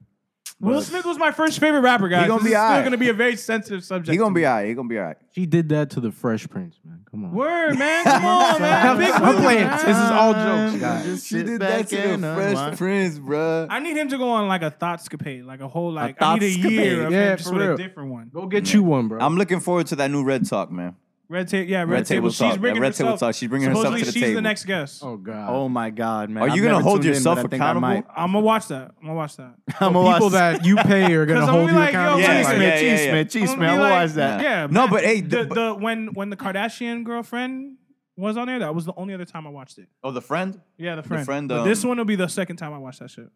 Will Smith was my first favorite rapper, guys.
He gonna
this is
be
still
alright.
gonna be a very sensitive subject.
He gonna
to
be
me.
alright. He gonna be alright.
She did that to the Fresh Prince, man. Come on.
Word, man. Come on, man. Big
I'm
Willie,
playing.
man.
This is all jokes, guys.
Just
She
sit
did
back
that to
and
the
unwind.
Fresh Prince, bruh.
I need him to go on like a thoughtscapade, like a whole like I need a year
thoughtscapade.
of
Yeah,
him just
for
with a
real.
different one.
Go get you one, bro.
I'm looking forward to that new Red Talk, man.
Red table, yeah, red,
Red
table.
Table Talk,
She's
yeah,
bringing
Red
herself.
Table Talk. She's bringing herself
supposedly
to the
she's the
table.
next guest.
oh God.
Oh my God, man.
Are you
I've
gonna
never
hold
tuned in,
yourself
but I think I
accountable?
might.
I'm gonna watch that. I'm gonna watch that.
I'm gonna
People
watch-
that you pay are gonna
'Cause I'm
hold you
gonna be like,
accountable.
yo,
Yeah,
Yeah,
cheese
yeah,
man,
yeah,
cheese
yeah.
man, cheese
I'm gonna
man.
be
I'm gonna
like,
watch that.
Yeah,
No,
man.
but hey,
the,
the,
the when when the Kardashian girlfriend was on there, that was the only other time I watched it.
oh, the friend.
Yeah, the friend.
friend,
But this
um,
one will be the second time I watched that shit.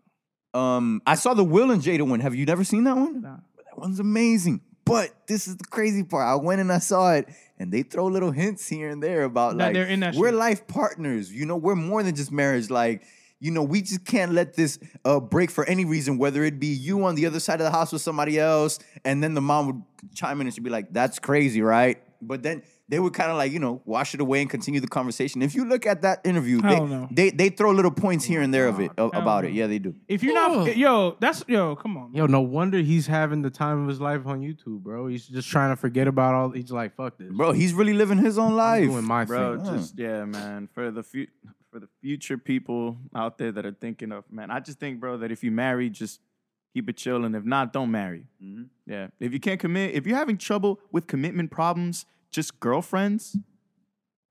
Um, I saw the Will and Jada one. Have you never seen that one?
Nah.
That one's amazing. But this is the crazy part. I went and I saw it, and they throw little hints here and there about
That
like
they're in that
we're
shit.
life partners. You know, we're more than just marriage. Like, you know, we just can't let this uh, break for any reason, whether it be you on the other side of the house with somebody else, and then the mom would chime in and she'd be like, "That's crazy, right?" But then they would kind of like you know wash it away and continue the conversation. If you look at that interview, they,
Hell no.
they they throw little points here and there of it of, about it. Yeah, they do.
If you're not, yo, that's yo. Come on,
Yo, no wonder he's having the time of his life on YouTube, bro. He's just trying to forget about all. He's like, fuck this.
Bro, he's really living his own
I'm
life.
doing my
bro.
thing.
Just yeah, man. For the fu- for the future people out there that are thinking of man, I just think, bro, that if you marry, just keep it chill, and if not, don't marry. Yeah, if you can't commit, if you're having trouble with commitment problems, just girlfriends.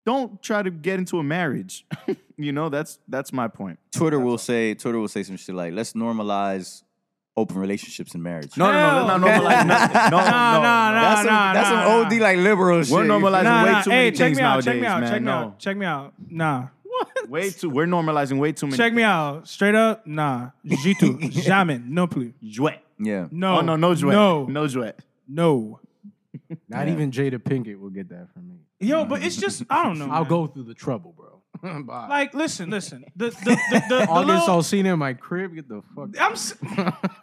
Don't try to get into a marriage. you know, that's that's my point.
Twitter will say Twitter will say some shit like, "Let's normalize open relationships in marriage."
No, no, no, no, no, no, no, no,
Nah, nah, nah,
that's some,
nah,
that's
nah,
some
nah.
OD like liberal shit.
We're normalizing
Nah,
way
nah,
too
hey,
many
check
things
me out,
nowadays,
check me out,
man.
check me
no.
out, check me out. Nah,
Way too. We're normalizing way too many.
check me out. Straight up, nah. Jitu, jamais, non plus.
Jouet.
Yeah.
No,
Oh, no, no jouet.
no,
no jouet.
no.
Not even Jada Pinkett will get that from me.
Yo, but it's just I don't know.
I'll
man.
go through the trouble, bro. Bye.
Like, listen, listen. The the the, the, the
August
little,
Alsina in my crib. Get the fuck.
I'm. s-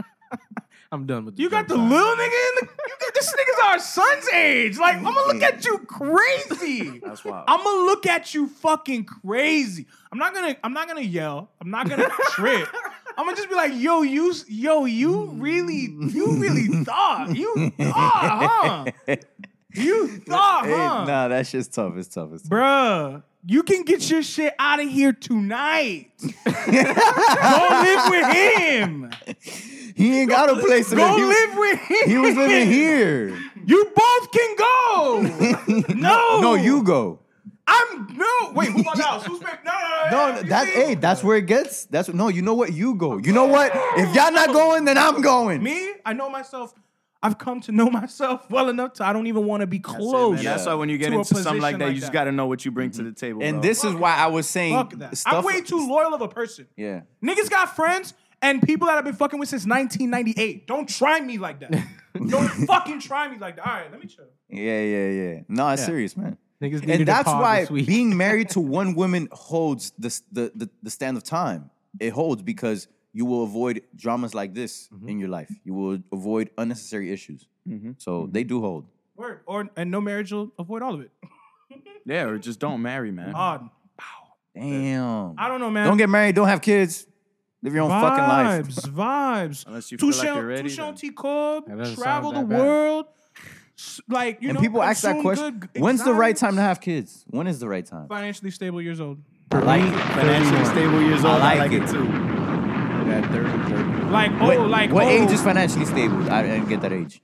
I'm done with.
You got the
joke, man.
little nigga in the. You got, this nigga's our son's age. Like, I'm gonna look at you crazy. That's
wild.
I'm gonna look at you fucking crazy. I'm not gonna. I'm not gonna yell. I'm not gonna trip. I'm gonna just be like, yo, you, s- yo, you really, you really thought, you thought, huh? You thought,
Hey,
huh?
nah, that shit's tough. It's tough. It's tough.
Bruh, you can get your shit out of here tonight. Go live with him.
He ain't got a place to
Go
live. He was-
live with him.
He was living here.
You both can go. no.
No, you go.
I'm no. Wait, who bought the house? Who's back? No, no, no.
No,
you
that's
see?
hey, that's where it gets. That's no, you know what? You go. You know what? If y'all not going, then I'm going.
me. I know myself. I've come to know myself well enough to I don't even want to be
Man,
Oh,
close.
That's why when you get
To a
into something like
position
that,
like
you just
that. Mm-hmm.
got to know what you bring to the table.
And
bro.
this is why I was saying
Fuck that.
stuff.
I'm way too loyal of a person.
Yeah.
Niggas got friends and people that I've been fucking with since 1998. Don't try me like that. Don't fucking try me like that. All right, let me chill.
Yeah, yeah, yeah. No, it's serious, man.
Niggas needed a
and that's
pod
why
this week.
being married to one woman holds the, s- the the the stand of time. It holds because you will avoid dramas like this in your life. You will avoid unnecessary issues. So they do hold.
Word. Or and no marriage will avoid all of it. Ah.
yeah, or just don't marry, man.
Odd.
Damn.
I don't know, man.
Don't get married. Don't have kids. Live your own fucking life.
Vibes, vibes.
Unless you feel like
Touchon,
you're ready, then.
Touchon T. Cobb,
That doesn't
travel the
sound that bad.
world. S- Like you
and
know,
people ask that
consume
question.
good
When's the right
exotics.
time to have kids? When is the right time?
Financially stable years old.
I like it.
Financially stable years old.
I
I
like
like
it.
it too.
At 30, 30.
Like oh,
What,
like
what
oh,
age is financially stable? I didn't get that age.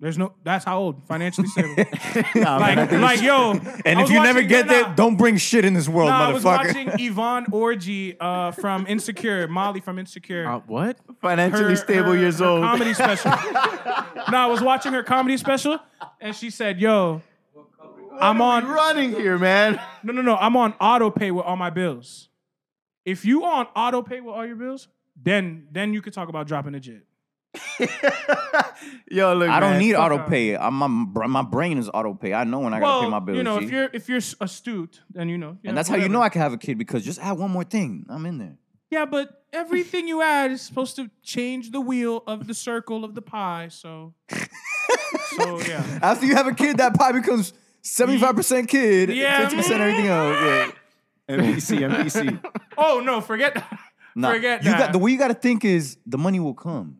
There's no. That's how old. Financially stable.
Nah, man, I
like,
think
like
it's-
yo.
and
I
if
was
you never
watching-
get
nah,
there,
nah.
don't bring shit in this world,
Nah, I was watching
motherfucker.
Yvonne Orgy uh, from Insecure, Molly from Insecure.
Oh,
Uh, what?
Financially stable years
her
old.
Comedy special. no, I was watching her comedy special, and she said, "Yo, I'm on
running here, man.
no, no, no. I'm on auto pay with all my bills. If you on auto pay with all your bills, then then you could talk about dropping the jit.
Yo, look.
I don't
man.
need auto pay. I'm, my br- my brain is auto pay. I know when I gotta pay my bills.
you know,
G.
if you're if you're astute, then you know. yeah,
and that's how you
whatever.
know I can have a kid because just add one more thing. I'm in there.
Yeah, but everything you add is supposed to change the wheel of the circle of the pie. So, so yeah,
After you have a kid, that pie becomes 75% kid,
Yeah.
50% everything else. Yeah.
MPC, MPC.
Oh no, forget,
Nah,
forget
you
that.
got the way you gotta think is the money will come.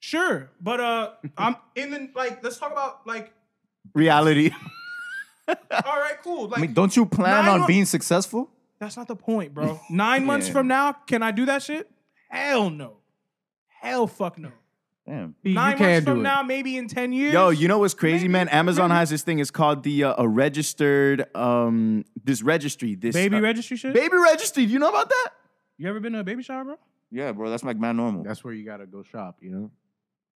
sure, but uh, I'm in the like. Let's talk about like.
Reality.
All right, cool. Like,
I mean, don't you plan
Nah, I
on
don't-
being successful?
That's not the point, bro. Nine months from now, can I do that shit? Hell no. Hell fuck no.
Damn.
You
Nine months
can't
from
do it.
now, maybe in ten years.
Yo, you know what's crazy, man? Amazon has this thing. It's called the uh, a registered um this registry. This
baby
uh,
registry shit.
baby registry. You know about that?
You ever been to a baby shower, bro?
Yeah, bro, that's like my normal.
That's where you gotta go shop. You know.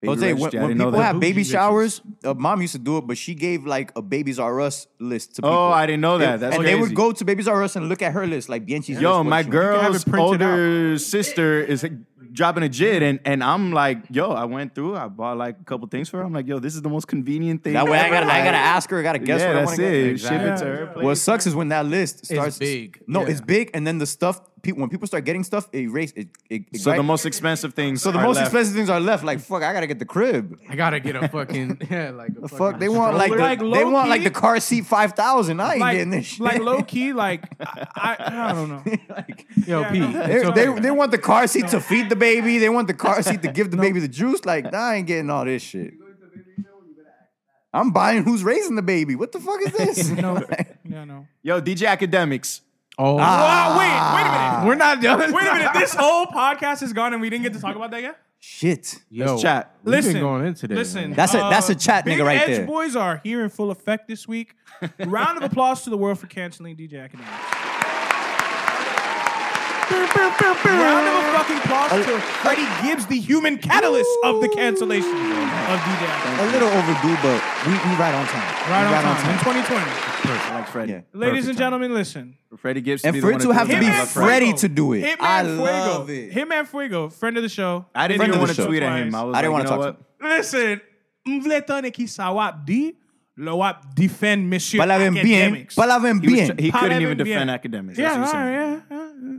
Baby
Jose, when,
registry, I
when
didn't know
people
that.
have baby
Bougie
showers, uh, mom used to do it, but she gave like a Babies R Us list to people.
Oh, I didn't know that. That's
and
crazy.
they would go to Babies R Us and look at her list, like Bianchi's list,
Yo,
what
my
she wanted.
have
girl's
it printed
older sister is like, dropping a jit, and, and I'm like, yo, I went through, I bought like a couple things for her. I'm like, yo, this is the most convenient thing.
That way I
ever.
gotta, I gotta
Like,
ask her, I gotta guess
yeah,
what I
that's
wanna get.
it.
Exactly.
Ship it to her. place.
What sucks is when that list starts
big.
No,
Yeah.
it's big, and then the stuff people when people start getting stuff, it erase it. it, it
so
right?
the most expensive things.
so the most expensive things are left. Like fuck, I gotta get the crib.
I gotta get a fucking yeah, like a
The fuck they want like, the,
Like,
they want like
low-key-
the car seat five thousand. I ain't getting this
Like,
shit.
like low key, like I, I, I don't know.
Like,
Yo,
Yeah,
P.
no.
it's
they,
okay.
they, they want the car seat to feed the baby. They want the car seat to give the baby the juice. Like, nah, I ain't getting all this shit. I'm buying who's raising the baby. What the fuck is this?
No, yeah, no.
Yo, DJ Academics.
oh,
Ah,
Oh wait, wait a minute.
we're not done.
Wait a minute. This whole podcast is gone, and we didn't get to talk about that yet.
Shit.
Yo,
Chat.
we've been
Listen,
going in today.
Listen, uh,
man.
That's a- that's a chat
Big
nigga right
Edge
there.
Boys are here in full effect this week. Round of applause to the world for canceling DJ Academics. Round of fucking applause to Freddie Gibbs, the human catalyst of the cancellation of DJ
A
Academics.
little overdue, but we, we right on time.
Right
we
on time in 2020.
I like Freddie.
Yeah.
Ladies and gentlemen, listen.
For Freddie Gibbs.
And
be
for
the
it
one
to have
do
to
it,
be
I
Hitman
love
Fuego.
Freddie to do it.
Hitman
I
Fuego.
love it.
Hitman Fuego, friend of the show.
I didn't
Friend
even
of
want
the
to
show.
tweet at him. I, was
I didn't
like,
wanna
you know
talk
what?
Listen, mvletane ki sawap di, lo wap defend monsieur
Palaven bien.
academics.
Palaven
He, was
bien.
tr- he couldn't even
Palaven bien.
defend academics. That's
yeah,
what
all
he's saying.
right, yeah, yeah.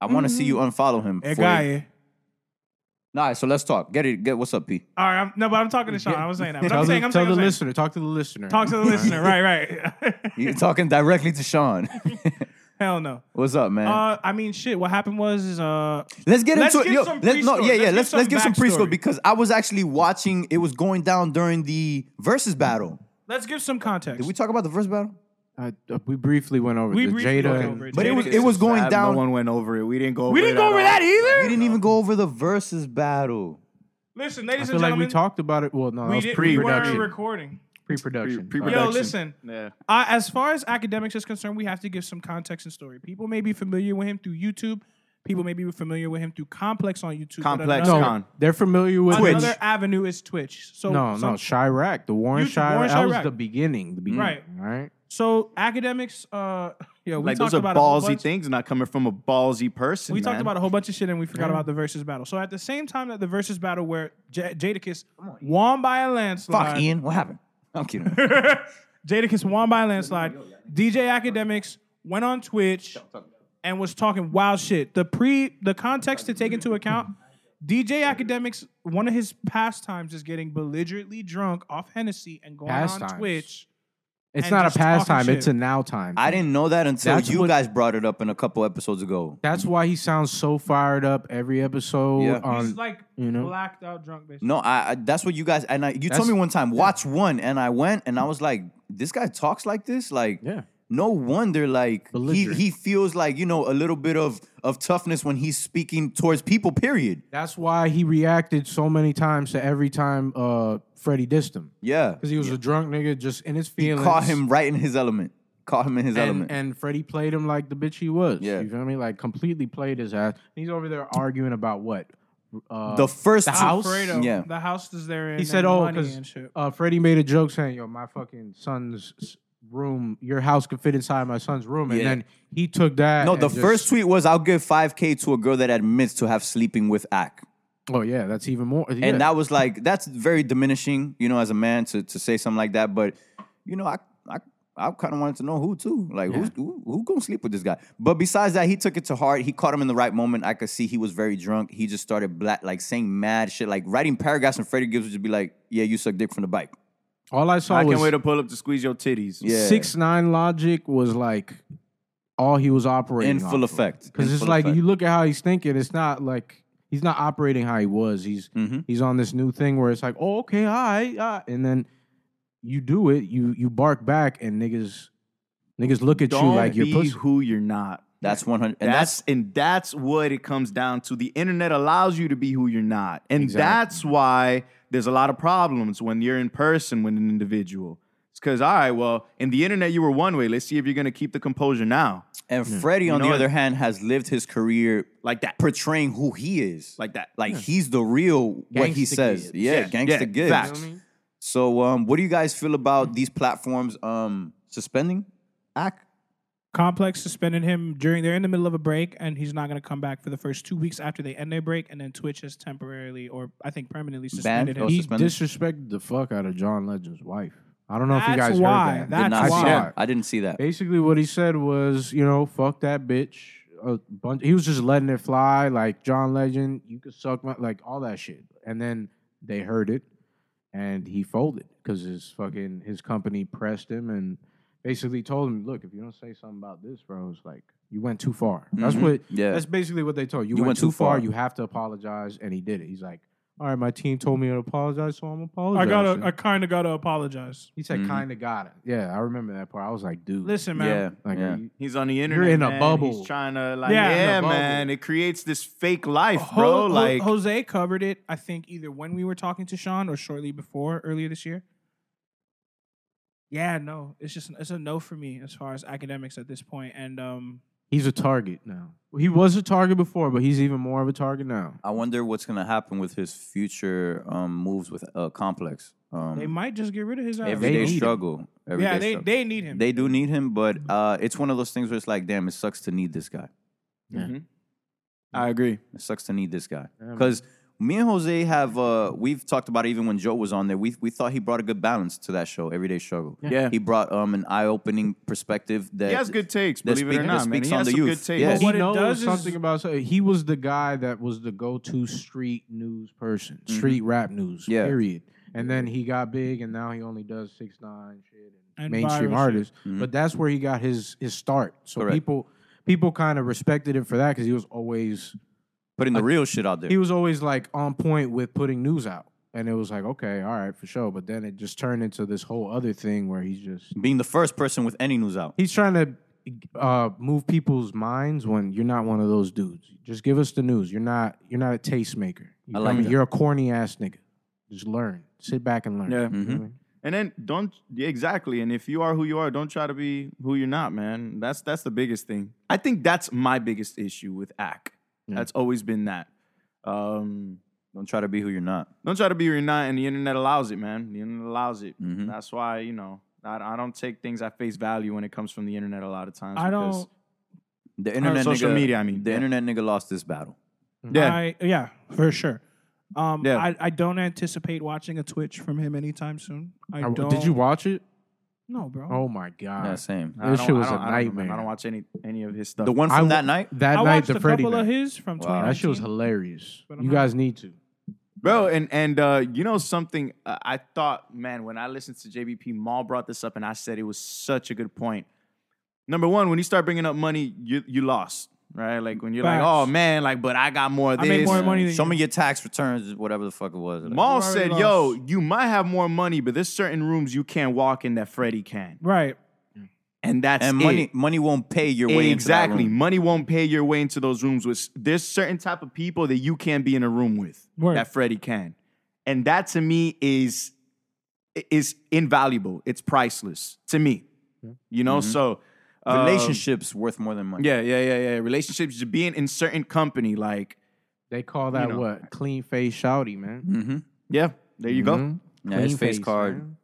I want to see you unfollow him.
Mm-hmm. Hey,
before you-
guy.
Nah, so let's talk. Get it. Get what's up, P.
All right, I'm, no, but I'm talking to Sean. I was saying that. But
Tell
I'm
the,
saying, I'm
tell
saying, I'm
the
saying.
listener. Talk to the listener.
Talk to the listener. Right, right.
You're talking directly to Sean.
Hell no.
what's up, man?
Uh, I mean, shit. What happened was is uh,
Let's get
Let's
into
give
it. Yo,
some
let's, no,
pre-story.
yeah, yeah.
Let's
Let's
give
let's give
some
some preschool
backstory.
because I was actually watching. It was going down during the versus battle.
let's give some context.
Did we talk about the versus battle?
I, uh, we briefly went over
We
the
briefly
Jada.
went
and-
over it.
But it was
It's
it was
just
going
sad No
down.
one went over it. We didn't go over
We didn't go over that
We
either.
didn't even go over the versus battle.
Listen,
I
ladies
feel
and
like we
gentlemen,
talked about it. Well, no, that
we,
was
did, we weren't
pre-production.
recording.
pre-production.
Pre-
Sorry.
Yo,
Production.
listen.
either. Yeah.
Uh, as far as academics is concerned, we have to give some context and story. People may be familiar with him through YouTube. People may be familiar with him through Complex on YouTube. but
Complex
another,
Con.
They're familiar with
another
Twitch.
avenue is Twitch. So
No,
some-
no, Chirac, the Warren
YouTube,
Chirac.
Warren
That
Chirac.
was the beginning. The beginning.
Right.
All right.
So academics, uh, yeah, we
Like
talked
those are
about a whole
ballsy
bunch-
things not coming from a ballsy person.
We
man.
talked about a whole bunch of shit and we forgot about the versus battle. So at the same time that the versus battle where J- Jadakiss won by a
Fuck,
landslide,
Ian. What happened? I'm kidding.
Jadakiss won by a landslide. DJ Academics went on Twitch and was talking wild shit. The pre, the context to take into account. DJ Academics, one of his pastimes is getting belligerently drunk off Hennessy and going on
Pastimes.
Twitch
It's
and
not
just
a
talking
pastime. It's
shit.
a now time.
I didn't know that until
That's
you
what-
guys brought it up in a couple episodes ago.
That's why he sounds so fired up every episode.
Yeah.
on-
He's like
you know?
blacked out drunk, basically.
No, I, I that's what you guys and I you told
That's-
me one time, watch one, and I went and I was like, this guy talks like this? Like
Yeah.
no wonder like he,
Belligerent.
he feels like, you know, a little bit of of toughness when he's speaking towards people, period.
that's why he reacted so many times to every time uh, Freddie dissed him.
Yeah.
Because he was a drunk nigga just in his feelings.
Caught him right in his element. Caught him in his
And,
element.
and Freddie played him like the bitch he was.
Yeah.
You feel me? Like completely played his ass. He's over there arguing about what? Uh,
the first
the
two-
house?
Fredo,
Yeah.
the house is there.
he said, "Oh,
money and
because
shit."
uh, Freddie made a joke saying, yo, my fucking son's s- room, your house could fit inside my son's room.' And
Yeah.
then he took that.
No,
and
the
just-
first tweet was I'll give 5K to a girl that admits to have sleeping with Ak.
Oh yeah, that's even more. yeah.
And that was like that's very diminishing, you know, as a man to to say something like that. But you know, I I I kind of wanted to know who too, like who's, who who gonna sleep with this guy. But besides that, he took it to heart. He caught him in the right moment. I could see he was very drunk. He just started black, like saying mad shit, like writing paragraphs. And Freddie Gibbs would just be like, "Yeah, you suck dick from the bike."
all I saw
I
was
can't wait to pull up to squeeze your titties.
Yeah.
six nine logic was like all he was operating
In full effect.
Because
In
it's
full
like
effect.
you look at how he's thinking. It's not like he's not operating how he was. He's
Mm-hmm.
he's on this new thing where it's like, oh okay, all right, all right. and then you do it. You you bark back, and niggas niggas look at
Don't
you like you're
be
pussy.
who you're not.
That's one hundred, and
that's,
that's,
and that's what it comes down to. The internet allows you to be who you're not, and
Exactly.
that's why there's a lot of problems when you're in person with an individual. It's because all right, well, in the internet you were one way. Let's see if you're gonna keep the composure now,
and Freddie on
know
the
it.
other hand has lived his career
like that,
portraying who he is.
like that,
Like he's the real what he
Gangsta
says.
Gibbs.
Yeah, gangsta
yeah,
Gibbs.
facts.
So, um, what do you guys feel about these platforms um suspending Ak?
Complex suspended him during they're in the middle of a break and he's not going to come back for the first two weeks after they end their break and then Twitch has temporarily or I think permanently suspended
or
him.
He
suspended?
disrespected the fuck out of John Legend's wife. I don't know if you
That's
guys
why.
heard that.
That's
Did not
why.
see that. I didn't see that.
Basically, what he said was, you know, fuck that bitch. A bunch. He was just letting it fly, like John Legend. You could suck my, like all that shit. And then they heard it, and he folded because his fucking his company pressed him and basically told him, look, if you don't say something about this, bro, it's like you went too far. That's
Mhm.
what.
Yeah.
That's basically what they told Mm-hmm. you. You went, too far. You have to apologize, and he did it. He's like, all right, my team told me to apologize, so I'm
I
apologizing.
got to I kind of got to apologize.
He said, kind of got it. Yeah, I remember that part. I was like, dude,
Listen, man.
Yeah,
like.
yeah.
you-
He's on the internet.
in a
man.
bubble.
He's trying to like,
Yeah,
yeah,
in a
bubble.
man. It creates this fake life,
Ho-
bro.
Ho-
like,
Jose covered it, I think, either when we were talking to Sean or shortly before earlier this year. Yeah, no, it's just it's a no for me as far as academics at this point, and um,
He's a target now. He was a target before, but he's even more of a target now.
I wonder what's gonna happen with his future um moves with uh, Complex. Um,
Hmm.
they might just get rid of his ass.
They
everyday
need him.
struggle. Everyday
yeah, they,
struggle.
they need him.
They do need him, but uh, it's one of those things where it's like, damn, it sucks to need this guy.
I agree.
It sucks to need this guy because me and Jose have uh, we've talked about it even when Joe was on there. We we thought he brought a good balance to that show, Everyday Struggle.
Yeah.
he brought um an eye opening perspective that
He has good takes,
that
believe it
speak-
or
that
not, man.
speaks
He
on
has
the
some good
youth.
takes.
Yes.
What
he
it
knows
does is-
something about. so He was the guy that was the go-to street news person,
Mm-hmm.
street rap news.
Yeah.
Period. And then he got big, and now he only does six nine shit and,
And viral
mainstream
shit. Mm-hmm.
artists. But that's where he got his his start. So
Correct.
people people kind of respected him for that because he was always
putting the real shit out there.
he was always like on point with putting news out. And it was like, okay, all right, for sure. But then it just turned into this whole other thing where he's just
being the first person with any news out.
he's trying to uh, move people's minds when you're not one of those dudes. Just give us the news. You're not you're not a tastemaker. You
I like
feel me?
that.
You're a corny ass nigga. Just learn. Sit back and learn.
Yeah.
You know what I mean?
And then don't yeah, exactly. And if you are who you are, don't try to be who you're not, man. That's that's the biggest thing. I think that's my biggest issue with Ack. That's always been that. Um,
Don't try to be who you're not.
don't try to be who you're not, and the internet allows it, man. The internet allows it. That's why you know I, I don't take things at face value when it comes from the internet a lot of times.
I
because-
don't.
The internet,
social
nigga-
media, I mean.
the
Yeah.
internet nigga lost this battle.
Yeah,
I, yeah, for sure. Um,
Yeah.
I, I don't anticipate watching a Twitch from him anytime soon. I
I-
don't.
Did you watch it?
No, bro.
Oh my god.
Yeah, same.
I
This
don't-
shit
I
was a
don't- I don't know, man.
nightmare.
I don't watch any any of his stuff.
The one
I w-
from that night.
That
I
night
watched
the
a
Freddie.
couple of
night.
his from
Wow.
That shit was
2019.
hilarious.
But I'm
You
not-
guys need to.
bro. And and uh, you know something? Uh, I thought, man, when I listened to JBP, Maul brought this up, and I said it was such a good point. Number one, when you start bringing up money, you you lost, right? Like when you're
Facts.
like, oh man, like but I got more of
I
this.
make more money than
Show
you.
me your tax returns, whatever the fuck it was. Like,
Maul
You already
said, yo,
lost.
you might have more money, but there's certain rooms you can't walk in that Freddie can,
Right.
and that's
and
it.
money, money won't pay your way
exactly.
Into
Money won't pay your way into those rooms. With there's certain type of people that you can't be in a room with
Word.
that Freddie can, and that to me is is invaluable. It's priceless to me. You
Mm-hmm.
know, so
that room.
um,
relationships worth more than money.
Yeah, yeah, yeah, yeah. Relationships, just being in certain company, like
They call that
know.
what? Clean face shouty, man.
mm-hmm.
yeah, there you go.
Mhm.
Yeah,
Clean
his face card.
man.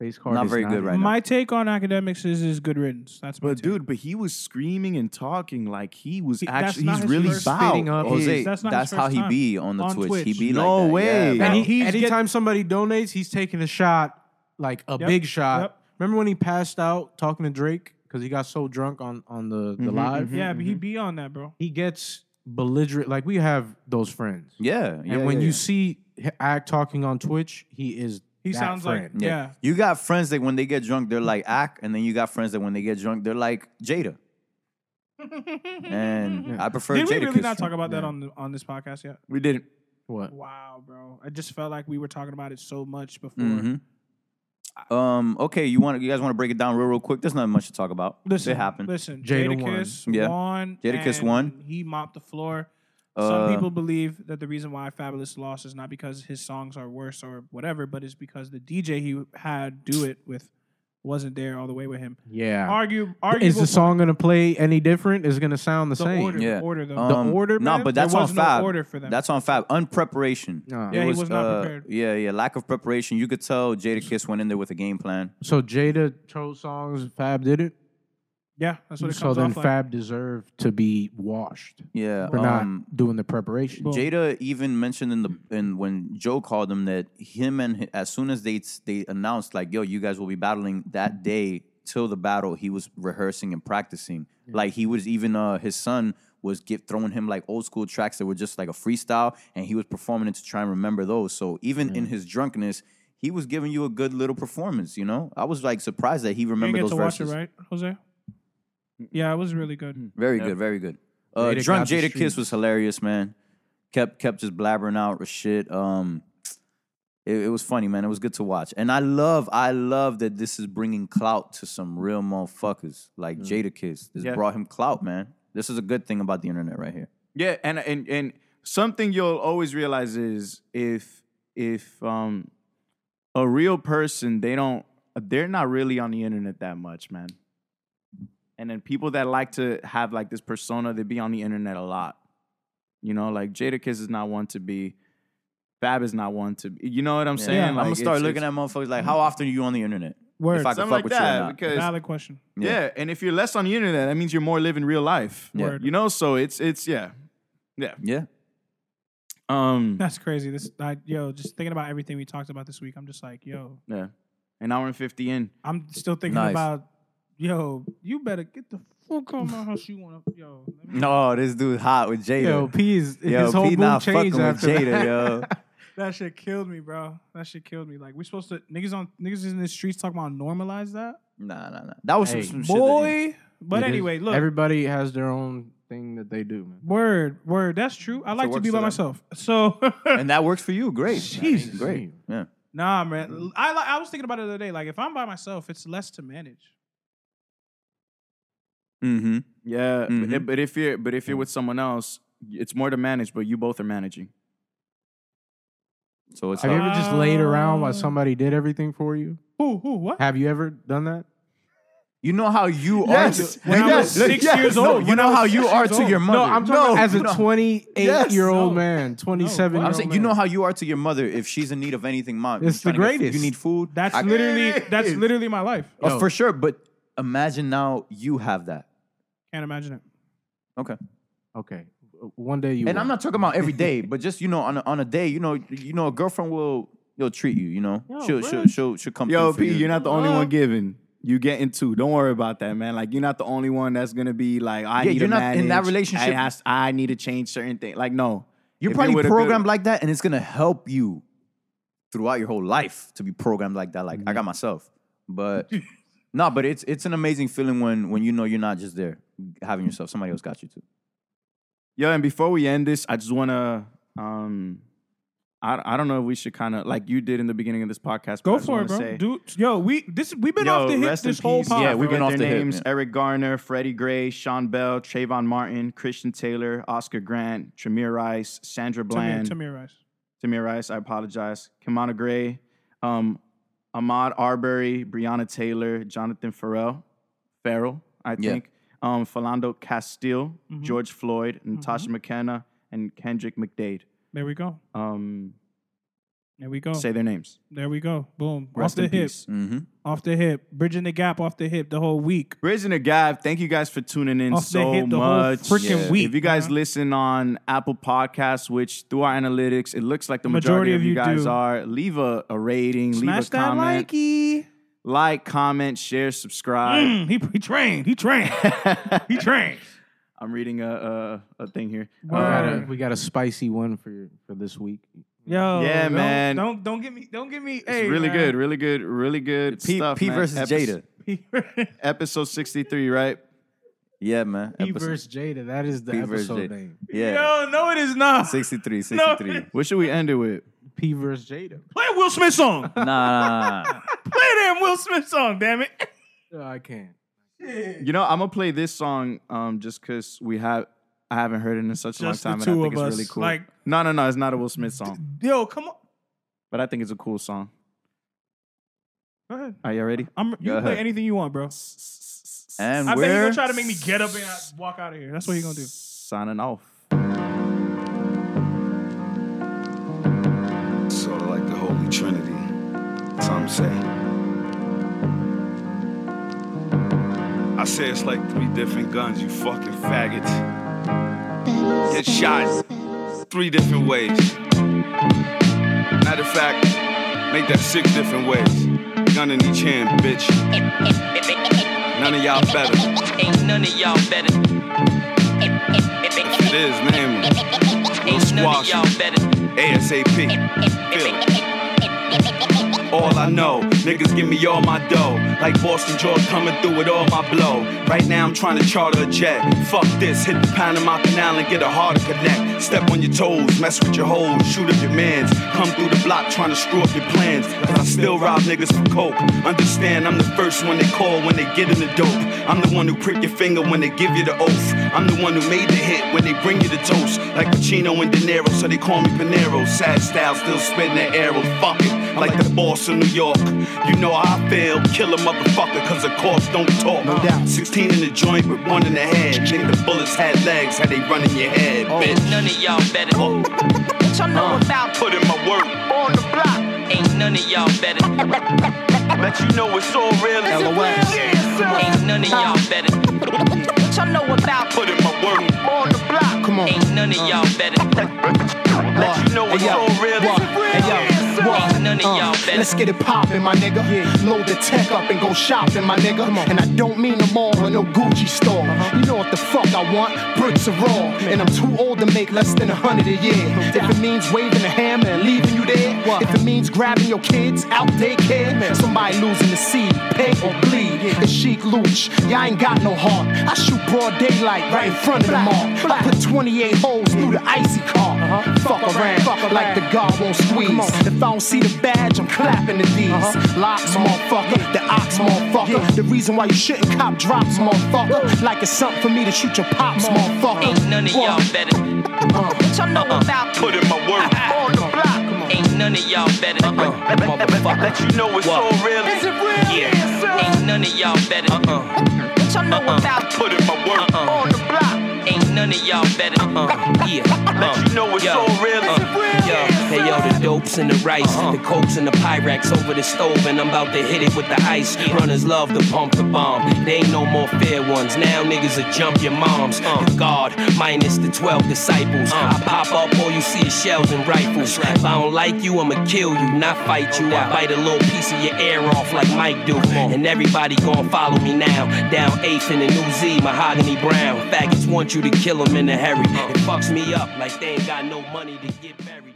Face card.
Not
is
very good
it.
right now.
My take on academics is is good riddance. That's my
But
take.
dude, but he was screaming and talking like he was
He- that's
actually
not
he's
his
really
first
bowed.
spitting up
Oh, Jose,
his-
that's,
that's not his
how
first
he
time.
be on the
On
Twitch.
Twitch.
He be
No
like that.
way.
Yeah,
And
bro.
he- he's get-
anytime somebody donates, he's taking a shot, like a
Yep,
big shot.
yep.
Remember when he passed out talking to Drake because he got so drunk on on the
Mm-hmm,
the live?
mm-hmm. yeah, but he be on that, bro.
He gets belligerent. Like we have those friends,
yeah, yeah,
and when
yeah,
you
yeah.
see H- Act talking on Twitch, he is.
He
that
sounds like
friend.
yeah.
You got friends that when they get drunk, they're like Ack, and then you got friends that when they get drunk, they're like Jada. and I prefer
Did
Jada.
we really
'cause-
not talk about that on the, on this podcast yet?
We didn't.
what?
Wow, bro. I just felt like we were talking about it so much before.
Mhm. Um. Okay. You want? You guys want to break it down real, real quick? There's not much to talk about.
Listen,
it happened.
Listen,
Jada
Jada,
won.
Kiss
Yeah.
won.
Jada Kiss
and
won.
He mopped the floor.
Uh,
Some people believe that the reason why Fabulous lost is not because his songs are worse or whatever, but it's because the DJ he had do it with wasn't there all the way with him.
Yeah.
Argue, argue
is the song gonna play any different? Is it gonna sound the,
the
same?
order,
Yeah.
the order though.
Um,
the order,
No,
man,
but that's
there
on
was no
Fab.
order for them.
That's on Fab. Unpreparation.
No.
It uh,
Yeah, he was not prepared.
Yeah, yeah. Lack of preparation. You could tell Jada Kiss went in there with a game plan.
So Jada chose songs. Fab did it.
yeah, that's what it
so
comes
then
off like.
Fab deserved to be washed
Yeah.
for
um,
not doing the preparation.
Jada even mentioned in the in when Joe called him that him and hi- as soon as they they announced like yo you guys will be battling
Mm-hmm.
that day till the battle he was rehearsing and practicing like he was even uh his son was get throwing him like old school tracks that were just like a freestyle and he was performing it to try and remember those so even in his drunkenness he was giving you a good little performance you know I was like surprised that he
You didn't
remembered
get
those
to
verses
watch it, right, Jose? Yeah, it was really good.
very good very good uh,
Jada
drunk
got the
Jada Kiss
streets.
was hilarious man kept kept just blabbering out with shit. Um, it, it was funny, man. It was good to watch, and I love, I love that this is bringing clout to some real motherfuckers like
Mm.
Jada Kiss. This
Yeah.
brought him clout, man. This is a good thing about the internet right here.
Yeah, and and and something you'll always realize is if if um a real person they don't they're not really on the internet that much, man. And then people that like to have like this persona, they be on the internet a lot. You know, like Jada Kiss is not one to be. Fab is not one to be. You know what I'm saying?
Yeah,
like,
I'm gonna start
it's-
looking
it's-
at motherfuckers like, how often are you on the internet?
Word.
If I can fuck
something like
with you or
that
not.
because
Valid question.
yeah. and if you're less on the internet, that means you're more living real life.
Yeah.
Word.
You know, so it's it's yeah, yeah.
yeah,
Um,
That's crazy. This, I, yo, just thinking about everything we talked about this week, I'm just like, yo,
Yeah. An hour and 50 in.
I'm still thinking
Nice.
about, yo, you better get the fuck out of my house. You want to, yo, let me-
No, this dude hot with Jada.
Yo, P is
Yo,
his whole
P
mood
not fucking
changed
with
after
Jada,
that.
yo.
that shit killed me, bro. That shit killed me. Like we supposed to niggas on niggas in the streets talking about normalize that,
Nah, nah, nah. That was some-
Hey.
some, shit. that he-
boy. But
It is-
anyway, look,
Everybody has their own thing that they do, man.
word, word. That's true. I like to
works
be
for
by
them.
myself. So
and that works for you. Great.
Jesus.
Great. Yeah.
nah, man. I li- I was thinking about it the other day. Like if I'm by myself, it's less to manage.
Mm-hmm.
Yeah. But,
Mhm.
but if you're but if you're with someone else, it's more to manage, but you both are managing.
So it's
Have you ever just laid around while
Uh,
somebody did everything for you?
Who who what?
Have you ever done that?
You know how you
Yes.
are. To,
When I was
Yes.
six
Yes.
years
No,
old,
you
when I
know
was
how
six
you
years
are to
old.
your mother.
No, I'm talking as a
no.
28
Yes.
year old
No.
man, 27 year
I'm
old.
saying you know how you are to your mother if she's in need of anything, mom.
It's
you're
the
trying to get food,
greatest.
You need food.
That's
I-
literally
It
that's
is.
literally my life.
Oh,
Yo.
for sure. But imagine now you have that.
Can't imagine it.
Okay.
Okay, one day you.
And
will.
I'm not talking about every day, but just you know on a, on a day, you know, you know, a girlfriend will will treat you. You know, she'll, she'll she'll she'll come.
Yo,
through for
P,
you.
you're not the
Uh.
only one giving. You getting two. Don't worry about that, man. Like you're not the only one that's gonna be like, I
Yeah,
need
you're
to
not in that
manage.
relationship.
I, has- I need to change certain things. Like, no.
You're
If you
probably
would've
programmed
could-
like that, and it's gonna help you throughout your whole life to be programmed like that. Like I
Mm-hmm.
got myself, but no, but it's it's an amazing feeling when when you know you're not just there having yourself. Somebody else got you too.
Yeah, and before we end this, I just want to. Um, I I don't know if we should kind of like you did in the beginning of this podcast. but I
Go
just
for
wanna
it, bro.
Say,
Dude, yo, we this we've been off the hip
rest in
this whole
peace.
pod.
Yeah,
Yeah,
bro.
we've been off
the
their
hip,
names:
yeah.
Eric Garner, Freddie Gray, Sean Bell, Trayvon Martin, Christian Taylor, Oscar Grant, Tremere Rice, Sandra
Tamir,
Bland,
Tamir Rice.
Tamir Rice, I apologize. Kimana Gray, um, Ahmad Arbery, Breonna Taylor, Jonathan Farrell, Farrell, I
Yeah.
think. Um, Philando Castile,
Mm-hmm.
George Floyd, Natasha McKenna, and Kendrick McDade.
There we go.
Um,
There we go.
Say their names.
There we go. Boom.
Rest
off
in
the hip.
peace.
Mm-hmm.
Off the hip. Bridging the gap off the hip the whole week.
Bridging the Gap, thank you guys for tuning in
Off
so
the hip Oh, the
much.
whole freaking
Yeah.
week.
If you guys
man.
listen on Apple Podcasts, which through our analytics, it looks like the
Majority
majority, of
of
you
you
guys
do.
are, leave a, a rating,
smash
leave a comment,
that likey.
like, comment, share, subscribe.
Mm, he, he trained. He trained. he trained.
I'm reading a a, a thing here.
We got,
Word.
a, we got a spicy one for for this week.
Yo,
Yeah,
don't-
man.
Don't don't get me. Don't get me.
It's really good, really good, really good
uh, P,
stuff.
P
man.
versus
Epis-
Jada.
good.
episode 63, right?
Yeah, man.
P
Episode-
versus Jada. That is the
P versus
episode
Jada.
name.
Yeah.
Yo, no, it is not.
63,
No.
63.
What should we end it with?
P versus Jada.
Play a Will Smith song.
Nah, nah, nah, nah.
Play them Will Smith song. Damn it.
No, I can't.
You know, I'm gonna play this song um just because we have I haven't heard it in such a long
Just the
time, and I
two
think
of
it's
us,
really cool.
like-
no, no, no, it's not a Will Smith song,
Yo, come on.
but I think it's a cool song.
Go ahead.
Are you ready?
I'm, you
Go
can play
ahead.
anything you want, bro.
And
I bet he's
we're
gonna try to make me get up and out- walk out of here. That's what he's gonna do.
Signing off.
Sort of like the Holy Trinity, some say. I say it's like three different guns, you fucking faggots. Get shot three different ways. Matter of fact, make that six different ways. Gun in each hand, bitch. None of y'all better.
Ain't none of y'all better.
It is, name it. Lil
Ain't none of
Squash.
y'all better.
ASAP. Feel it. All I know, niggas give me all my dough. Like Boston George coming through with all my blow. Right now I'm trying to charter a jet. Fuck this, hit the Panama Canal and get a harder connect. Step on your toes, mess with your hoes, shoot up your mans. Come through the block trying to screw up your plans. Cause I still rob niggas for coke. Understand, I'm the first one they call when they get in the dope. I'm the one who prick your finger when they give you the oath. I'm the one who made the hit when they bring you the toast. Like Pacino and De Niro, so they call me Panero. Sad style, still spitting that arrow. Fuck it. I'm like the boss in New York. You know how I feel. Kill a motherfucker, cause the cops don't talk. No doubt. 16 in the joint with one in the head. Nigga, the bullets had legs, how they run in your head,
Ain't
bitch. Uh.
none of y'all better. What y'all know about?
Put in my work. On the block.
Ain't none of y'all better.
Let you know it's all real. LOS.
Ain't none of y'all better. What y'all know about?
Put in my work. On the block. Come
Ain't none of y'all better.
Let you know it's all real.
Ain't none of y'all better.
Let's get it poppin', my nigga. Load the tech up and go shopping, my nigga. And I don't mean a mall or no Gucci store. You know what the fuck I want? Bricks are raw. And I'm too old to make less than a hundred a year. If it means waving a hammer and leaving you there. If it means grabbing your kids out daycare. Somebody losing the seed, pay or bleed. It's chic looch. Y'all ain't got no heart. I shoot broad daylight right in front of the mall. I put 28 holes through the icy car. Uh-huh. Fuck around like the guard won't squeeze. If I don't see the badge, I'm clapping the D's. Locks, motherfucker. The ox, motherfucker. The reason why you shouldn't cop drops, motherfucker. Like it's something for me to shoot your pops, motherfucker.
Ain't none of y'all better. What y'all know about?
Put in my work. On the block.
Ain't none of y'all better.
Let you know it's all real. Is it real? Yeah.
Ain't none of y'all better. What y'all know about? Uh-uh.
Put in my work. Uh-uh. On the block. Uh-uh.
Ain't none of y'all better.
Let you know it's all real.
Yo, hey yo, the dopes and the rice, the
Uh-huh.
cokes and the pyrex over the stove, and I'm about to hit it with the ice. Runners love to pump the bomb. They ain't no more fair ones. Now niggas will jump your moms. The God minus the 12 disciples. I pop up, all you see is shells and rifles. If I don't like you, I'ma kill you, not fight you. I bite a little piece of your ear off like Mike do. And everybody gon' follow me now. Down eighth in the new Z, mahogany brown. Faggots want you to kill 'em in a hurry. It fucks me up like they ain't got no money to get buried.